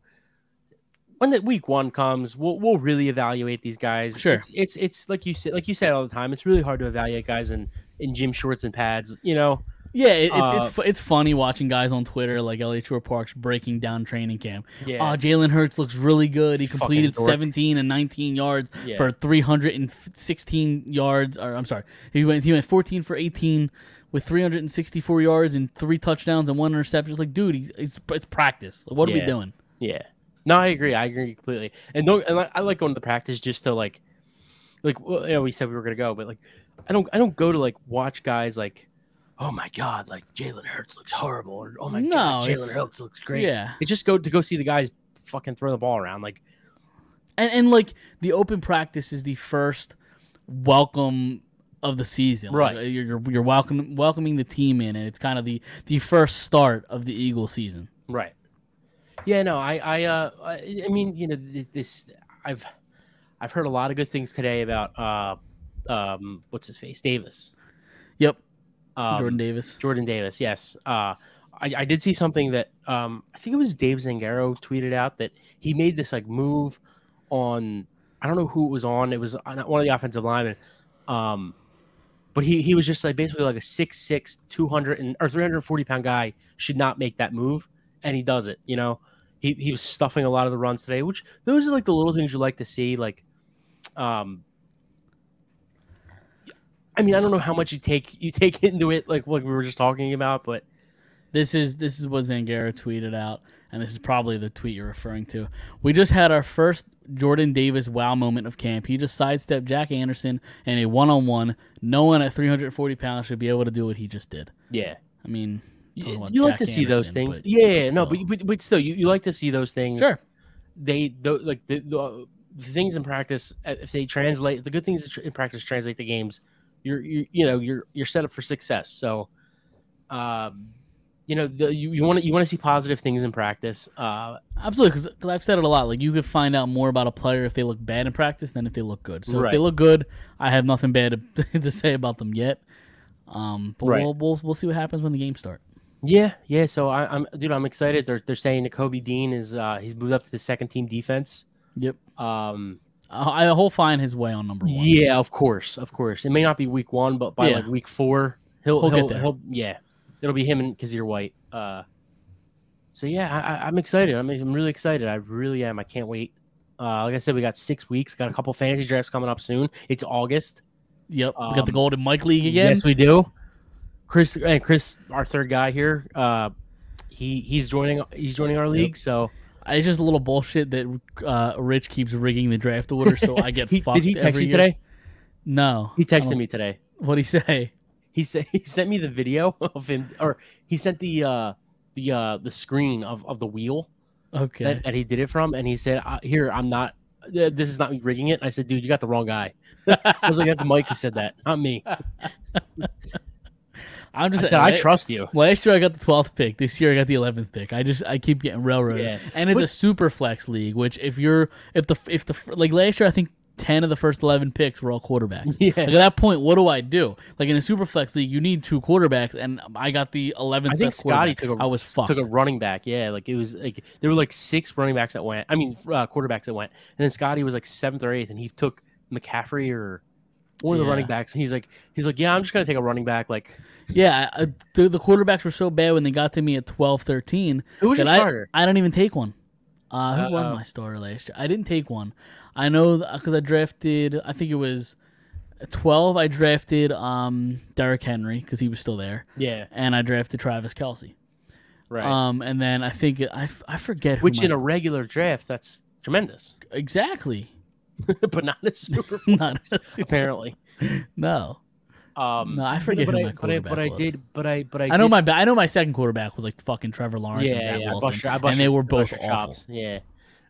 [SPEAKER 3] When the week one comes, we'll we'll really evaluate these guys.
[SPEAKER 2] Sure.
[SPEAKER 3] it's it's, it's like you said, like you said all the time. It's really hard to evaluate guys in in gym shorts and pads. You know.
[SPEAKER 2] Yeah, it, it's
[SPEAKER 3] Uh,
[SPEAKER 2] it's fu- it's funny watching guys on Twitter like LA Shore Parks breaking down training camp.
[SPEAKER 3] Yeah.
[SPEAKER 2] Oh, Jalen Hurts looks really good. He completed
[SPEAKER 3] dork.
[SPEAKER 2] 17 and 19 yards
[SPEAKER 3] Yeah.
[SPEAKER 2] for 316 yards. Or I'm sorry, he went he went 14 for 18 with 364 yards and three touchdowns and one interception. It's like, dude, he's, he's it's practice. Like, what are we
[SPEAKER 3] Yeah.
[SPEAKER 2] doing?
[SPEAKER 3] Yeah. No, I agree. I agree completely. And don't, and I, I like going to practice just to like, like well, you know, we said we were gonna go, but like, I don't, I don't go to like watch guys like, oh my god, like Jalen Hurts looks horrible, or oh my god,
[SPEAKER 2] No, it's-
[SPEAKER 3] Jalen Hurts looks great.
[SPEAKER 2] yeah.
[SPEAKER 3] It's just go to go see the guys fucking throw the ball around. Like,
[SPEAKER 2] And and like the open practice is the first welcome of the season. Like,
[SPEAKER 3] Right.
[SPEAKER 2] you're you're, you're welcome, welcoming the team in and it's kind of the the first start of the Eagle season.
[SPEAKER 3] Right. Yeah, no, I, I, uh, I I mean, you know, th- this, I've, I've heard a lot of good things today about, uh, um, what's his face, Davis.
[SPEAKER 2] Yep.
[SPEAKER 3] Um,
[SPEAKER 2] Jordan Davis.
[SPEAKER 3] Jordan Davis. Yes. Uh, I, I did see something that, um, I think it was Dave Zangaro tweeted out that he made this like move on. I don't know who it was on. It was on one of the offensive linemen. Um, but he, he was just like basically like a 6'6", 200 and, or 340 pound guy should not make that move. And he does it, you know, he, he was stuffing a lot of the runs today, which those are like the little things you like to see. Like, um, I mean, I don't know how much you take, you take (laughs) into it. Like what we were just talking about, but
[SPEAKER 2] This is this is what Zangara tweeted out, and this is probably the tweet you're referring to. We just had our first Jordan Davis wow moment of camp. He just sidestepped Jack Anderson in a one on one. No one at 340 pounds should be able to do what he just did.
[SPEAKER 3] yeah,
[SPEAKER 2] I mean, talking about
[SPEAKER 3] you like
[SPEAKER 2] Jack
[SPEAKER 3] to see those
[SPEAKER 2] Anderson,
[SPEAKER 3] things.
[SPEAKER 2] but-
[SPEAKER 3] yeah,
[SPEAKER 2] but
[SPEAKER 3] no,
[SPEAKER 2] still.
[SPEAKER 3] but, but but still, you, you like to see those things. Sure. They tho- like the, the, the things in practice. uh, If they translate the good things that tr- in practice, translate the games. You're you, you know you're you're set up for success. So, um, you know the, you you want to you want to see positive things in practice. Uh,
[SPEAKER 2] Absolutely, because I've said it a lot. Like you could find out more about a player if they look bad in practice than if they look good. So if they
[SPEAKER 3] Right.
[SPEAKER 2] look good, I have nothing bad to, (laughs) to say about them yet. Um, but
[SPEAKER 3] Right.
[SPEAKER 2] we'll, we'll we'll see what happens when the games start.
[SPEAKER 3] Yeah, yeah. So I, I'm, dude, I'm excited. They're they're saying that Kobe Dean is uh he's moved up to the second team defense.
[SPEAKER 2] Yep.
[SPEAKER 3] Um.
[SPEAKER 2] I, I'll find his way on number one.
[SPEAKER 3] Yeah, of course, of course. It may not be week one, but by
[SPEAKER 2] Yeah.
[SPEAKER 3] like week four, he'll
[SPEAKER 2] He'll
[SPEAKER 3] he'll,
[SPEAKER 2] get
[SPEAKER 3] he'll,
[SPEAKER 2] there.
[SPEAKER 3] yeah, it'll be him and Kazir White. Uh. So yeah, I, I- I'm excited. I'm I'm really excited. I really am. I can't wait. Uh, like I said, we got six weeks. Got a couple fantasy drafts coming up soon. It's August.
[SPEAKER 2] Yep. we got the
[SPEAKER 3] Um,
[SPEAKER 2] Golden Mike League again.
[SPEAKER 3] Yes, we do. Chris and Chris, our third guy here. Uh, he he's joining. He's joining our league. So
[SPEAKER 2] it's just a little bullshit that uh, Rich keeps rigging the draft order, so
[SPEAKER 3] (laughs)
[SPEAKER 2] I get
[SPEAKER 3] He-
[SPEAKER 2] fucked.
[SPEAKER 3] did he text
[SPEAKER 2] every
[SPEAKER 3] you
[SPEAKER 2] year. Um,
[SPEAKER 3] today?
[SPEAKER 2] No,
[SPEAKER 3] He
[SPEAKER 2] I
[SPEAKER 3] texted
[SPEAKER 2] don't-
[SPEAKER 3] me today.
[SPEAKER 2] What'd he say?
[SPEAKER 3] He said he sent me the video (laughs) of him, or he sent the uh, the uh, the screen of, of the wheel
[SPEAKER 2] Okay.
[SPEAKER 3] that, that he did it from, and he said, "Uh, "Here, I'm not. uh, This is not me rigging it." And I said, "Dude,
[SPEAKER 2] (laughs)
[SPEAKER 3] you (laughs) got the wrong guy." I was like, "That's Mike who said that, not me."
[SPEAKER 2] I'm just
[SPEAKER 3] I said,
[SPEAKER 2] saying,
[SPEAKER 3] I trust you.
[SPEAKER 2] Last year I got the 12th pick. This year I got the 11th pick. I just I keep getting railroaded.
[SPEAKER 3] Yeah.
[SPEAKER 2] And it's a
[SPEAKER 3] But-
[SPEAKER 2] super flex league, which if you're if the if the like last year I think 10 of the first 11 picks were all quarterbacks.
[SPEAKER 3] Yeah.
[SPEAKER 2] Like at that point, what do I do? Like in a super flex league, you need two quarterbacks and I got the 11th
[SPEAKER 3] I think
[SPEAKER 2] best quarterback.
[SPEAKER 3] Scotty took a
[SPEAKER 2] I was fucked.
[SPEAKER 3] took a running back. Yeah, like it was like there were like six running backs that went. I mean, uh, quarterbacks that went, and then Scotty was like seventh or eighth, and he took McCaffrey or one of the
[SPEAKER 2] Yeah.
[SPEAKER 3] running backs, and he's like, he's like, yeah, I'm just gonna take a running back. Like,
[SPEAKER 2] Yeah, I, I- the, the quarterbacks were so bad when they got to me at 12, 13.
[SPEAKER 3] Who was
[SPEAKER 2] that
[SPEAKER 3] your
[SPEAKER 2] I,
[SPEAKER 3] starter?
[SPEAKER 2] I don't even take one. Uh, who was
[SPEAKER 3] Uh-oh.
[SPEAKER 2] my starter last year? I didn't take one. I know because I drafted. I think it was at twelve. I drafted um Derrick Henry because he was still there.
[SPEAKER 3] Yeah.
[SPEAKER 2] and I drafted Travis Kelsey.
[SPEAKER 3] Right.
[SPEAKER 2] Um, and then I think I, f- I forget who
[SPEAKER 3] which
[SPEAKER 2] my-
[SPEAKER 3] in a regular draft, that's tremendous, (laughs)
[SPEAKER 2] exactly
[SPEAKER 3] but not
[SPEAKER 2] (laughs)
[SPEAKER 3] a super.
[SPEAKER 2] not apparently.
[SPEAKER 3] apparently.
[SPEAKER 2] No,
[SPEAKER 3] Um,
[SPEAKER 2] no, I forget
[SPEAKER 3] but
[SPEAKER 2] who
[SPEAKER 3] I,
[SPEAKER 2] my
[SPEAKER 3] but I,
[SPEAKER 2] quarterback
[SPEAKER 3] but I
[SPEAKER 2] was.
[SPEAKER 3] did, but I, but I.
[SPEAKER 2] I know
[SPEAKER 3] did-
[SPEAKER 2] my ba- I know my second quarterback was like fucking Trevor Lawrence and Zach
[SPEAKER 3] I
[SPEAKER 2] Wilson,
[SPEAKER 3] bust your- I bust
[SPEAKER 2] and they
[SPEAKER 3] your-
[SPEAKER 2] were
[SPEAKER 3] I
[SPEAKER 2] both
[SPEAKER 3] bust your
[SPEAKER 2] awful.
[SPEAKER 3] chops. Yeah.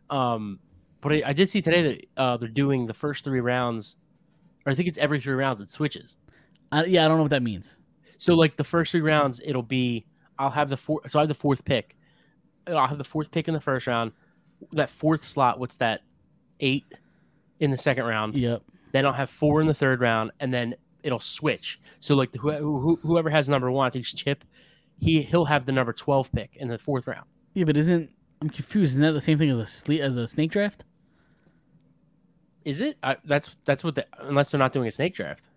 [SPEAKER 3] Um, but I, I did see today that uh, they're doing the first three rounds, or I think it's every three rounds. It switches.
[SPEAKER 2] I, yeah, I don't know what that means.
[SPEAKER 3] So like the first three rounds, it'll be I'll have the four. So I have the fourth pick. And I'll have the fourth pick in the first round. That fourth slot, what's that? Eight in the second round.
[SPEAKER 2] Yep.
[SPEAKER 3] Then I'll have four in the third round, and then it'll switch. So like who, who, whoever has number one, I think it's Chip. He he'll have the number twelve pick in the fourth round.
[SPEAKER 2] Yeah, but isn't I'm confused. Isn't that the same thing as a sle- as a snake draft?
[SPEAKER 3] Is it? I, that's that's what. The, unless they're not doing a snake draft.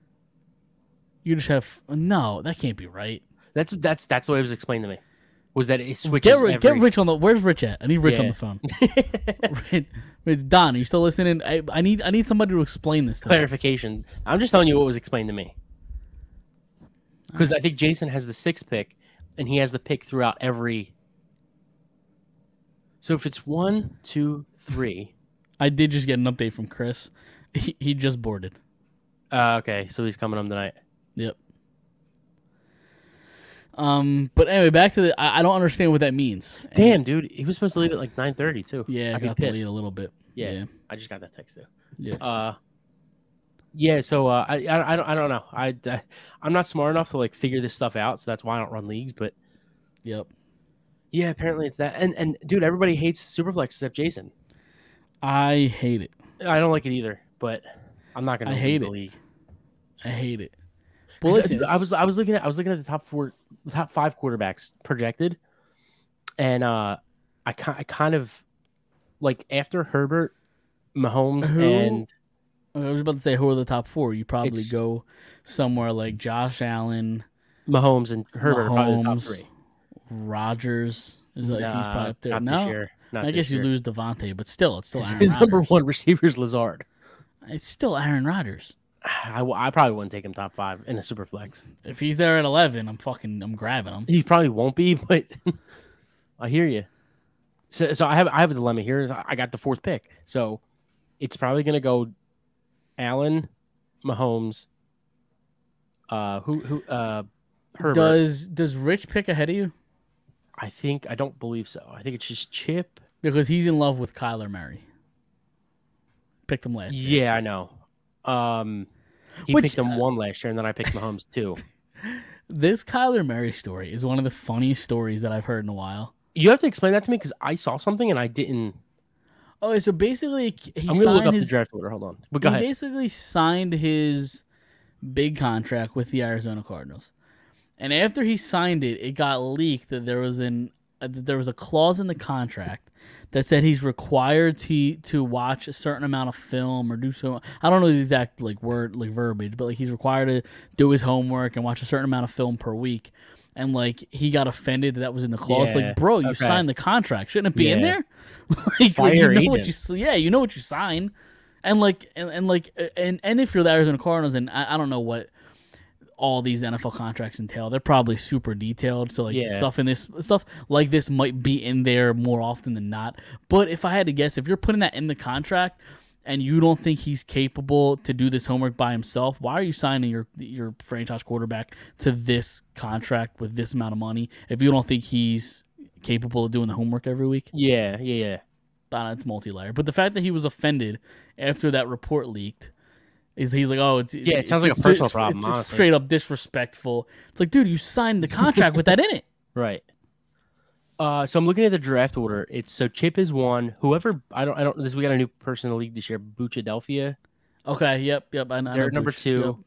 [SPEAKER 2] You just have no. That can't be right.
[SPEAKER 3] That's that's that's the way it was explained to me. Was that it switches?
[SPEAKER 2] Get, ri- get
[SPEAKER 3] every-
[SPEAKER 2] Rich on the. Where's Rich at? I need Rich on
[SPEAKER 3] Yeah.
[SPEAKER 2] the phone.
[SPEAKER 3] (laughs)
[SPEAKER 2] Rich- Rich- Don, are you still listening? I, I need I need somebody to explain this to me.
[SPEAKER 3] clarification. I'm just telling you what was explained to me. Because I think Jason has the sixth pick, and he has the pick throughout every. So if it's one, two, three.
[SPEAKER 2] I did just get an update from Chris. He, he just boarded.
[SPEAKER 3] Uh, okay, so he's coming home tonight.
[SPEAKER 2] Yep. Um, but anyway, back to the. I, I don't understand what that means.
[SPEAKER 3] Damn, dude, he was supposed to leave at like nine thirty too.
[SPEAKER 2] Yeah, I
[SPEAKER 3] I'd be
[SPEAKER 2] got delayed
[SPEAKER 3] pissed.
[SPEAKER 2] a little bit.
[SPEAKER 3] Yeah,
[SPEAKER 2] yeah.
[SPEAKER 3] I just got that text too.
[SPEAKER 2] Yeah.
[SPEAKER 3] Uh, yeah. So uh, I, I I don't I don't know. I I- I'm not smart enough to like figure this stuff out, so that's why I don't run leagues. But
[SPEAKER 2] Yep.
[SPEAKER 3] yeah, apparently it's that. And and dude, everybody hates Superflex except Jason.
[SPEAKER 2] I hate it.
[SPEAKER 3] I don't like it either, but I'm not gonna.
[SPEAKER 2] I
[SPEAKER 3] leave
[SPEAKER 2] hate
[SPEAKER 3] the
[SPEAKER 2] it.
[SPEAKER 3] league.
[SPEAKER 2] I hate it.
[SPEAKER 3] 'Cause
[SPEAKER 2] Well,
[SPEAKER 3] I-
[SPEAKER 2] listen,
[SPEAKER 3] I was I was looking at I was looking at the top four, the top five quarterbacks projected, and uh, I ki- I kind of like after Herbert, Mahomes,
[SPEAKER 2] Who-
[SPEAKER 3] and
[SPEAKER 2] I was about to say who are the top four. You probably
[SPEAKER 3] It's-
[SPEAKER 2] go somewhere like Josh Allen,
[SPEAKER 3] Mahomes and Herbert are probably the top
[SPEAKER 2] Mahomes,
[SPEAKER 3] three.
[SPEAKER 2] Rodgers is like, he's
[SPEAKER 3] Nah,
[SPEAKER 2] probably up there.
[SPEAKER 3] not
[SPEAKER 2] No,
[SPEAKER 3] this year. Not
[SPEAKER 2] I guess
[SPEAKER 3] this
[SPEAKER 2] you
[SPEAKER 3] year. (laughs)
[SPEAKER 2] lose Devontae, but still, it's still Aaron
[SPEAKER 3] His (laughs) number
[SPEAKER 2] Rodgers.
[SPEAKER 3] one receiver is Lazard.
[SPEAKER 2] It's still Aaron Rodgers.
[SPEAKER 3] I, w- I probably wouldn't take him top five in a super flex.
[SPEAKER 2] If he's there at eleven, I'm fucking, I'm grabbing him.
[SPEAKER 3] He probably won't be, (laughs) but I hear you. So, so I have I have a dilemma here. I got the fourth pick, so it's probably gonna go Allen, Mahomes, uh, who who uh, Herbert.
[SPEAKER 2] Does does Rich pick ahead of you?
[SPEAKER 3] I think I don't believe so. I think it's just Chip.
[SPEAKER 2] Because he's in love with Kyler Murray. Picked him last. year.
[SPEAKER 3] Yeah, I know. Um, he
[SPEAKER 2] Which, uh,
[SPEAKER 3] picked him one last year, and then I picked Mahomes two.
[SPEAKER 2] This Kyler Murray story is one of the funniest stories that I've heard in a while.
[SPEAKER 3] You have to explain that to me because I saw something and I didn't.
[SPEAKER 2] Oh, so basically, he
[SPEAKER 3] I'm gonna look
[SPEAKER 2] signed
[SPEAKER 3] up
[SPEAKER 2] his
[SPEAKER 3] the draft order. Hold on, but go
[SPEAKER 2] he
[SPEAKER 3] ahead.
[SPEAKER 2] basically signed his big contract with the Arizona Cardinals, and after he signed it, it got leaked that there was an uh, that there was a clause in the contract that said he's required to to watch a certain amount of film or do so. I don't know the exact like word like verbiage, but like he's required to do his homework and watch a certain amount of film per week. And like he got offended that that was in the clause.
[SPEAKER 3] Yeah,
[SPEAKER 2] Like, bro, you
[SPEAKER 3] okay.
[SPEAKER 2] signed the contract. Shouldn't it be in
[SPEAKER 3] Yeah.
[SPEAKER 2] there? (laughs) like, like,
[SPEAKER 3] Fire
[SPEAKER 2] you know what
[SPEAKER 3] agent.
[SPEAKER 2] you s- yeah, you know what you sign, and like and, and like uh, and and if you're the Arizona Cardinals, and I, I don't know what all these NFL contracts entail, they're probably super detailed. So like
[SPEAKER 3] Yeah.
[SPEAKER 2] stuff in this stuff like this might be in there more often than not. But if I had to guess, if you're putting that in the contract. And you don't think he's capable to do this homework by himself? Why are you signing your your franchise quarterback to this contract with this amount of money if you don't think he's capable of doing the homework every week?
[SPEAKER 3] Yeah, yeah, yeah.
[SPEAKER 2] I don't know, it's multi-layered. But the fact that he was offended after that report leaked, He's, he's like, oh, it's
[SPEAKER 3] Yeah, it sounds like a personal problem,
[SPEAKER 2] It's,
[SPEAKER 3] honestly.
[SPEAKER 2] straight up disrespectful. It's like, dude, you signed the contract with that in it.
[SPEAKER 3] (laughs) Right. Uh, so I'm looking at the draft order. It's so Chip is one. Whoever I don't I don't this we got a new person in the league this year, Buchadelphia.
[SPEAKER 2] Okay, yep, yep. I, I know
[SPEAKER 3] They're number
[SPEAKER 2] Booch,
[SPEAKER 3] two.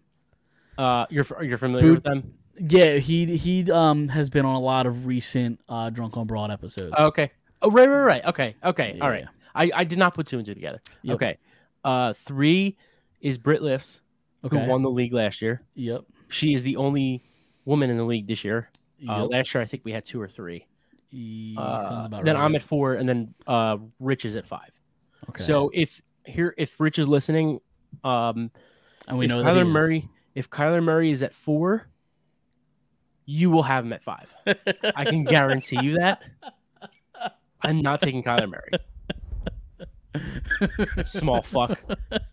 [SPEAKER 3] Uh, you're f- you're familiar
[SPEAKER 2] Boo-
[SPEAKER 3] with them?
[SPEAKER 2] Yeah, he he um has been on a lot of recent uh Drunk on Broad episodes.
[SPEAKER 3] Okay. Oh right right right. Okay okay all right.
[SPEAKER 2] Yeah.
[SPEAKER 3] I I did not put two and two together.
[SPEAKER 2] Yep.
[SPEAKER 3] Okay. Uh, three is Britt Lifts,
[SPEAKER 2] Okay.
[SPEAKER 3] who won the league last year.
[SPEAKER 2] Yep.
[SPEAKER 3] She is the only woman in the league this year. Uh,
[SPEAKER 2] Yep.
[SPEAKER 3] last year I think we had two or three.
[SPEAKER 2] He-
[SPEAKER 3] Uh,
[SPEAKER 2] sounds about
[SPEAKER 3] then
[SPEAKER 2] right.
[SPEAKER 3] I'm at four, and then uh, Rich is at five.
[SPEAKER 2] Okay.
[SPEAKER 3] So if here, if Rich is listening, um,
[SPEAKER 2] And we
[SPEAKER 3] if
[SPEAKER 2] know that he
[SPEAKER 3] Kyler
[SPEAKER 2] is.
[SPEAKER 3] Murray, if Kyler Murray is at four, you will have him at five. I can guarantee you that. I'm not taking
[SPEAKER 2] (laughs)
[SPEAKER 3] Kyler Murray. Small fuck.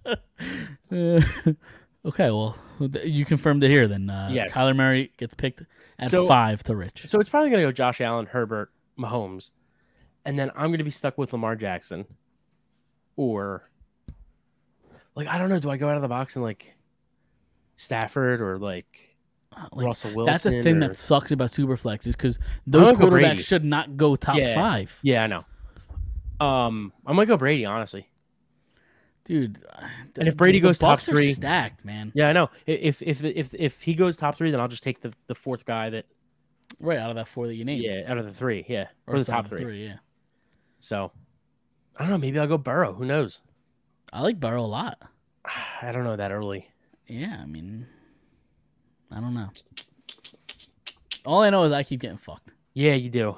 [SPEAKER 2] Uh, (laughs) okay, well, th- you confirmed it here then. Uh,
[SPEAKER 3] Yes.
[SPEAKER 2] Kyler Murray gets picked at
[SPEAKER 3] So-
[SPEAKER 2] five to Rich.
[SPEAKER 3] So it's probably gonna go Josh Allen, Herbert, Mahomes, and then I'm gonna be stuck with Lamar Jackson, or like I don't know. Do I go out of the box and like Stafford or like Russell Wilson?
[SPEAKER 2] That's the thing
[SPEAKER 3] or-
[SPEAKER 2] that sucks about Superflex is because those
[SPEAKER 3] gonna go
[SPEAKER 2] quarterbacks
[SPEAKER 3] Brady.
[SPEAKER 2] should not go top
[SPEAKER 3] Yeah.
[SPEAKER 2] five.
[SPEAKER 3] Yeah, I know. Um, I'm gonna go Brady honestly,
[SPEAKER 2] dude.
[SPEAKER 3] and if Brady
[SPEAKER 2] the
[SPEAKER 3] goes top
[SPEAKER 2] Bucs are
[SPEAKER 3] three,
[SPEAKER 2] stacked, man.
[SPEAKER 3] Yeah, I know. I- If if if if he goes top three, then I'll just take the the fourth guy that
[SPEAKER 2] Right out of that four that you named.
[SPEAKER 3] yeah out of the three, yeah, or, the
[SPEAKER 2] it's out
[SPEAKER 3] top
[SPEAKER 2] of
[SPEAKER 3] three.
[SPEAKER 2] yeah.
[SPEAKER 3] So I don't know. Maybe I'll go Burrow. Who knows?
[SPEAKER 2] I like Burrow a lot.
[SPEAKER 3] I don't know that early.
[SPEAKER 2] Yeah, I mean, I don't know. All I know is I keep getting fucked.
[SPEAKER 3] Yeah, you do.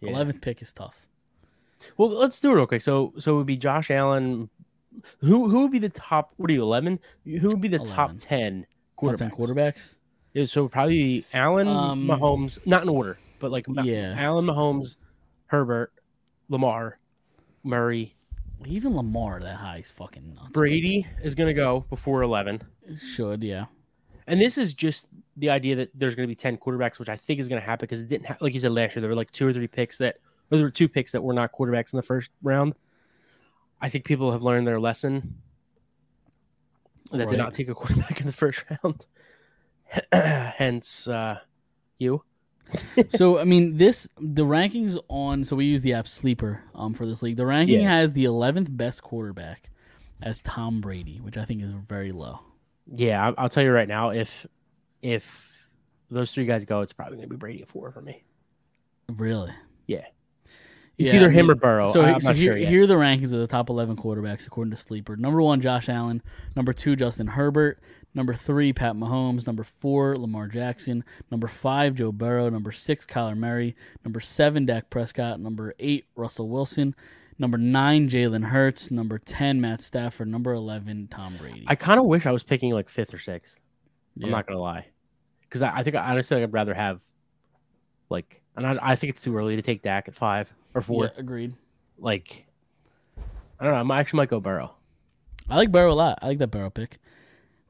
[SPEAKER 3] Yeah.
[SPEAKER 2] Eleventh pick is tough.
[SPEAKER 3] Well, let's do it real quick. So, so it would be Josh Allen. Who who would be the top? What are you eleven? Who would be the top
[SPEAKER 2] 11.
[SPEAKER 3] ten
[SPEAKER 2] Top
[SPEAKER 3] quarterbacks?
[SPEAKER 2] ten quarterbacks.
[SPEAKER 3] Yeah, so probably Allen,
[SPEAKER 2] Um,
[SPEAKER 3] Mahomes, not in order, but like Ma-
[SPEAKER 2] Yeah.
[SPEAKER 3] Allen, Mahomes, Herbert, Lamar, Murray,
[SPEAKER 2] Even Lamar that high is fucking nuts.
[SPEAKER 3] Brady is gonna go before eleven,
[SPEAKER 2] Should yeah.
[SPEAKER 3] and this is just the idea that there's gonna be ten quarterbacks, which I think is gonna happen because it didn't ha- like you said last year. There were like two or three picks that, or there were two picks that were not quarterbacks in the first round. I think people have learned their lesson that did
[SPEAKER 2] Right.
[SPEAKER 3] not take a quarterback in the first (laughs) round. (clears throat) Hence, uh, you.
[SPEAKER 2] so I mean, this the rankings on. So we use the app Sleeper um for this league. The ranking
[SPEAKER 3] Yeah.
[SPEAKER 2] has the eleventh best quarterback as Tom Brady, which I think is very low.
[SPEAKER 3] Yeah, I- I'll tell you right now. If if those three guys go, it's probably going to be Brady at four for me.
[SPEAKER 2] Really?
[SPEAKER 3] Yeah, It's either him or Burrow.
[SPEAKER 2] So,
[SPEAKER 3] I-
[SPEAKER 2] he-
[SPEAKER 3] I'm
[SPEAKER 2] so
[SPEAKER 3] not
[SPEAKER 2] here,
[SPEAKER 3] sure yet.
[SPEAKER 2] here are the rankings of the top 11 quarterbacks according to Sleeper. Number one, Josh Allen. Number two, Justin Herbert. Number three, Pat Mahomes. Number four, Lamar Jackson. Number five, Joe Burrow. Number six, Kyler Murray. Number seven, Dak Prescott. Number eight, Russell Wilson. Number nine, Jalen Hurts. Number 10, Matt Stafford. Number 11, Tom Brady.
[SPEAKER 3] I kind of wish I was picking like fifth or sixth.
[SPEAKER 2] Yeah.
[SPEAKER 3] I'm not going to lie, because I, I think honestly I'd rather have like, and I, I think it's too early to take Dak at five or four.
[SPEAKER 2] Yeah, agreed.
[SPEAKER 3] Like, I don't know. I might- actually might go Burrow.
[SPEAKER 2] I like Burrow a lot. I like that Burrow pick.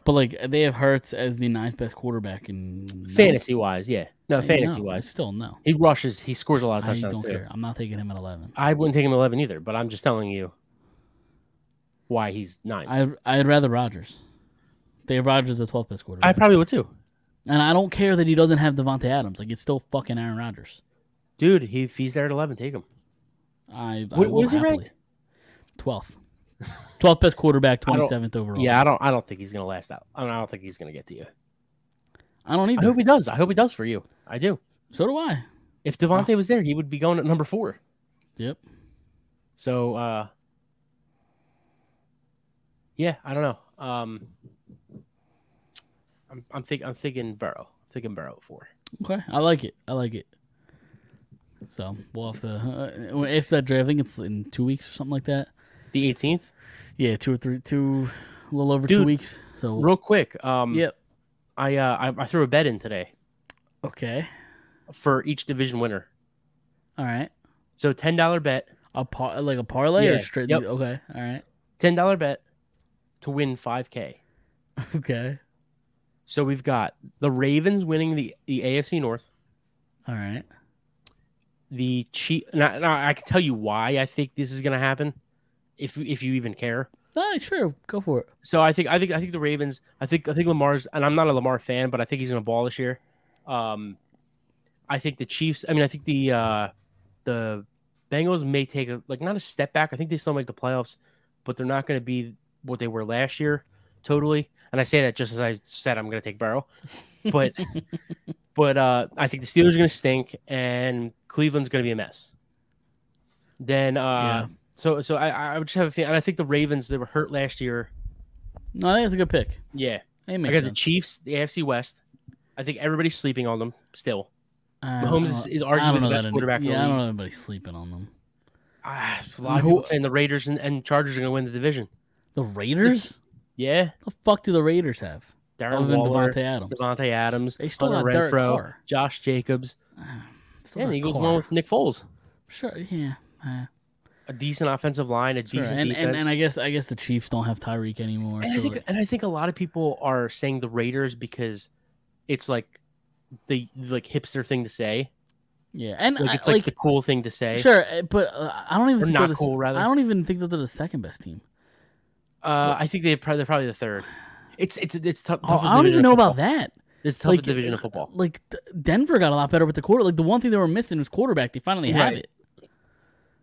[SPEAKER 2] But, like, they have Hurts as the ninth best quarterback in
[SPEAKER 3] Fantasy wise, yeah. No,
[SPEAKER 2] I
[SPEAKER 3] fantasy
[SPEAKER 2] know. I
[SPEAKER 3] wise,
[SPEAKER 2] still no.
[SPEAKER 3] he rushes. He scores a lot of
[SPEAKER 2] I
[SPEAKER 3] touchdowns
[SPEAKER 2] don't
[SPEAKER 3] too.
[SPEAKER 2] care. I'm not taking him at 11.
[SPEAKER 3] I wouldn't take him at eleven either, but I'm just telling you why he's nine.
[SPEAKER 2] I I'd rather Rodgers. They have Rodgers the 12th best quarterback,
[SPEAKER 3] I probably would too.
[SPEAKER 2] and I don't care that he doesn't have Devonte Adams. Like it's still fucking Aaron Rodgers.
[SPEAKER 3] Dude, he, if he's there at 11, take him.
[SPEAKER 2] I, I
[SPEAKER 3] What-
[SPEAKER 2] will
[SPEAKER 3] what is he
[SPEAKER 2] happily.
[SPEAKER 3] ranked?
[SPEAKER 2] 12th. 12th best quarterback,
[SPEAKER 3] I don't-
[SPEAKER 2] 27th overall.
[SPEAKER 3] Yeah, I don't. I don't think he's gonna last out. I, mean, I don't think he's gonna get to you.
[SPEAKER 2] I don't
[SPEAKER 3] I
[SPEAKER 2] either.
[SPEAKER 3] hope he does. I hope he does for you. I do.
[SPEAKER 2] So do I.
[SPEAKER 3] If Devontae was there, he would be going at number four.
[SPEAKER 2] Yep.
[SPEAKER 3] So, uh, yeah, I don't know. Um, I'm, I'm thinking. I'm thinking Burrow. I'm thinking Burrow at four.
[SPEAKER 2] Okay, I like it. I like it. So we'll have to uh, if that draft. I think it's in two weeks or something like that.
[SPEAKER 3] The 18th.
[SPEAKER 2] Yeah, two or three, two, a little over two
[SPEAKER 3] Dude,
[SPEAKER 2] weeks. So
[SPEAKER 3] Real quick. Um,
[SPEAKER 2] Yep.
[SPEAKER 3] I, uh, I I threw a bet in today
[SPEAKER 2] okay,
[SPEAKER 3] for each division winner.
[SPEAKER 2] all right.
[SPEAKER 3] So ten dollar bet.
[SPEAKER 2] A par like a parlay or
[SPEAKER 3] Yeah,
[SPEAKER 2] straight.
[SPEAKER 3] yep.
[SPEAKER 2] Okay, all
[SPEAKER 3] (laughs)
[SPEAKER 2] right.
[SPEAKER 3] ten dollar bet to win five k.
[SPEAKER 2] Okay,
[SPEAKER 3] So we've got the Ravens winning the, the AFC North.
[SPEAKER 2] all right.
[SPEAKER 3] The Chief. Now, now I can tell you why I think this is going to happen, if if you even care.
[SPEAKER 2] No, sure, go for it.
[SPEAKER 3] So I think I think I think the Ravens. I think I think Lamar's, and I'm not a Lamar fan, but I think he's going to ball this year. Um, I think the Chiefs. I mean, I think the uh, the Bengals may take a like not a step back. I think they still make the playoffs, but they're not going to be what they were last year totally. And I say that just as I said I'm going to take Burrow, but but uh, I think the Steelers are going to stink and Cleveland's going to be a mess. Then uh,
[SPEAKER 2] Yeah.
[SPEAKER 3] so so I I would just have a feeling, and I think the Ravens they were hurt last year.
[SPEAKER 2] No, I think it's a good pick.
[SPEAKER 3] Yeah,
[SPEAKER 2] That
[SPEAKER 3] I
[SPEAKER 2] makes
[SPEAKER 3] got the
[SPEAKER 2] sense.
[SPEAKER 3] Chiefs, the AFC West. I think everybody's sleeping on them still.
[SPEAKER 2] I
[SPEAKER 3] Mahomes
[SPEAKER 2] don't
[SPEAKER 3] is,
[SPEAKER 2] know-
[SPEAKER 3] is
[SPEAKER 2] I don't
[SPEAKER 3] arguably
[SPEAKER 2] know
[SPEAKER 3] the best
[SPEAKER 2] that any-
[SPEAKER 3] quarterback. in the
[SPEAKER 2] Yeah, I don't
[SPEAKER 3] league.
[SPEAKER 2] know anybody sleeping on them.
[SPEAKER 3] Ah, a lot of
[SPEAKER 2] Who-
[SPEAKER 3] people saying the Raiders and, and Chargers are going to win the division.
[SPEAKER 2] The Raiders?
[SPEAKER 3] Yeah.
[SPEAKER 2] The fuck do the Raiders have?
[SPEAKER 3] Darren
[SPEAKER 2] Other than
[SPEAKER 3] Waller,
[SPEAKER 2] Devontae Adams.
[SPEAKER 3] Devontae Adams. They
[SPEAKER 2] still got Derek Carr.
[SPEAKER 3] Josh Jacobs.
[SPEAKER 2] Still
[SPEAKER 3] Yeah, the
[SPEAKER 2] got
[SPEAKER 3] Eagles
[SPEAKER 2] Carr.
[SPEAKER 3] won with Nick Foles.
[SPEAKER 2] Sure. Yeah. uh,
[SPEAKER 3] A decent offensive line, a
[SPEAKER 2] sure.
[SPEAKER 3] decent
[SPEAKER 2] And,
[SPEAKER 3] defense.
[SPEAKER 2] and and I guess I guess the Chiefs don't have Tyreek anymore.
[SPEAKER 3] And I
[SPEAKER 2] so
[SPEAKER 3] think
[SPEAKER 2] that-
[SPEAKER 3] and I think a lot of people are saying the Raiders because it's like the like hipster thing to say.
[SPEAKER 2] yeah, and
[SPEAKER 3] like
[SPEAKER 2] I-
[SPEAKER 3] it's like, the cool thing to say.
[SPEAKER 2] Sure, uh, but uh, I don't even
[SPEAKER 3] Or
[SPEAKER 2] think they're
[SPEAKER 3] not
[SPEAKER 2] the s-
[SPEAKER 3] cool, rather.
[SPEAKER 2] I don't even think that they're the second best team.
[SPEAKER 3] Uh, I think they probably, they're probably the third. It's it's it's tough.
[SPEAKER 2] Oh, I don't even know about that.
[SPEAKER 3] It's toughest division of football.
[SPEAKER 2] Like D- Denver got a lot better with the quarter. Like the one thing they were missing was quarterback. They finally have
[SPEAKER 3] Right.
[SPEAKER 2] it.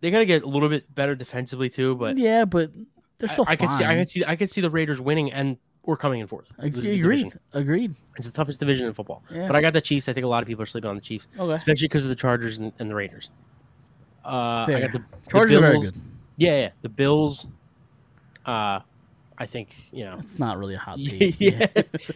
[SPEAKER 3] They gotta get a little bit better defensively too, but
[SPEAKER 2] yeah, but they're still.
[SPEAKER 3] I, I
[SPEAKER 2] fine.
[SPEAKER 3] could see I could see I could see the Raiders winning and we're coming in fourth.
[SPEAKER 2] Ag-
[SPEAKER 3] The- the
[SPEAKER 2] Agreed.
[SPEAKER 3] division.
[SPEAKER 2] Agreed.
[SPEAKER 3] It's the toughest division in football.
[SPEAKER 2] Yeah.
[SPEAKER 3] But I got the Chiefs. I think a lot of people are sleeping on the Chiefs,
[SPEAKER 2] Okay.
[SPEAKER 3] especially because of the Chargers and, and the Raiders. Uh, I
[SPEAKER 2] Fair.
[SPEAKER 3] got the the
[SPEAKER 2] Chargers are very
[SPEAKER 3] Bills.
[SPEAKER 2] good.
[SPEAKER 3] Yeah, yeah, the Bills. Uh, I think you know
[SPEAKER 2] It's not really a
[SPEAKER 3] (laughs)
[SPEAKER 2] hot
[SPEAKER 3] yeah,
[SPEAKER 2] take. yeah.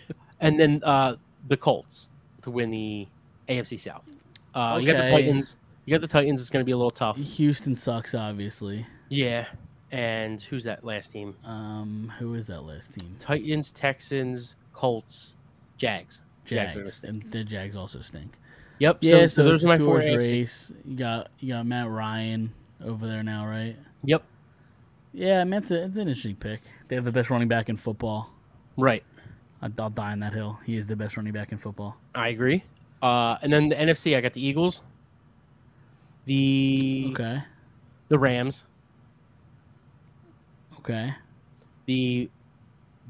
[SPEAKER 3] (laughs) and then uh, the Colts to win the AFC South. Uh, You got the
[SPEAKER 2] Okay.
[SPEAKER 3] Titans. You got the Titans. It's going to be a little tough.
[SPEAKER 2] Houston sucks, obviously.
[SPEAKER 3] Yeah, and who's that last team?
[SPEAKER 2] Um, who is that last team?
[SPEAKER 3] Titans, Texans, Colts, Jags. are gonna
[SPEAKER 2] Jags.
[SPEAKER 3] stay.
[SPEAKER 2] And the Jags also stink.
[SPEAKER 3] Yep.
[SPEAKER 2] Yeah, so,
[SPEAKER 3] so, so those are my four
[SPEAKER 2] tours
[SPEAKER 3] AFC.
[SPEAKER 2] race. You got you got Matt Ryan over there now, right?
[SPEAKER 3] Yep.
[SPEAKER 2] Yeah, I mean, it's, a, it's an interesting pick. They have the best running back in football.
[SPEAKER 3] Right.
[SPEAKER 2] I, I'll die on that hill. He is the best running back in football.
[SPEAKER 3] I agree. Uh, and then the NFC, I got the Eagles, the
[SPEAKER 2] Okay.
[SPEAKER 3] the Rams,
[SPEAKER 2] Okay.
[SPEAKER 3] the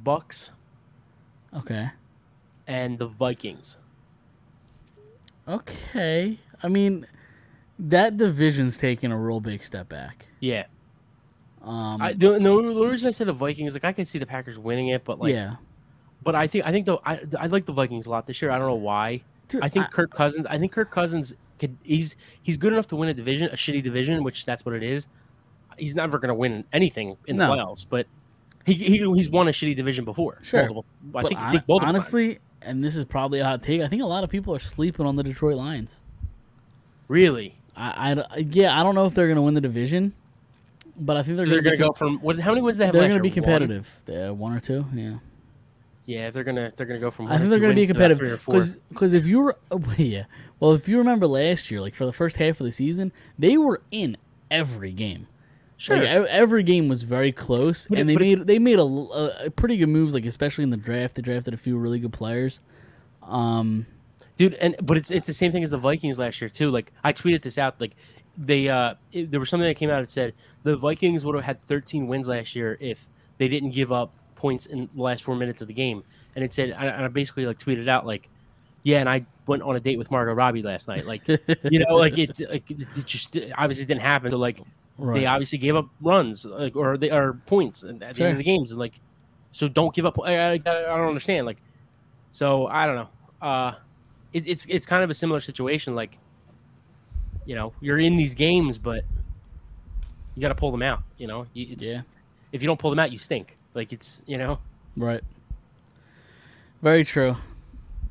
[SPEAKER 3] Bucks,
[SPEAKER 2] Okay.
[SPEAKER 3] and the Vikings.
[SPEAKER 2] Okay. I mean, that division's taking a real big step back.
[SPEAKER 3] Yeah.
[SPEAKER 2] Um,
[SPEAKER 3] I, the, the only reason I say the Vikings, like I could see the Packers winning it, but like,
[SPEAKER 2] yeah.
[SPEAKER 3] But I think I think though I, I like the Vikings a lot this year. I don't know why.
[SPEAKER 2] Dude,
[SPEAKER 3] I think
[SPEAKER 2] I-
[SPEAKER 3] Kirk Cousins. I think Kirk Cousins could. He's he's good enough to win a division, a shitty division, which that's what it is. He's never going to win anything in the
[SPEAKER 2] No.
[SPEAKER 3] playoffs, but he, he he's won a shitty division before.
[SPEAKER 2] Sure.
[SPEAKER 3] Multiple- I
[SPEAKER 2] But
[SPEAKER 3] think, I
[SPEAKER 2] hon-
[SPEAKER 3] think multiple times.
[SPEAKER 2] honestly, and this is probably a hot take, I think a lot of people are sleeping on the Detroit Lions.
[SPEAKER 3] really.
[SPEAKER 2] I, I d- yeah, I don't know if they're going to win the division, but I think
[SPEAKER 3] So
[SPEAKER 2] they're going
[SPEAKER 3] they're going
[SPEAKER 2] to
[SPEAKER 3] to go from what? How many wins they
[SPEAKER 2] They're
[SPEAKER 3] have?
[SPEAKER 2] going
[SPEAKER 3] last
[SPEAKER 2] to be
[SPEAKER 3] year? One?
[SPEAKER 2] competitive. Uh, One? or two, yeah.
[SPEAKER 3] Yeah, they're gonna they're gonna go from.
[SPEAKER 2] I think they're
[SPEAKER 3] going to
[SPEAKER 2] be
[SPEAKER 3] Three or
[SPEAKER 2] competitive
[SPEAKER 3] four.
[SPEAKER 2] because if you were (laughs) oh, yeah, well if you remember last year, like for the first half of the season, they were in every game.
[SPEAKER 3] Sure.
[SPEAKER 2] Like, ev- every game was very close,
[SPEAKER 3] But it-
[SPEAKER 2] and they
[SPEAKER 3] but it's-
[SPEAKER 2] made they made a, l- a- a pretty good moves, like especially in the draft. They drafted a few really good players. Um,
[SPEAKER 3] dude and but it's it's the same thing as the vikings last year too like i tweeted this out like they uh it- there was something that came out that said the vikings would have had 13 wins last year if they didn't give up points in the last four minutes of the game and it said and I- and I basically like tweeted out like yeah and i went on a date with margot robbie last night like you know like it like it it just it obviously didn't happen so like
[SPEAKER 2] Right.
[SPEAKER 3] they obviously gave up runs like or they are points at the
[SPEAKER 2] Sure.
[SPEAKER 3] end of the games and like so don't give up i, I, I don't understand like so I don't know. Uh, it, it's it's kind of a similar situation. Like, you know, you're in these games, but you got to pull them out. You know, You- it's,
[SPEAKER 2] Yeah.
[SPEAKER 3] If you don't pull them out, you stink. Like it's you know.
[SPEAKER 2] right. Very true.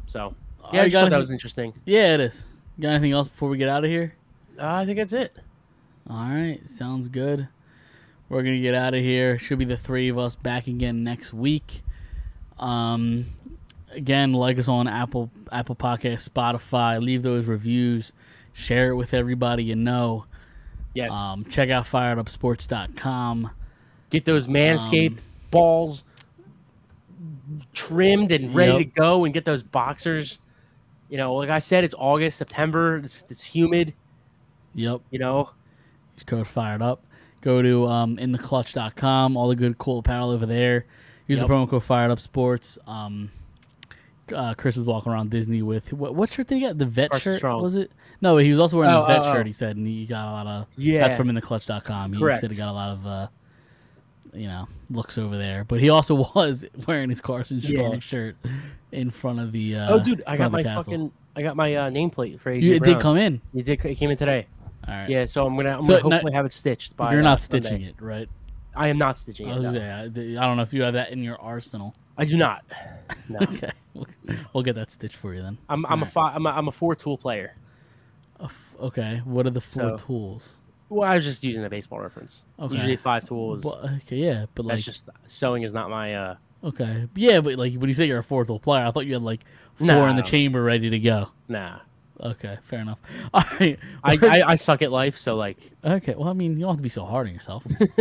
[SPEAKER 3] So
[SPEAKER 2] All
[SPEAKER 3] yeah,
[SPEAKER 2] right,
[SPEAKER 3] I just
[SPEAKER 2] got
[SPEAKER 3] thought that
[SPEAKER 2] anything-
[SPEAKER 3] was interesting.
[SPEAKER 2] Yeah, it is. Got anything else before we get out of here?
[SPEAKER 3] Uh, I think that's it.
[SPEAKER 2] All right, sounds good. We're gonna get out of here. Should be the three of us back again next week. Um, again, like us on Apple Apple Podcast, Spotify. Leave those reviews. Share it with everybody you know.
[SPEAKER 3] Yes.
[SPEAKER 2] Um, check out firedupsports.com.
[SPEAKER 3] Get those
[SPEAKER 2] Um,
[SPEAKER 3] manscaped balls trimmed and ready to
[SPEAKER 2] Yep.
[SPEAKER 3] go, and get those boxers. You know, like I said, it's August, September. It's, it's humid.
[SPEAKER 2] Yep.
[SPEAKER 3] You know,
[SPEAKER 2] Use code fired up. Go to um, intheclutch.com. All the good, cool apparel over there. Use
[SPEAKER 3] Yep.
[SPEAKER 2] the promo code Fired Up Sports. Um, uh, Chris was walking around Disney with what, what shirt did he get? The vet
[SPEAKER 3] Carson
[SPEAKER 2] shirt
[SPEAKER 3] Strong.
[SPEAKER 2] was it? No, he was also wearing
[SPEAKER 3] Oh,
[SPEAKER 2] the vet
[SPEAKER 3] oh, oh.
[SPEAKER 2] shirt. He said, and he got a lot of
[SPEAKER 3] Yeah.
[SPEAKER 2] That's from intheclutch.com. He
[SPEAKER 3] Correct.
[SPEAKER 2] said he got a lot of uh, you know looks over there, but he also (laughs) was wearing his Carson Strong
[SPEAKER 3] Yeah.
[SPEAKER 2] shirt in front of the. Uh,
[SPEAKER 3] oh, dude, I
[SPEAKER 2] front of the
[SPEAKER 3] got my
[SPEAKER 2] castle.
[SPEAKER 3] fucking I got my uh, nameplate for AJ.
[SPEAKER 2] You- it did
[SPEAKER 3] Brown.
[SPEAKER 2] come in.
[SPEAKER 3] It did. It came in today.
[SPEAKER 2] All right.
[SPEAKER 3] Yeah, so I'm gonna, I'm
[SPEAKER 2] So
[SPEAKER 3] gonna
[SPEAKER 2] not-
[SPEAKER 3] hopefully have it stitched by.
[SPEAKER 2] You're
[SPEAKER 3] uh,
[SPEAKER 2] not
[SPEAKER 3] Sunday.
[SPEAKER 2] stitching it, right?
[SPEAKER 3] I am not stitching
[SPEAKER 2] I,
[SPEAKER 3] it.
[SPEAKER 2] was
[SPEAKER 3] no.
[SPEAKER 2] gonna say, I- th- I don't know if you have that in your arsenal. (laughs)
[SPEAKER 3] I do not. No.
[SPEAKER 2] okay, we'll, we'll get that stitch for you then.
[SPEAKER 3] I'm I'm a, fi- I'm a I'm a four tool player.
[SPEAKER 2] A f- okay, what are the four
[SPEAKER 3] So-
[SPEAKER 2] tools?
[SPEAKER 3] Well, I was just using a baseball reference.
[SPEAKER 2] Okay.
[SPEAKER 3] Usually five tools.
[SPEAKER 2] But- okay, yeah, but like
[SPEAKER 3] that's just sewing is not my. uh
[SPEAKER 2] okay, yeah, but like when you say you're a four tool player, I thought you had like four in
[SPEAKER 3] No.
[SPEAKER 2] the chamber ready to go.
[SPEAKER 3] Nah.
[SPEAKER 2] Okay, fair enough. (laughs) All right, (laughs)
[SPEAKER 3] I,
[SPEAKER 2] we're-
[SPEAKER 3] I I suck at life, so like
[SPEAKER 2] okay. Well, I mean, you don't have to be so hard on yourself.
[SPEAKER 3] that's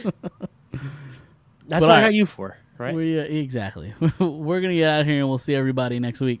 [SPEAKER 2] But
[SPEAKER 3] what I
[SPEAKER 2] alright.
[SPEAKER 3] got you for, (laughs) right?
[SPEAKER 2] We, uh, exactly. (laughs) We're gonna get out of here, and we'll see everybody next week.